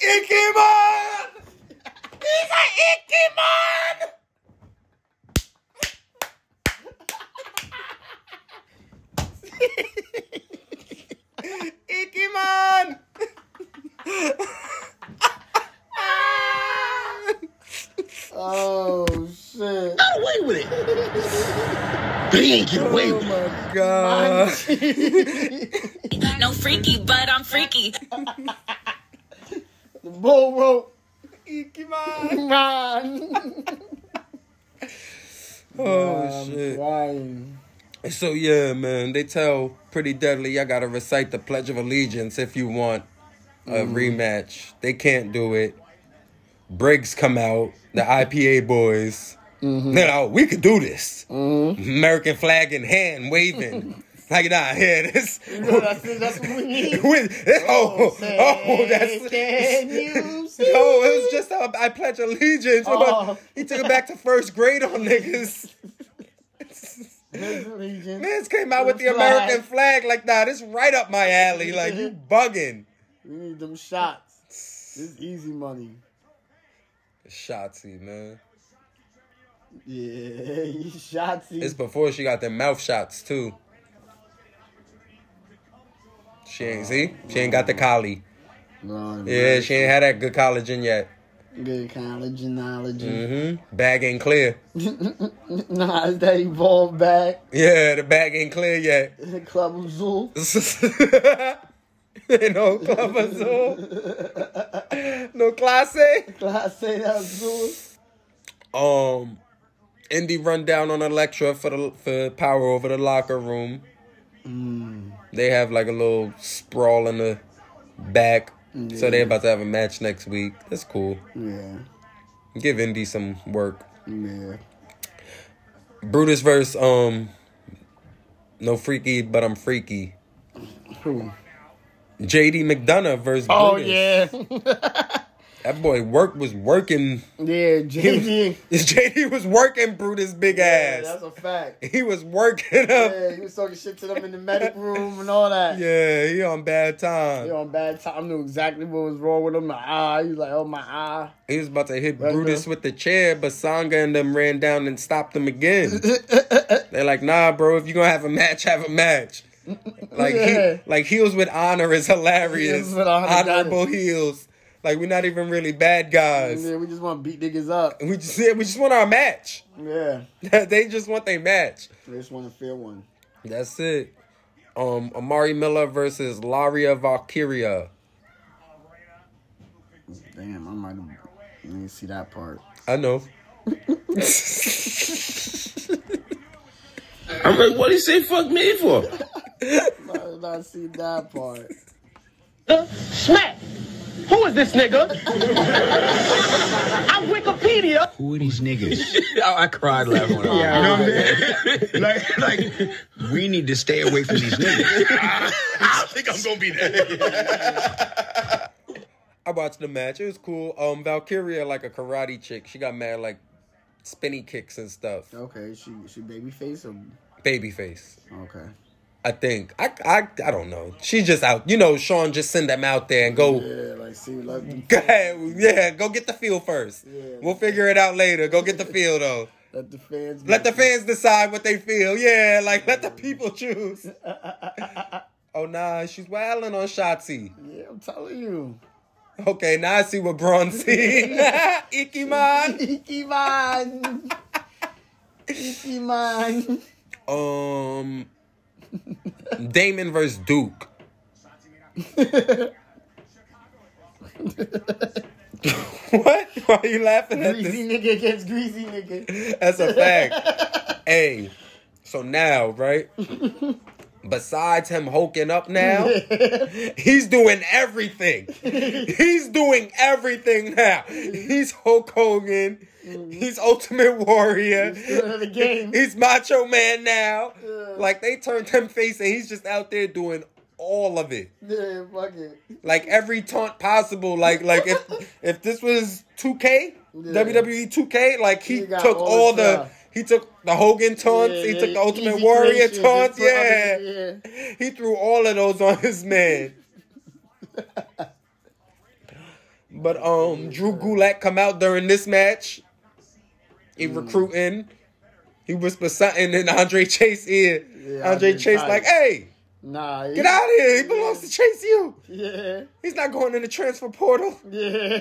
S3: Ikemon! He's an Ikemon! Ikemon!
S4: Oh shit!
S13: Got away with it. But he ain't get away with it.
S3: God.
S5: No freaky, but I'm freaky.
S4: The bull rope.
S3: Ikemon!
S4: Man.
S3: Oh shit.
S4: Ryan.
S3: So yeah, man, they tell Pretty Deadly I gotta recite the Pledge of Allegiance if you want a
S4: Mm.
S3: rematch. They can't do it. Briggs come out, the IPA boys.
S4: Mm-hmm.
S3: They're like, "Oh, we could do this. American flag in hand, waving. like, nah, here this.
S4: That's, that's what we need.
S3: oh, oh, that's
S4: Can you see?
S3: no, it was just uh, I pledge allegiance.
S4: Oh.
S3: He took it back to first grade on niggas.
S4: Allegiance.
S3: Niggas came out with the
S4: The flag.
S3: American flag. Like, nah, this right up my alley. Like, you bugging.
S4: We need them shots. This is easy money.
S3: Shotzi, man.
S4: Yeah, you shotsy.
S3: It's before she got them mouth shots, too. She ain't, see? She ain't got the collie.
S4: Lord,
S3: Yeah, she ain't had that good collagen yet.
S4: Good college and knowledge.
S3: Mm-hmm. Bag ain't clear.
S4: Nah, is that evolved back?
S3: Yeah, the bag ain't clear yet.
S4: Club of Zoo.
S3: no club azul. No clase.
S4: I say that was Zoo.
S3: Um, Indy run down on Electra for the for power over the locker room.
S4: Mm.
S3: They have like a little sprawl in the back, so they're about to have a match next week. That's cool.
S4: Yeah,
S3: Give Indy some work.
S4: yeah.
S3: Brutus verse um, no freaky, but I'm freaky.
S4: Who?
S3: JD McDonough versus
S4: Oh
S3: Brutus.
S4: yeah,
S3: That boy work was working.
S4: yeah. JD.
S3: JD was working Brutus big
S4: Yeah,
S3: ass.
S4: that's a fact.
S3: He was working up.
S4: Yeah, he was talking shit to them in the medic room and all that.
S3: Yeah, he on bad time.
S4: He on bad time. Knew exactly what was wrong with him. My eye. He was like, oh my eye.
S3: He was about to hit
S4: Right
S3: Brutus
S4: there.
S3: with the chair, but Sangha and them ran down and stopped him again. They're like, nah, bro, if you're gonna have a match, have a match. Like
S4: Yeah.
S3: he, like heels with honor is hilarious.
S4: Heels with honor, got it.
S3: Honorable heels. Like we're not even really bad guys.
S4: Yeah, we just want to beat niggas up.
S3: We just yeah, we just want our match.
S4: Yeah,
S3: they just want their match.
S4: we just want to feel one.
S3: That's it. Um Amari Miller versus Laria Valkyria.
S4: Damn, I might have. I didn't see that part.
S3: I know.
S10: I'm like, what do you say fuck me for?
S4: I did not see that part.
S9: Smack! Who is this nigga? I'm Wikipedia.
S17: Who are these niggas?
S10: I, I cried laughing. When I
S17: You know what I'm saying? Like, like, we need to stay away from these niggas.
S6: I don't think I'm gonna be there.
S3: I watched the match. It was cool. Um, Valkyria like a karate chick. She got mad like spinny kicks and stuff.
S4: Okay, she she baby face or
S3: Babyface.
S4: okay.
S3: I think I, I I don't know. She's just out. You know, Sean just send them out there and go.
S4: Yeah, like see like them,
S3: Go ahead. Yeah, go get the feel first. We'll figure it out later. Go get the feel though.
S4: let the fans
S3: Let the fans decide what they feel. Yeah, like let the people choose. oh nah, she's wilding on Shotzi.
S4: Yeah, I'm telling you.
S3: Okay, now I see what Braun seen. Icky man.
S4: Icky man. Icky man.
S3: um, Damon versus Duke. what? Why are you laughing at this?
S4: Greasy nigga against greasy nigga.
S3: That's a fact. hey, so now, right? Besides him hulking up now, he's doing everything. He's doing everything now. He's Hulk Hogan. He's Ultimate Warrior.
S4: the game.
S3: He's Macho Man now. Like they turned him face, and he's just out there doing all of it
S4: Yeah, fuck it.
S3: like every taunt possible. Like like if if this was 2K, WWE 2K, E like he,
S4: He got
S3: took
S4: all
S3: all
S4: the
S3: the
S4: stuff.
S3: he took the Hogan taunts, he
S4: Yeah,
S3: took the Ultimate
S4: easy
S3: Warrior
S4: clinches,
S3: taunts,
S4: he put other-
S3: yeah.
S4: yeah.
S3: He threw all of those on his man. but um Drew Gulak come out during this match. He
S4: Mm.
S3: recruiting. He whispered something in Andre Chase ear.
S4: Yeah,
S3: Andre
S4: Andre
S3: Chase
S4: Chase.
S3: like, hey,
S4: Nah.
S3: get out of here. He belongs to Chase you.
S4: Yeah.
S3: He's not going in the transfer portal.
S4: Yeah.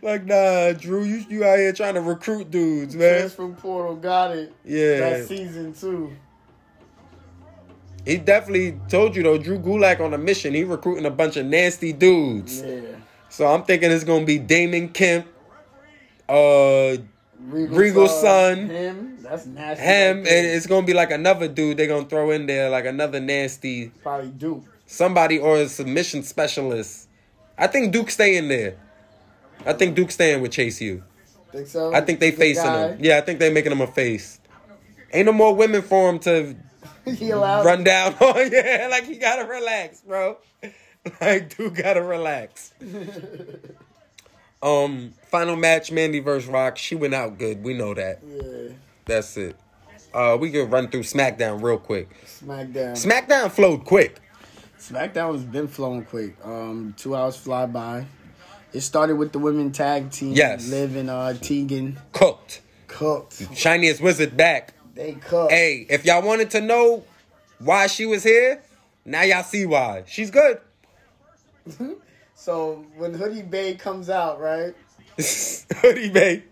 S3: Like, nah, Drew, you you out here trying to recruit dudes, man.
S4: That's from Portal. Got it.
S3: Yeah.
S4: That's season two.
S3: He definitely told you though, Drew Gulak on a mission. He recruiting a bunch of nasty dudes.
S4: Yeah.
S3: So I'm thinking it's gonna be Damon Kemp, uh, Regal's son,
S4: Him. That's nasty.
S3: him,
S4: right
S3: and
S4: there.
S3: it's gonna be like another dude they're gonna throw in there, like another nasty
S4: probably Duke.
S3: somebody or a submission specialist. I think Duke staying there. I think Duke staying with Chase U.
S4: Think so?
S3: I think they
S4: The
S3: facing
S4: guy.
S3: him. Yeah, I think they making him a face. Ain't no more women for him to
S4: he allowed.
S3: run down on. yeah, like he gotta relax, bro. Like dude gotta relax. Um, final match, Mandy versus Rock. She went out good. We know that.
S4: Yeah.
S3: That's it. Uh, we can run through SmackDown real quick.
S4: SmackDown.
S3: SmackDown flowed quick.
S4: SmackDown has been flowing quick. Um, two hours fly by. It started with the women tag team.
S3: Yes.
S4: Liv and uh, Tegan
S3: Cooked.
S4: cooked.
S3: Shiniest Wizard back.
S4: They cooked.
S3: Hey, if y'all wanted to know why she was here, now y'all see why. She's good.
S4: So when Hoodie Bay comes out, right?
S3: Hoodie Bay.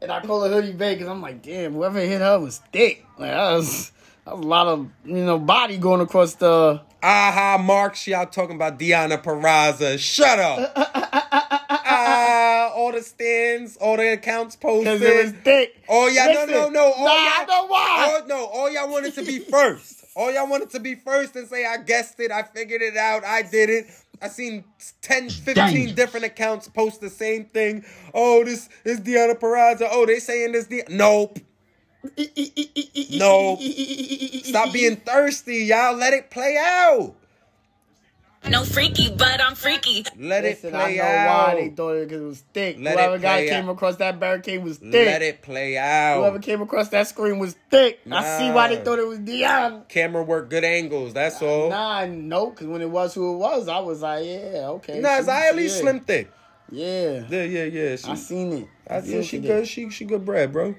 S4: And I call her Hoodie Bay because I'm like, damn, whoever hit her was thick. Like that was, that was a lot of you know body going across the.
S3: Aha, Marks, y'all talking about Deanna Peraza. Shut up. Ah, all the stands, all the accounts
S4: Because it was
S3: posted.
S4: thick.
S3: Oh, y'all, no, no,
S4: Listen,
S3: no.
S4: nah,
S3: All y'all,
S4: I know why.
S3: All, no, all y'all wanted to be first. All y'all wanted to be first and say, I guessed it, I figured it out, I did it. I seen 10, 15 different accounts post the same thing. Oh, this is Deanna Peraza. Oh, they saying this. De- nope. No. Stop being thirsty, y'all. Let it play out.
S5: No freaky, but I'm freaky.
S3: Let
S4: Listen,
S3: it play
S4: I know
S3: out.
S4: why they thought it because it was thick.
S3: Let it
S4: Whoever guy
S3: play
S4: came
S3: out.
S4: across that barricade was thick.
S3: Let it play
S4: Whoever
S3: out.
S4: came across that screen was thick. I see why they
S3: Nah. Oh.
S4: thought it was Dion.
S3: Camera work, good angles. That's all.
S4: Nah,
S3: Nah,
S4: no, because when it was who it was, I was like, yeah, okay. she-
S3: it's I at least
S4: yeah.
S3: slim thick.
S4: Yeah,
S3: Yeah, yeah, yeah. She,
S4: I seen it.
S3: I think she
S4: Look at
S3: good.
S4: it.
S3: She she good bread, bro.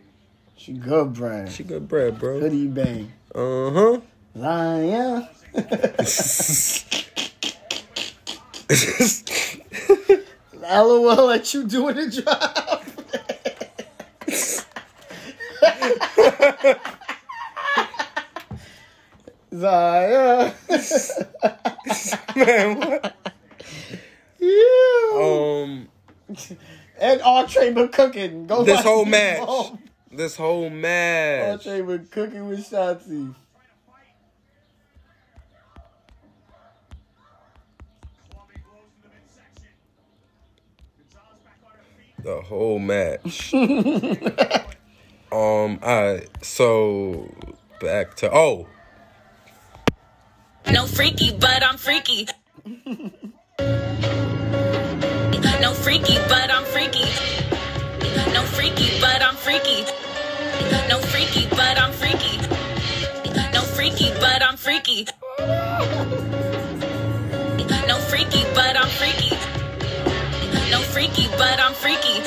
S4: She good, Brad.
S3: She good bread, bro.
S4: Hoodie bang.
S3: Uh huh.
S4: Lion. LOL let you doing the job. Zaya.
S3: Man, what?
S4: Yeah.
S3: Um,
S4: And all chamber cooking. Go
S3: this
S4: watch
S3: whole
S4: this
S3: match,
S4: ball.
S3: this whole
S4: All
S3: match.
S4: chamber cooking with Shotzi.
S3: The whole match. um, all right. So back to oh,
S5: No freaky, but I'm freaky. No freaky, but I'm freaky.
S14: freaky, but I'm freaky. No freaky, but I'm freaky. No freaky, but I'm freaky. No freaky, but I'm freaky. No freaky, but I'm freaky.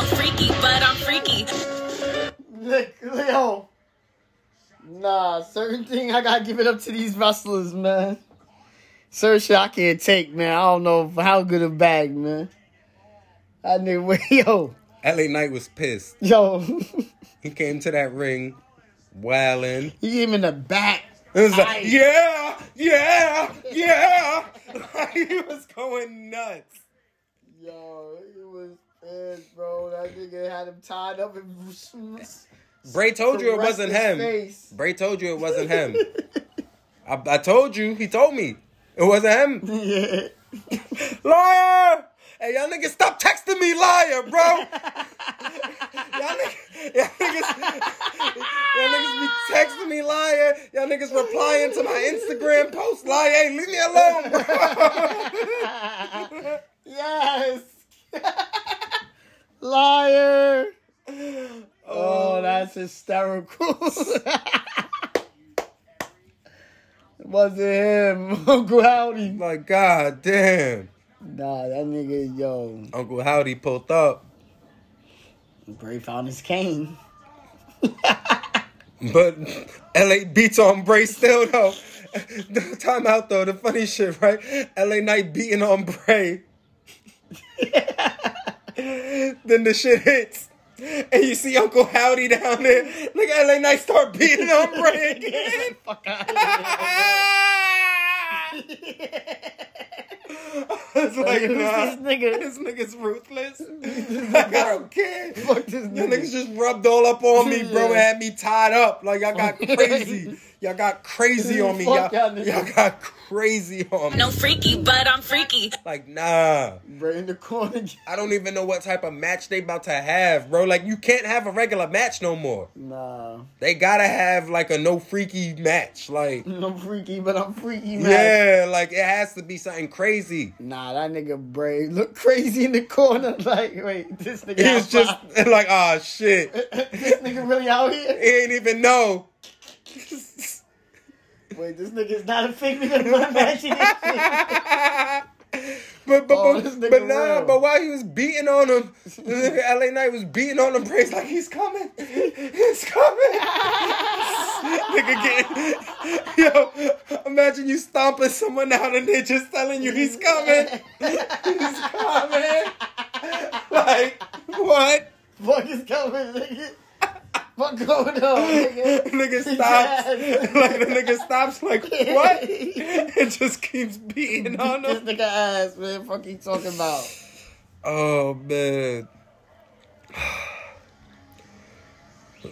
S14: No freaky, but I'm freaky.
S4: Look, Leo. Nah, certain thing I gotta give it up to these wrestlers, man. Certain shit I can't take, man. I don't know how good a bag, man. I knew, yo,
S3: LA Knight was pissed.
S4: yo,
S3: He came to that ring, wailing.
S4: he gave him in the back.
S3: It was like,
S4: Aye.
S3: yeah, yeah, yeah. he was going nuts.
S4: Yo, he was pissed, bro. That nigga had him tied up and.
S3: Bray told you it wasn't
S4: Thrust
S3: him.
S4: his face.
S3: Bray told you it wasn't him. I, I told you. He told me it wasn't him.
S4: Yeah.
S3: liar! Hey, y'all niggas, stop texting me, liar, bro. y'all niggas, y'all niggas, y'all niggas be texting me, liar. Y'all niggas replying to my Instagram post, liar. Hey, leave me alone, bro.
S4: yes. Liar. Oh, that's hysterical. it wasn't him, Oh, Uncle Howdy.
S3: My God damn.
S4: Nah, that nigga, yo.
S3: Uncle Howdy pulled up.
S4: Bray found his cane.
S3: But LA beats on Bray still though. Time out though, the funny shit, right? LA Knight beating on Bray. then the shit hits. And you see Uncle Howdy down there. Look at LA Knight start beating on Bray again. It's like,
S4: Who's
S3: nah,
S4: this nigga?
S3: this nigga's ruthless. like, I don't care.
S4: Fuck this
S3: Y'all
S4: nigga.
S3: niggas just rubbed all up on me, bro, and
S4: Yeah.
S3: had me tied up. Like y'all got crazy. y'all got crazy on me. Y'all,
S4: Fuck y'all
S3: y'all,
S4: niggas.
S3: got crazy on me.
S14: No freaky, but I'm freaky.
S3: Like nah,
S4: Bray in the corner.
S3: I don't even know what type of match they about to have, bro. Like you can't have a regular match no more.
S4: Nah.
S3: They gotta have like a no freaky match. Like
S4: I'm freaky, but I'm freaky, man.
S3: yeah, like it has to be something crazy.
S4: Nah, that nigga Bray looked crazy in the corner. Like, wait, this nigga.
S3: He was
S4: outside.
S3: just like, oh shit,
S4: this nigga really out here?
S3: he ain't even know.
S4: Wait, this nigga's not a fake nigga to put a match in this shit.
S3: But but
S4: Oh, this
S3: but,
S4: nigga
S3: but nah,
S4: real.
S3: but while he was beating on him, the nigga LA Knight was beating on him. Praise like he's coming, he's coming. nigga getting yo. Imagine you stomping someone out and they just telling you he's coming, he's coming. Like what?
S4: Fuck is coming, nigga. Fuck going on, nigga.
S3: Nigga
S4: His
S3: stops.
S4: ass.
S3: Like the nigga stops. Like what? It just keeps beating on
S4: This
S3: him.
S4: nigga ass, man. Fuck you talking about?
S3: Oh man.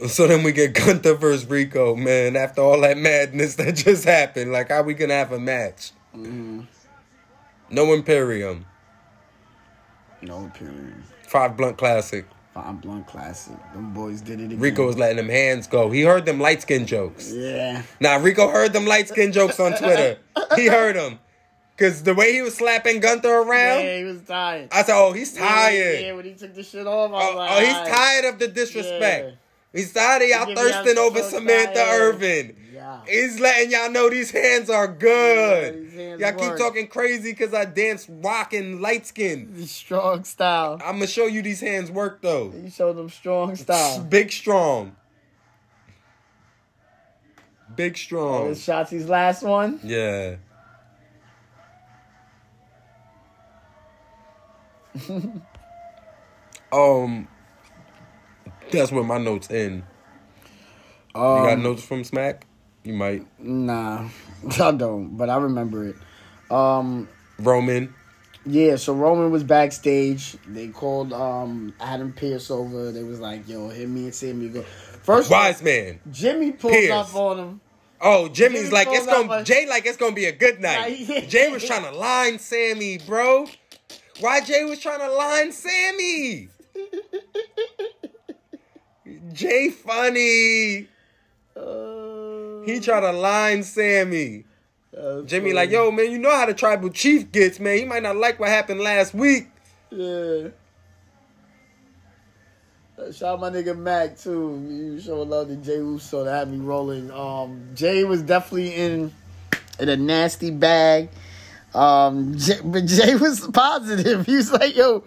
S3: So then we get Gunther versus Rico, man. After all that madness that just happened, like how we gonna have a match?
S4: Mm-hmm.
S3: No Imperium,
S4: No period.
S3: Five Blunt Classic.
S4: Fine blunt classic. Them boys did it again.
S3: Rico was letting them hands go. He heard them light skin jokes.
S4: Yeah.
S3: Now Rico heard them light skin jokes on Twitter. He heard them, cause the way he was slapping Gunther around,
S4: Yeah, he was tired.
S3: I said, "Oh, he's tired."
S4: Yeah, when he took the shit off, I was
S3: Oh,
S4: like,
S3: oh, he's
S4: alright.
S3: tired of the disrespect.
S4: Yeah.
S3: He's tired of y'all
S4: Give me
S3: thirsting
S4: that
S3: over
S4: so
S3: Samantha
S4: tired.
S3: Irvin.
S4: Yeah.
S3: He's letting y'all know these hands are good.
S4: these hands
S3: y'all keep
S4: work.
S3: talking crazy because I dance rock and light skin.
S4: Strong style.
S3: I'm gonna show you these hands work though.
S4: He showed them strong style.
S3: Big strong. Big
S4: Oh,
S3: strong.
S4: this Shotzi's last one.
S3: yeah. um, that's where my notes end. You got
S4: Um,
S3: notes from Smack? You might.
S4: Nah, I don't. But I remember it. Um,
S3: Roman.
S4: yeah. So Roman was backstage. They called um Adam Pierce over. They was like, "Yo, hit me and Sammy go." First,
S3: Wise man.
S4: Jimmy pulls
S3: Pierce.
S4: up on him.
S3: Oh, Jimmy's
S4: Jimmy
S3: like it's
S4: pulled up
S3: gonna
S4: a-
S3: Jay like it's gonna be a good night.
S4: Nah, yeah.
S3: Jay was trying to line Sammy, bro. Why Jay was trying to line Sammy? Jay funny.
S4: Uh,
S3: He tried to line Sammy. Jimmy like, yo, man, you know how the tribal chief gets, man. He might not like what happened last week.
S4: Yeah. Uh, Shout out my nigga Mac too. You show love to Jay Uso that had me rolling. Um, Jay was definitely in in a nasty bag. Um, Jay, but Jay was positive. He was like, "Yo,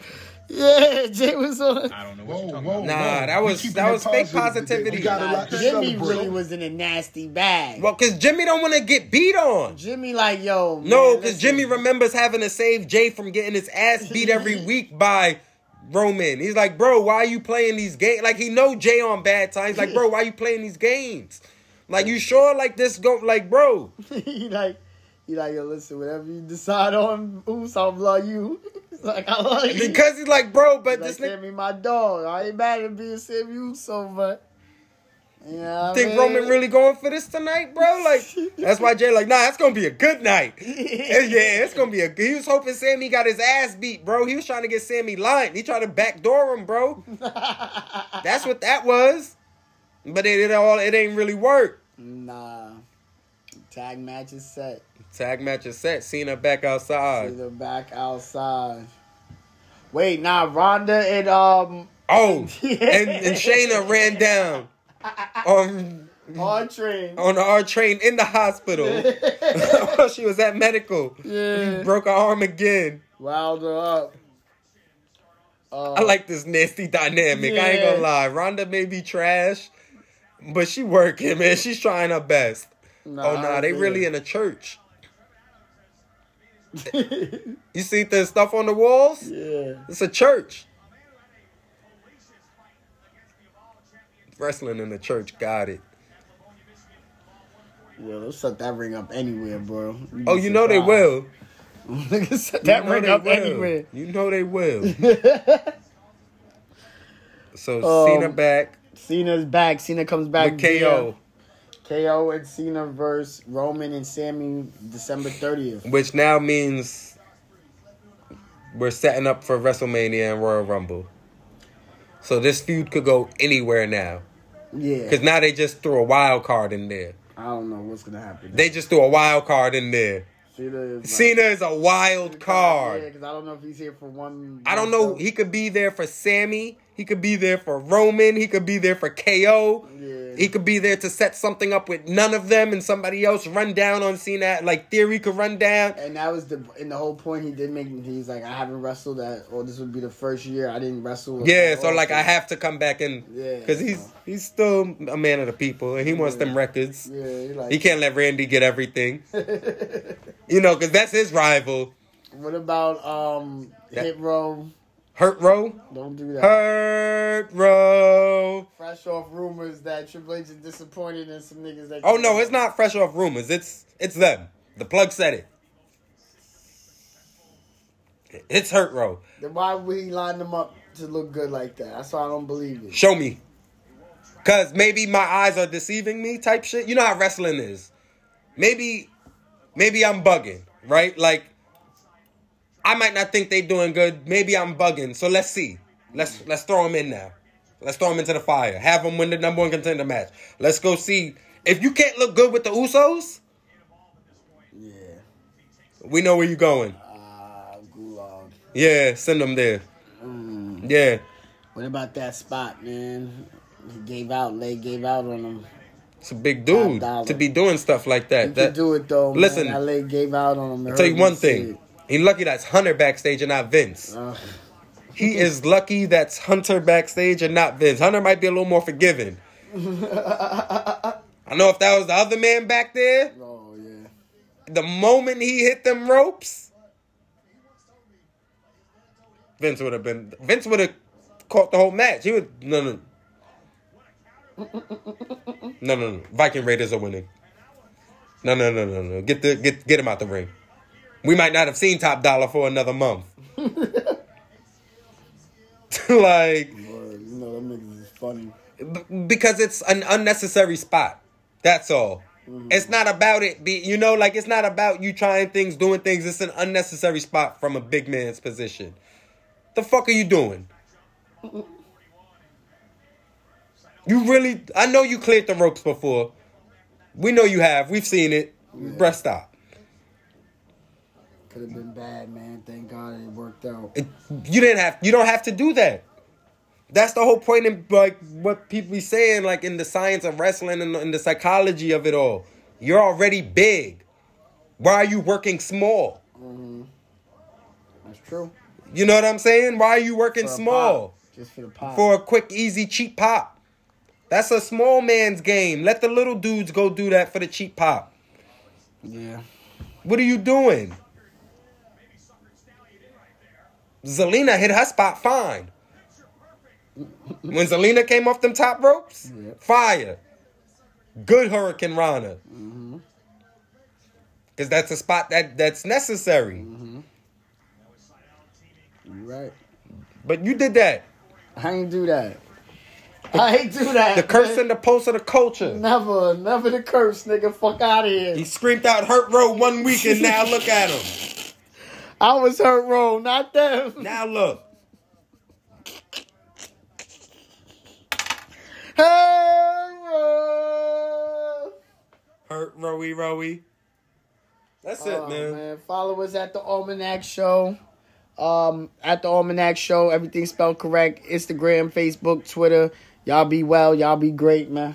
S4: yeah, Jay was on." I don't know what
S3: Whoa, whoa. Nah, that was that was fake positivity.
S4: Jimmy really was in a nasty bag.
S3: Well, cause Jimmy don't want to get beat on.
S4: Jimmy like yo.
S3: no, cause Jimmy remembers having to save Jay from getting his ass beat every week by Roman. He's like, bro, why are you playing these games? Like he know Jay on bad times. Like, bro, why you playing these games? Like you sure like this go like bro?
S4: he like he like yo. Listen, whatever you decide on, Uso, I love you. He's like I love you
S3: Because he's like, bro, but
S4: He's
S3: this
S4: like,
S3: nigga
S4: Sammy, my dog. I ain't mad at being Sammy Uso, but you know what I
S3: think
S4: mean?
S3: Roman really going for this tonight, bro? Like that's why Jay like, nah, it's gonna be a good night. And yeah, it's gonna be a. He was hoping Sammy got his ass beat, bro. He was trying to get Sammy lined. He tried to backdoor him, bro. that's what that was. But it, it all it ain't really work.
S4: Nah, tag match is set.
S3: Tag match is set. Cena back outside.
S4: Either back outside. Wait, nah, Ronda and um
S3: Oh, and, and Shayna ran down on
S4: on train.
S3: on our train in the hospital. she was at medical.
S4: Yeah.
S3: Broke her arm again.
S4: Riled her up. Uh,
S3: I like this nasty dynamic. I ain't gonna
S4: Yeah.
S3: lie. Rhonda may be trash, but she working, man. She's trying her best.
S4: Nah,
S3: oh nah,
S4: I
S3: they
S4: agree.
S3: really in a church. you see the stuff on the walls?
S4: Yeah.
S3: It's a church. Wrestling in the church, got it.
S4: Yo, they'll set that ring up anywhere, bro. You'd
S3: Oh,
S4: be
S3: you know they
S4: surprised.
S3: will.
S4: Nigga set
S3: You
S4: that
S3: know
S4: ring
S3: they
S4: up
S3: will.
S4: anywhere.
S3: You know they will. so
S4: Um,
S3: Cena back
S4: Cena's back. Cena comes back.
S3: with KO,
S4: via KO and Cena versus Roman and Sammy December 30th.
S3: which now means we're setting up for WrestleMania and Royal Rumble. So this feud could go anywhere now.
S4: Yeah.
S3: Because now they just threw a wild card in there.
S4: I don't know what's going to happen.
S3: They just threw a wild card in there.
S4: Cena is like-
S3: Cena is a wild
S4: Yeah,
S3: card.
S4: because I don't know if he's here for one.
S3: I don't know. He could be there for Sammy. He could be there for Roman. He could be there for KO. He could be there to set something up with none of them and somebody else run down on Cena. Like Theory could run down.
S4: And that was the and the whole point he did make. He's like, I haven't wrestled that, or this would be the first year I didn't wrestle.
S3: Yeah, so
S4: Oh,
S3: like I
S4: okay.
S3: have to come back and
S4: Yeah.
S3: because he's he's still a man of the people and he wants them records.
S4: Yeah, he like-
S3: he can't let Randy get everything. you know, because that's his rival.
S4: What about um
S3: That-
S4: Hit Row?
S3: Hurt Row.
S4: Don't do that.
S3: Hurt Row.
S4: Fresh off rumors that Triple H is disappointed in some niggas that.
S3: Oh no, it's not fresh off rumors. It's it's them. The plug said it. It's Hurt Row.
S4: Then why would he line them up to look good like that? That's why I don't believe it.
S3: Show me. Cause maybe my eyes are deceiving me type shit. You know how wrestling is. Maybe maybe I'm bugging, right? Like I might not think they doing good. Maybe I'm bugging. So let's see. Let's let's throw them in now. Let's throw them into the fire. Have them win the number one contender match. Let's go see. If you can't look good with the Usos, yeah, we know where you're going.
S4: Gulag.
S3: Yeah, send them there. Yeah,
S4: What about that spot, man? He gave out. They gave out on him.
S3: it's a big dude
S4: dollar.
S3: to be doing stuff like that.
S4: You
S3: That-
S4: can do it though. man.
S3: Listen.
S4: LA gave out on him.
S3: I'll tell you one thing. He lucky that's Hunter backstage and not Vince. He is lucky that's Hunter backstage and not Vince. Hunter might be a little more forgiving. I know if that was the other man back there. Oh yeah. The moment he hit them ropes, Vince would have been. Vince would have caught the whole match. He would no no no no no. Viking Raiders are winning. No no no no no. Get the get get him out the ring. We might not have seen Top Dollar for another month. like
S4: Lord, you know them niggas is funny.
S3: b- because it's an unnecessary spot. That's all. It's not about it. Be you know, like it's not about you trying things, doing things. It's an unnecessary spot from a big man's position. The fuck are you doing? You really? I know you cleared the ropes before. We know you have. We've seen it. Bruh, stop.
S4: Could have been bad, man. Thank God it worked out.
S3: You didn't have. You don't have to do that. That's the whole point in like what people be saying, like in the science of wrestling and in the psychology of it all. You're already big. Why are you working small?
S4: Mhm. That's true.
S3: You know what I'm saying? Why are you working
S4: For a
S3: small?
S4: pop. Just for the pop.
S3: For a quick, easy, cheap pop. That's a small man's game. Let the little dudes go do that for the cheap pop.
S4: yeah.
S3: What are you doing? Zelina hit her spot fine. When Zelina came off them top ropes, fire. Good Hurricane Rana. Because that's a spot that, that's necessary.
S4: You right.
S3: But you did that.
S4: I ain't do that. I ain't do that.
S3: The curse and the pulse of the culture.
S4: Never, never the curse, nigga. Fuck out of here.
S3: He screamed out Hurt Row one week and now look at him.
S4: I was hurt wrong, not them.
S3: Now look.
S4: Hey, Row.
S3: Hurt Rowy Rowy. That's
S4: Oh,
S3: it, man.
S4: Follow us at the Almanac Show. Um, at the Almanac Show, everything spelled correct. Instagram, Facebook, Twitter. Y'all be well. Y'all be great, man.